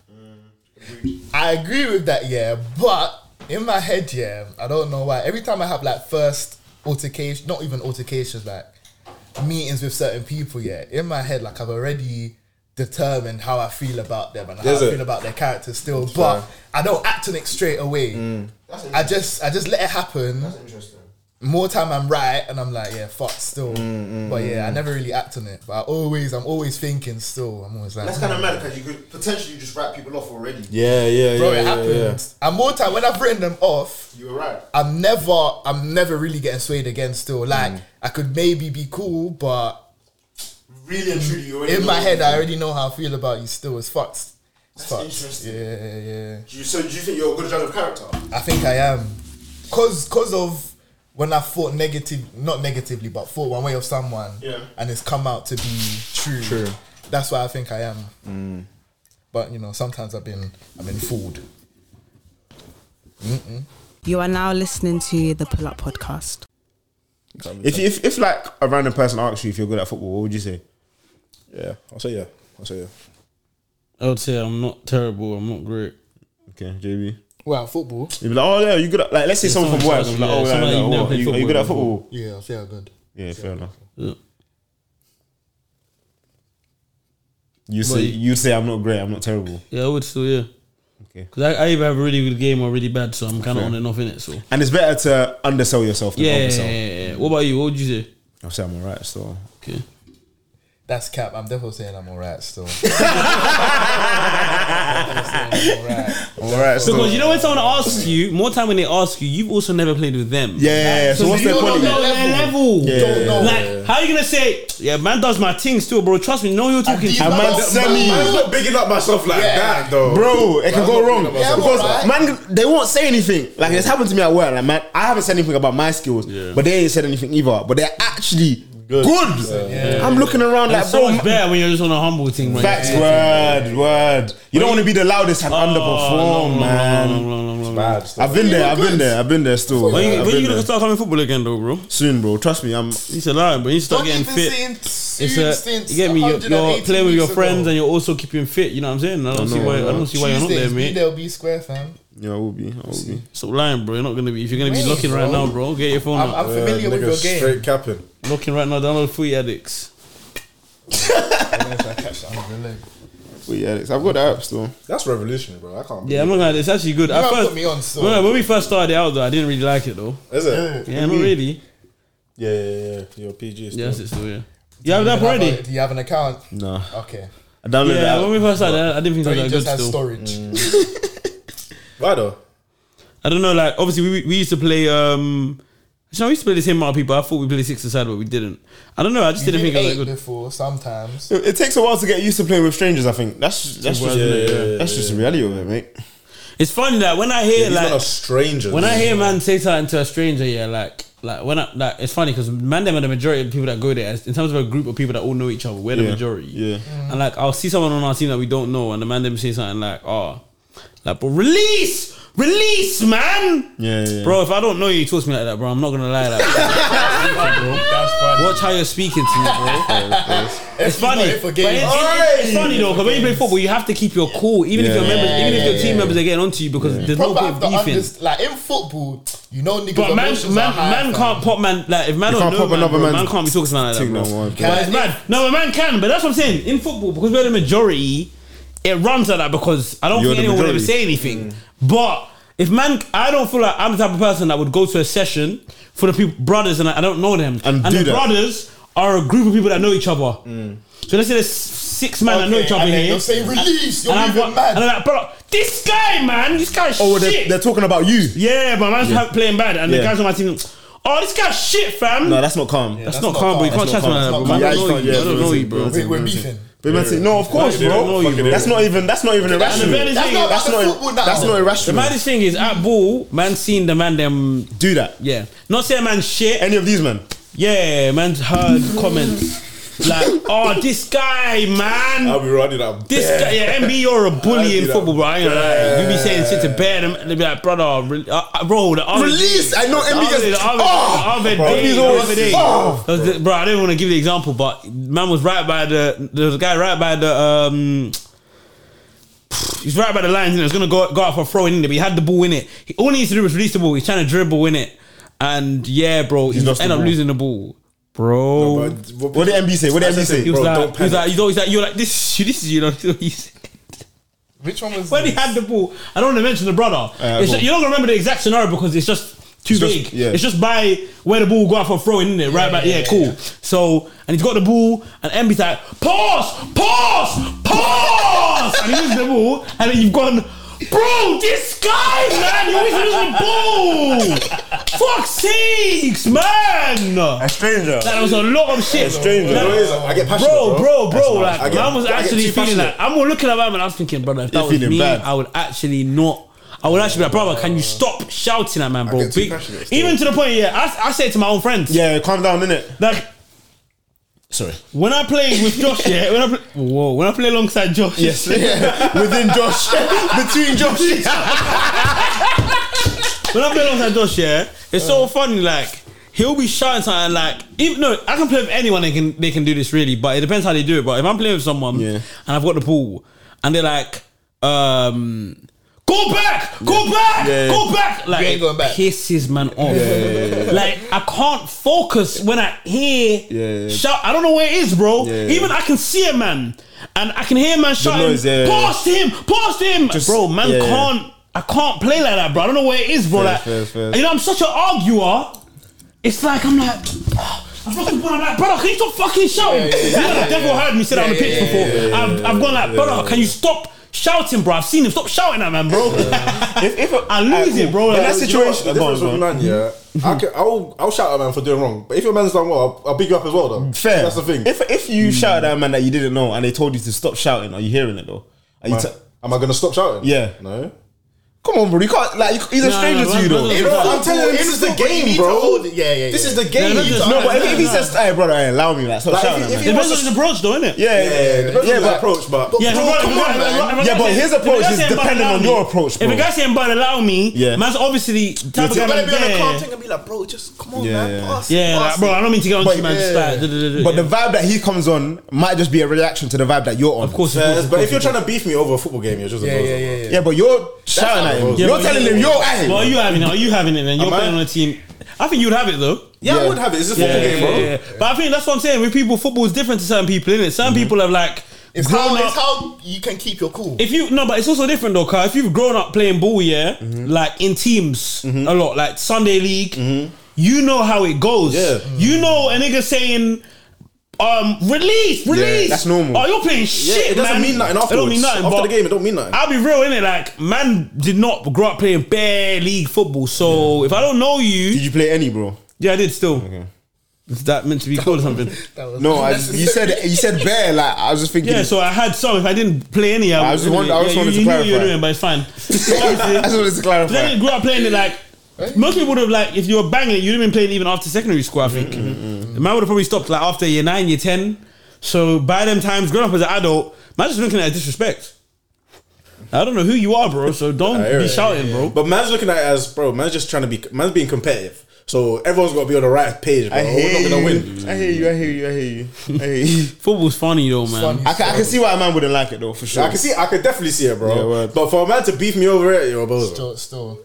I agree with that, yeah. But in my head, yeah, I don't know why. Every time I have like first altercation, not even altercations, like meetings with certain people, yeah. In my head, like I've already determined how I feel about them and how
Is
I
it?
feel about their character still, but
fair.
I don't act on it straight away.
Mm.
I just, I just let it happen.
Interesting.
More time I'm right, and I'm like, yeah, fuck, still.
Mm,
but yeah, I never really act on it. But I always, I'm always thinking. Still, I'm always like,
That's kind of mad because you could potentially just write people off already.
Yeah, yeah,
bro,
yeah,
it
yeah,
happens. And more time when I've written them off,
You were right.
I'm never I'm never really getting swayed again still. Like I could maybe be cool, but
Really and truly, you already
in
know
my
what
head
you
I
do.
already know how I feel about you still as fucked. It's fucked.
interesting.
Yeah, yeah.
Do you- So do you think you're a good judge of character?
I think I am. Cause cause of when I thought negative not negatively, but thought one way of someone
Yeah.
and it's come out to be true. True. That's why I think I am. But you know, sometimes I've been I've been fooled.
You are now listening to the Pull Up Podcast.
If, if if like a random person asks you if you're good at football, what would you say?
Yeah, I'll say yeah. I'll say yeah.
I would say I'm not terrible. I'm not great.
Okay, JB.
Well, football.
You'd be like, oh yeah, you good at like let's say
Yeah,
someone from
someone
work.
tries-
I'm like,
yeah,
oh yeah,
someone
yeah,
you've never
what,
played
you, are you good at
football
football?
Yeah, I say I'm good.
Yeah, fair enough.
Yeah.
You say
But-
you say I'm not great. I'm not terrible.
Yeah, I would still, yeah.
Okay.
Because I, I either have a really good game or really bad, so I'm kind of on and off in it. So
And it's better to undersell yourself than
yeah, yeah,
oversell.
yeah, yeah. What about you? What would you say?
I'll say I'm alright. So
Okay.
That's cap. I'm definitely saying I'm alright still. alright.
alright. So,
Because you know when someone asks you, more time when they ask you, you've also never played with them.
yeah, yeah, yeah. So,
So
what's
you
the
don't
point?
know-
Know their level.
Don't know.
Like, how are you gonna say, yeah, man does my thing still, bro? Trust me, know who you're talking
these
to.
A man semi.
I'm not bigging up myself like that though,
Bro, it can
I'm
go
not
wrong
thinking about
because
that.
man, they won't say anything. Like it's happened to me at work. Like man, I haven't said anything about my skills, but they ain't said anything either. But they're actually good. I'm looking around like
It's so
bro.
much better when you're just on a humble thing, right?
Facts, word, word. You don't want to be the loudest and underperform, man.
Bad.
I've been there, I've been there, I've been there still.
When you,
I've
when
been
you gonna
there.
start coming football again, though, bro?
Soon, bro. Trust me, I'm.
It's a lie, but you need to start
Not
getting
even
fit.
since-
It's a,
since
you get me. You're, you're
180
playing with your
weeks
friends
ago.
and you're also keeping fit. You know what I'm saying? I don't see why. I don't see why you're not there,
Tuesdays,
mate.
BDLB Square, fam.
Yeah, I will be. I will be.
Stop lying, bro. You're not gonna be. If you're gonna be
Wait,
looking right
bro.
now, bro, get your phone
I'm,
out.
I'm familiar with your game.
straight capping.
Looking right now. Download Free Addicts.
Unless I catch that under the leg.
But yeah, Alex, I've got the apps though.
That's revolutionary, bro. I can't.
Yeah, I'm not gonna. It's actually good.
You
At
have
first,
put me on, so.
when, when we first started out, though, I didn't really like it though.
Is it? Mm.
Yeah, not really.
Yeah, yeah, yeah. Your PG. is
Yes,
still-
it's still yeah. You have that
Do you have a-
already?
Do you have an account?
Nah,
Okay.
I downloaded
Yeah, when
the
we
app.
first started, I didn't think
So
it
he
was that
just
good.
has
Still,
storage.
Why though?
I don't know. Like obviously, we, we used to play. um so we used to play the same amount of people. I thought we played six aside, but we didn't. I don't know. I just
You
didn't
did
think it was
eight
that good.
before sometimes.
It it takes a while to get used to playing with strangers. I think that's that's just
Yeah, yeah, yeah,
that's just the reality of it, mate.
It's funny that when I
Yeah,
hear
he's not a
like
stranger.
when I hear man say something to a stranger, yeah, like like when I like it's funny because man them are the majority of the people that go there. In terms of a group of people that all know each other, we're the
Yeah,
majority.
yeah.
And like I'll see someone on our team that we don't know, and the man them say something like, "Oh, like but release, release, man."
Yeah, yeah.
Bro, if I don't know you, you talk to me like that, bro. I'm not gonna lie, like, bro. watch how you're speaking to me, bro. It's funny,
it for
but
games.
it's- it's- it's funny though, because when you play football, you have to keep your cool, even if
Yeah.
your members,
Yeah,
even if
yeah,
your team
yeah.
members are getting onto you, because there's no
Probably
point
have to
of beefing.
understand. Like in football, you know niggas.
But man,
emotions are
man,
high,
man
fam.
can't pop man. Like if man
You
don't
can't
know
pop
man,
another
bro,
man's
man can't be talking to man like that.
Thing
Bro.
no more.
But it's mad. No, a man can. But that's what I'm saying. In football, because we're the majority, it runs like that because I don't
You're
think
the
anyone would ever
majority.
say anything. But if man, I don't feel like I'm the type of person that would go to a session for the people brothers and I, I don't know them.
And do
the
that.
brothers are a group of people that know each other. So let's say there's six men that know each
Okay,
other
and then
here.
You're saying release. You're
And I'm,
even
and I'm
mad.
like, bro, this guy, man, this guy's
Oh, well,
shit.
they're, they're talking about you.
Yeah, but man's ha- playing bad, and the
Yeah.
guys on my team. Oh, this guy's shit, fam.
No, that's not calm.
that's, not calm, bro. You can't
That's
chat to
not
man like
calm.
that, bro. Man,
Yeah,
I
you
don't know
can't-
you.
yeah,
I don't
it's
know you,
not-
bro.
it's
We're, we're beefing.
But man, say, no, of course,
Yeah,
bro.
yeah, yeah.
That's not even. That's not even irrational.
the baddest thing is-
that's
that's
not.
football now.
That's not
The
irrational.
maddest thing is at ball, man seen the man them.
Do that.
Yeah, not saying man shit.
Any of these men?
Yeah, man's heard comments like, "Oh, this guy,
I'll
man."
be running up.
This guy, yeah, MB, you're a bully
I
in
do that.
football, bro. I ain't gonna lie. You be saying shit to bad, and they be like, brother, re- uh, uh, bro, the other
Release.
day-
I know
the
MB
other day-
gets-
the other- the
Oh,
other
bro.
day,
MB's
the
always-
other day.
Oh,
That was the- bro, I didn't want to give the example, but man was right by the there was a guy right by the um he's right by the lines and he was gonna go go out for a throw in it, but he had the ball in it. He all he needs to do was release the ball, he's trying to dribble in it. And yeah, bro, he
lost the
ended up
ball.
losing the ball. Bro.
What did MB say? What did MB
he
say?
was
Bro,
like,
don't
he was
panic.
like, he's always like, you're like, this is this is you know what he said.
Which one was?
when he
this?
had the ball, I don't want to mention the brother.
Uh,
It's
go
ju-
on.
you're not gonna remember the exact scenario because it's just too
It's
big.
just- yeah.
It's just by where the ball go out for throwing in there, right? But yeah, cool. So and he's got the ball, and Embiid's like, pause, pause, pause, and he loses the ball, and then you've gone. Bro, this guy, man, you always lose the ball. Fuck sakes, man.
A stranger.
That was a lot of shit.
stranger.
Like,
It is,
I get passionate,
bro, bro,
That's
bro.
mad.
Like,
I get-
man was
I get
actually
too
feeling
passionate.
like I'm all looking at man and I was thinking, brother, if that
You're
was
feeling
me,
bad.
I would actually not. I would actually be like, brother, can you stop shouting at man, bro?
get too
Big-
passionate still.
even to the point, yeah, I, I say it to my own friends.
Yeah, calm down, innit?
Like,
Sorry.
When I played with Josh, yeah, when I play, whoa, when I play alongside Josh,
Yes. Within Josh. Between Josh.
when I play alongside Josh, yeah, it's so funny. Like he'll be shouting something like, even, no, I can play with anyone. They can they can do this really, but it depends how they do it. But if I'm playing with someone,
Yeah.
and I've got the ball, and they're like, um. Go back! Go back!
Yeah, yeah.
Go back! Like
You ain't going back.
it pisses man off. Like I can't focus when I hear
Yeah, yeah.
shout. I don't know where it is, bro.
Yeah, yeah.
Even I can see a man, and I can hear man shouting,
noise, yeah, yeah, yeah.
"Past him! Past him!"
Just-
bro, man
yeah, yeah.
can't. I can't play like that, bro. I don't know where it is, bro.
Fair,
like,
fair, fair.
and you know, I'm such an arguer. It's like I'm like. ah, I'm fucking born, I'm like, brother, can you stop fucking shouting?
yeah,
you know, the devil heard me say that on the pitch before. I've, I've gone like, brother, can you stop shouting, bro? I've seen him. Stop shouting at man, bro.
if, if
I lose it, bro.
In
Like,
that situation,
The
Go on,
difference
go
with
on.
man, yeah. I can, I'll I'll shout at man for doing wrong, but if your man's done well, I'll, I'll big you up as well. Though
fair.
that's the thing.
If if you shout at a man that you didn't know and they told you to stop shouting, are you hearing it though? Are you?
Am I-
T-
am I gonna stop shouting?
Yeah.
no.
Come on, bro. You can't. Like you- he's a
No,
stranger
no,
to you
no,
though.
no, no,
Bro,
Bro,
no,
I'm telling you, this is the game, bro.
Yeah, yeah.
This
yeah.
is the game.
no,
You
no,
need to
no,
No, but if,
understand.
if he says, "Hey, brother, hey, allow me," like stop
Like, if-
shouting.
if
at
he
man.
Depends on the approach, though, innit?
Yeah,
yeah, yeah,
yeah,
depends
yeah,
on the
but
approach, but Bro,
Yeah, if a guy-
come
if a
on, man.
guy- if a
Yeah,
guy
but
says-
his
if a guy
approach is
says, "Bud,
dependent
allow
on
me,"
your approach,
If a
bro.
guy saying, but allow me,
Yeah.
man's obviously the type of guy
Yeah, but
that's
if you're on a
there.
and be like, bro, just come on,
Yeah, yeah.
Yeah, like, bro, I don't mean to get on
But-
to man. Just like, duh, duh, duh, duh,
But
yeah.
the vibe that he comes on might just be a reaction to the vibe that you're on.
of course, of
Yes,
course, of
but
course,
if you're
of
trying to beef me over a football game, you're just a
Yeah,
loser,
yeah,
bro.
yeah, yeah.
Yeah, but you're shouting
how
at
it
him.
goes.
Yeah,
you're
but
telling
you-
him, "Yo, hey."
course. Well, are you having it? Are you having it? Then you're
Am I?
playing on a team. I think you'd have it though.
Yeah, I would have it. It's a football game, bro.
But I think that's what I'm saying. With people, football is different to certain people, isn't it? Certain
Mm-hmm.
people have like
It's how,
grown up.
it's how you can keep your cool.
if you no, but it's also different though, car. If you've grown up playing ball, yeah,
Mm-hmm.
like in teams a lot, like Sunday league, you know how it goes.
Mm-hmm. Yeah.
You know a nigga saying, um, release, release.
that's normal.
Oh, you're playing shit.
it doesn't
man.
mean nothing
It don't
afterwards.
mean nothing.
After
but
the game, it don't mean nothing.
I'll be real, innit? Like, man did not grow up playing bare league football. So if I don't know
Did
you,
you play any, bro?
yeah, I did still. Is that meant to be called something?
No, I, you said you said bear. Like I was just thinking.
Yeah, so I had some. If I didn't play any, I,
I just want- I
yeah,
just
you-
wanted to
you, knew what you were
clarify.
doing, but it's fine.
I just wanted to clarify.
Then you grew up playing it like most people would have like if you were banging it, you'd have been playing even after secondary school. I
Mm-hmm,
think the man would have probably stopped like after year nine, year ten. So by them times, growing up as an adult, man just looking at it as disrespect. I don't know who you are, bro. So don't
I hear
be
it.
shouting, bro.
But man's looking at it as bro. Man's just trying to be. Man's being competitive. So everyone's got to be on the right page, bro.
I
We're not
hear,
gonna win.
you. I hear you. I hear you. I hear you. I hear you.
Football's funny though, man.
I can, I can see why a man wouldn't like it though, for sure.
I can see. I can definitely see it, bro.
Yeah, word.
but for a man to beef me over it, you're a bozo.
Still, still.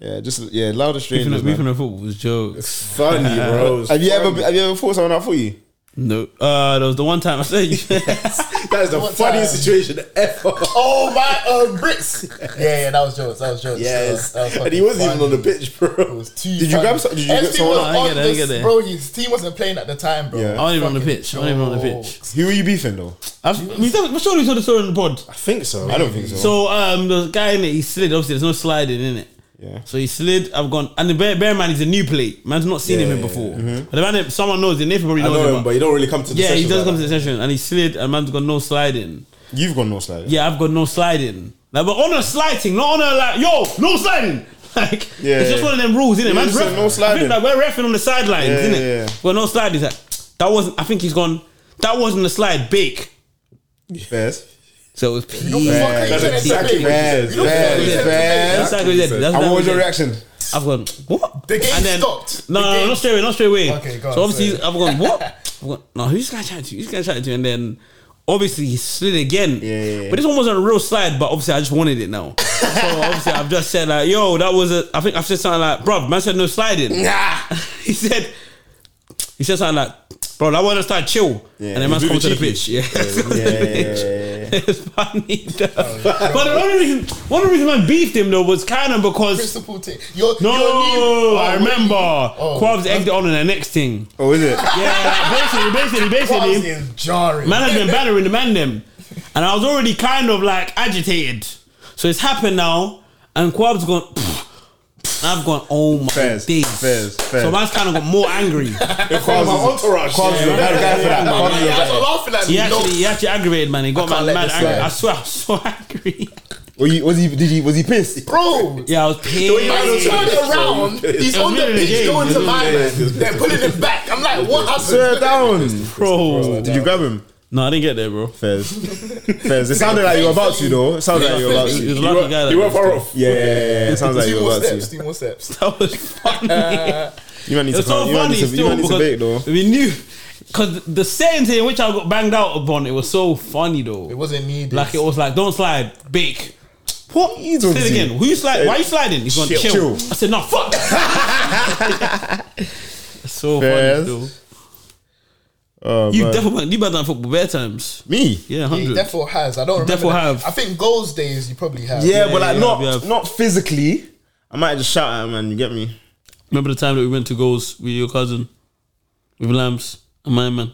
Yeah, just yeah,
Beefing
louder strangers.
up- beefing up football was jokes.
Funny, bro. It's
Have you ever
funny.
have you ever fought someone out for you?
No, uh, there was the one time I said
That is the
What
funniest
time?
situation ever.
Oh my uh, bricks! yeah, yeah, that was jokes. That was jokes.
yes,
That was- that was
and he wasn't
fucking
even on the
funny.
pitch,
It
bro.
was too
Did you
funny.
grab some- did you get
Everything
someone
was
else? I
on
get it, I
this-
get it.
Bro, his team wasn't playing at the time, bro.
Yeah. I
I wasn't even on the
Fucking
pitch. I wasn't even on the pitch.
jokes.
Who were you beefing though?
I've, we've done, I'm sure we told the story on the pod.
I think so.
I don't think so.
So um, the guy in it, he slid. Obviously, there's no sliding in it.
Yeah.
So he slid. I've gone, and the bear, bear man is a new plate. Man's not seen him here before. But the man, that someone knows. The Nathan probably
Mm-hmm. I
knows
know
him.
him,
but
but he don't really come to the
yeah, he
sessions
does
like
come to
that.
the session, and he slid, and man's got no sliding.
You've gone no slide.
Yeah, I've got no sliding. Like, but on a sliding, not on a like, yo, no sliding. Like,
Yeah,
it's just
yeah.
one of them rules, isn't it?
Yeah,
Man's
you said
ref-
no
I think
sliding.
like, we're refing on the sidelines,
Yeah,
isn't
yeah, yeah.
it? Well, no sliding. He's like, that wasn't. I think he's gone. That wasn't a slide, bake.
Fairs.
So it was.
You know what
That's
fucking
exactly
said,
Fairs.
know-
Fairs. Fairs.
Exactly. Yeah, that's
And
that
what was
we
your
did.
reaction?
I've gone, what?
The game
and then,
stopped.
No,
The
no,
game-
not straight away, not straight away.
Okay, go on,
So obviously,
sorry.
I've gone, what? I've gone, no, who's going to chat to? Who's going to chat to? And then obviously he slid again.
yeah, yeah.
But this one wasn't a real slide, but obviously I just wanted it now. so obviously I've just said, like, yo, that was a, I think I've said something like, bruv, man said no sliding. he said, he said something like, bro, that wasn't a slide, chill. and then man's
he's
come to the
really
pitch. Yeah.
Yeah.
It's funny. though. but the only reason, one of the reasons I beefed him though was kind of because
Principal team. Your,
no,
your new-
I
oh,
remember.
Oh.
Quavs egged it on in the next thing.
Oh, is it?
Yeah, like, basically, basically,
Quavs
basically,
is jarring.
man has been battering the man them, and I was already kind of like agitated. So it's happened now, and Quavs gone. "Pfft, pfft," and I've gone, oh my
Fairs.
days.
Fairs.
So
Fairs.
man's kind of got more angry.
Quavs is- Quavs is a bad guy for that. Quavs is a
Yeah,
bad
that's what I'm laughing at.
He
you know.
actually, he actually aggravated, man. He got
can't
man
let
mad
this
angry.
slide.
I swear, I was so angry.
Or you, was he? Did he? Was he pissed?
Bro,
Yeah, I was pissed.
man turned around. He's
It was
on the
middle of the
pitch
game,
going
it
to
was
my
middle of the
man.
game.
They're pulling him back. I'm like, what
Swear
happened?
down,
Bro.
Did you grab him?
No, I didn't get there, bro.
Fez. Fez. It sounded like you were about to, though. It sounded like you were about
He
to.
was a lucky guy. that
You went
got
far off.
Yeah, yeah, yeah, yeah. It sounds like you
Two
were
more
about
steps.
to.
Two more steps.
That was funny.
You might need to
It's so
come. You might
funny
need to. You
still
might need to
because
bake, though.
we knew because the sentence in which I got banged out upon it was so funny though.
It wasn't needed.
like it was like don't slide, bake.
What are you
Say it again. Who you slide? Why you sliding? He's going to
Chill.
chill.
Chill.
I said no. Fuck. so
Yes.
funny though.
Oh,
You
man.
definitely you better than football bare times.
me.
Yeah,
He
hundred.
definitely has. I don't remember.
Defo
that.
have.
I think goals days you probably have.
Yeah,
Yeah,
but like
yeah,
not
we have-
not physically. I might just shout at him, man. You get me?
Remember the time that we went to goals with your cousin, with Lambs and my man.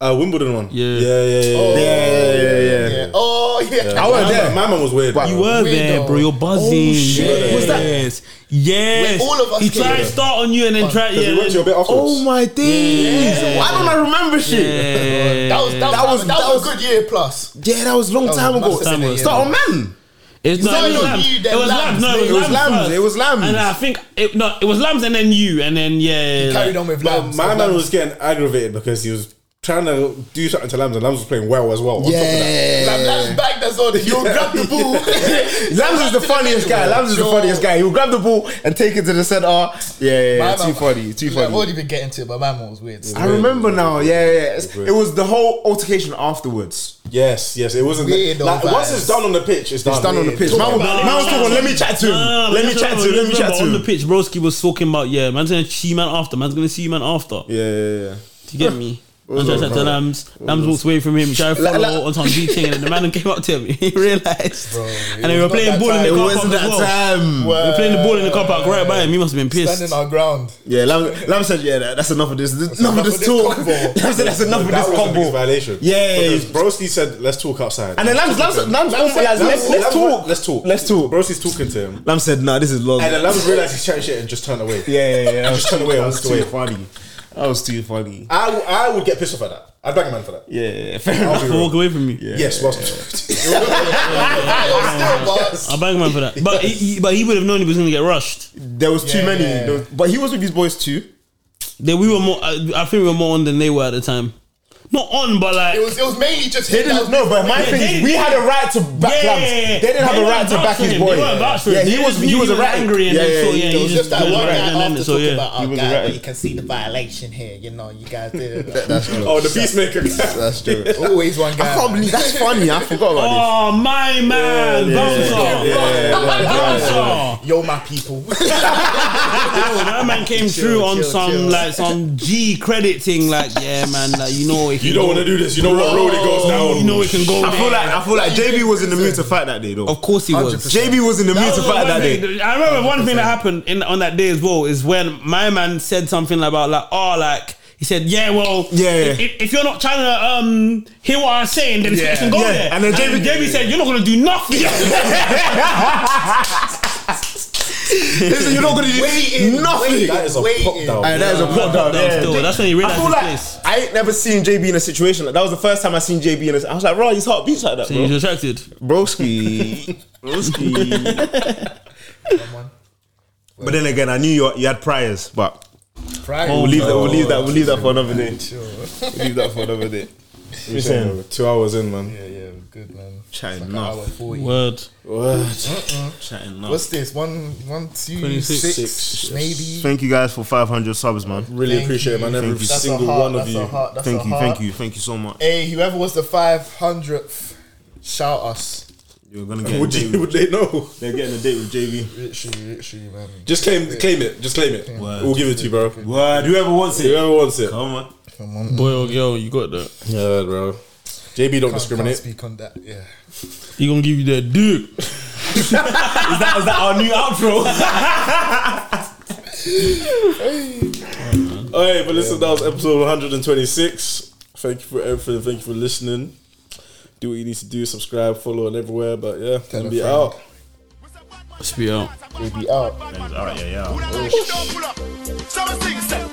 Uh, Wimbledon one.
Yeah.
yeah, yeah, yeah.
Oh.
yeah.
Yeah, yeah, yeah.
Yeah. Oh yeah.
I wasn't there. My man was weird.
You were
Weird
there,
though.
bro. You're buzzing.
Oh, shit. Was that-
Yes. Yes.
When all of us
he
came.
tried to start on you and then tried.
Because
Yeah,
we went to your bit afterwards.
Oh my days! Why don't I remember shit?
yeah.
That was that, was, that, was, a good year plus.
Yeah, that was a long
was
time ago.
massive in the year,
Start on man.
It's
He's
not. It was
telling
lambs.
you that
It was
lambs,
lambs. No, it
It
was
was lambs.
first.
It was lambs.
And I think it, no, it was lambs, and then you, and then yeah.
Carried on with
My,
Lambs.
my
So
man
Lambs-
was getting aggravated because he was trying to do something to Lambs, and Lambs was playing well as well. on top of that.
Lam- Lambs back. That's all. You grab the ball.
Lambs is the funniest guy. Lambs is the
Yo.
funniest guy. He'll grab the ball and take it to the center. Yeah, yeah, yeah. Too funny, too
I've
funny.
already been getting to it, but my man was weird.
I remember now. Yeah, yeah. It's- It was the whole altercation afterwards.
Yes, yes, it wasn't.
Weird
like,
old
once
vibes.
it's done on the pitch, it's done.
It's done on the pitch.
Talk
Man, was-
about it.
man was talking. Let me chat to him.
Nah,
Let me
just
chat to
remember-
him. Let me
just
chat to
remember On the
him.
pitch, Broski was talking about yeah. Man's gonna see man after. Man's gonna see man after.
Yeah, yeah, yeah.
Do you get me? Man tried to chat to Lambs. Lambs walks away from him. Tried to
La-
follow
la-
on some G thing, and then the man came up to him. He realized, and they were
was
playing
not
ball
that
in the
It
car
wasn't
park as
that
well.
time.
They were playing the ball in the car park right by him. He must have been pissed.
standing our ground.
Yeah, Lam, Lam said, yeah, that, that's enough of this. That's enough, of
enough
this
of this
talk.
combo.
Lam said, that's enough of
That
this
was the biggest
combo.
violation.
Yeah.
because Broski said, "Let's talk outside."
And then Lam, Lam, Lam, Lam, Lam,
Lam-
let's, let's,
Lam-
talk.
Let's talk.
Let's talk.
Broski's talking to him,
Lam said, nah, this is love.
and then Lambs realized he's chatting shit and just turned away.
yeah, yeah, yeah. That was
Just turned
too,
away.
that
I
was
was
too
away.
funny. That was too funny.
I, w- I would get pissed off at that. I'd bang a man for that.
Yeah, yeah, fair enough.
I'll be
I walk
real.
away from you.
Yes, well,
I bang man for that. But he, he- but he would have known he was gonna get rushed.
There was too
Yeah,
many,
yeah.
There was- but he was with his boys too.
Then we were more. I, I think we were more on than they were at the time. Not on, but like.
It was it was mainly just
They
him that
didn't
was-
know, but my
Yeah,
thing
they-
is, we had a right to back
Yeah,
Lam.
yeah, yeah.
They didn't have
They
a right
weren't
to
vouch
back
for
his
him. They
boy.
weren't vouch for
Yeah,
him.
he
They
was
just
he
knew
was
he
a
was
rat.
angry and
Yeah,
then
yeah,
so,
yeah.
It
yeah, he
was
just
just that
goes
one
right
guy
and then
after
it, so,
talking
yeah.
about our
was
guy,
right.
but you can see the violation here. You know, you guys did. it.
That's true.
oh, the peacemaker.
That's true.
Always one guy.
I can't believe that's funny. I forgot about this.
Oh my man,
yeah,
bouncer, bouncer.
Yo, my people.
Yo, that man came through on
chill,
some
chill.
like some G credit thing. Like yeah, man, like you know it can
You don't
go-
want to do this. You know what road it goes down.
You know it can go.
I feel
there.
like I feel like JB was in the mood to fight that day though.
of course he was.
JB was in the mood
That
to
was
fight
one
that
thing-
day.
I remember one thing that happened in on that day as well is when my man said something about like, oh, like he said, yeah, well,
Yeah,
if,
yeah.
if you're not trying to um hear what I'm saying, then
Yeah.
you can go
Yeah.
there.
And then JB
said, you're not gonna do nothing.
Listen, you're not gonna do
Waiting,
nothing.
That is a
Waiting.
pop down.
Aye, that is a pop down.
down still. That's when he realised
I feel
his
like
place.
I ain't never seen JB in a situation like that. Was the first time I seen JB in a. I was like, bro, his heart beats like that,
so he's
bro.
attracted.
Broski, broski. But then again, I knew you, you had priors, but
Right.
we'll leave that. We'll leave that. We'll leave that for another day. We'll leave that for another day.
We're saying Two hours in, man.
Yeah, yeah, good man.
Chatting
Like
enough.
hour 40.
Word.
Chatting enough.
What's this? One, one, two,
26.
six, maybe.
Thank you guys for 500 subs, man.
Really
Thank
appreciate it, man.
you.
Every
Thank you.
That's a
single
heart,
one of
that's
you.
A heart, that's
Thank
a
you,
heart.
thank you, thank you so much.
Hey, whoever was the five hundredth, shout us.
You're gonna get. a
Would,
date
you,
with-
would they know?
They're getting a date with JB.
Literally, literally, man.
Just claim, claim it. Just claim it. We'll give it to you, bro.
Word, whoever wants it.
Whoever wants it.
Come on.
Boy or girl, you got that.
Yeah, bro. JB don't
Can't, can't
discriminate.
speak on that. Yeah.
He gonna give you that dick.
Is that, is that our new outro?
All right, but listen, that was episode 126. Thank you for everything. Thank you for listening. Do what you need to do. Subscribe, follow, and everywhere. But yeah,
a
and be
friend.
out.
Let's be out.
Baby out.
yeah, yeah.
Who that like it, don't pull up. So I sing, say,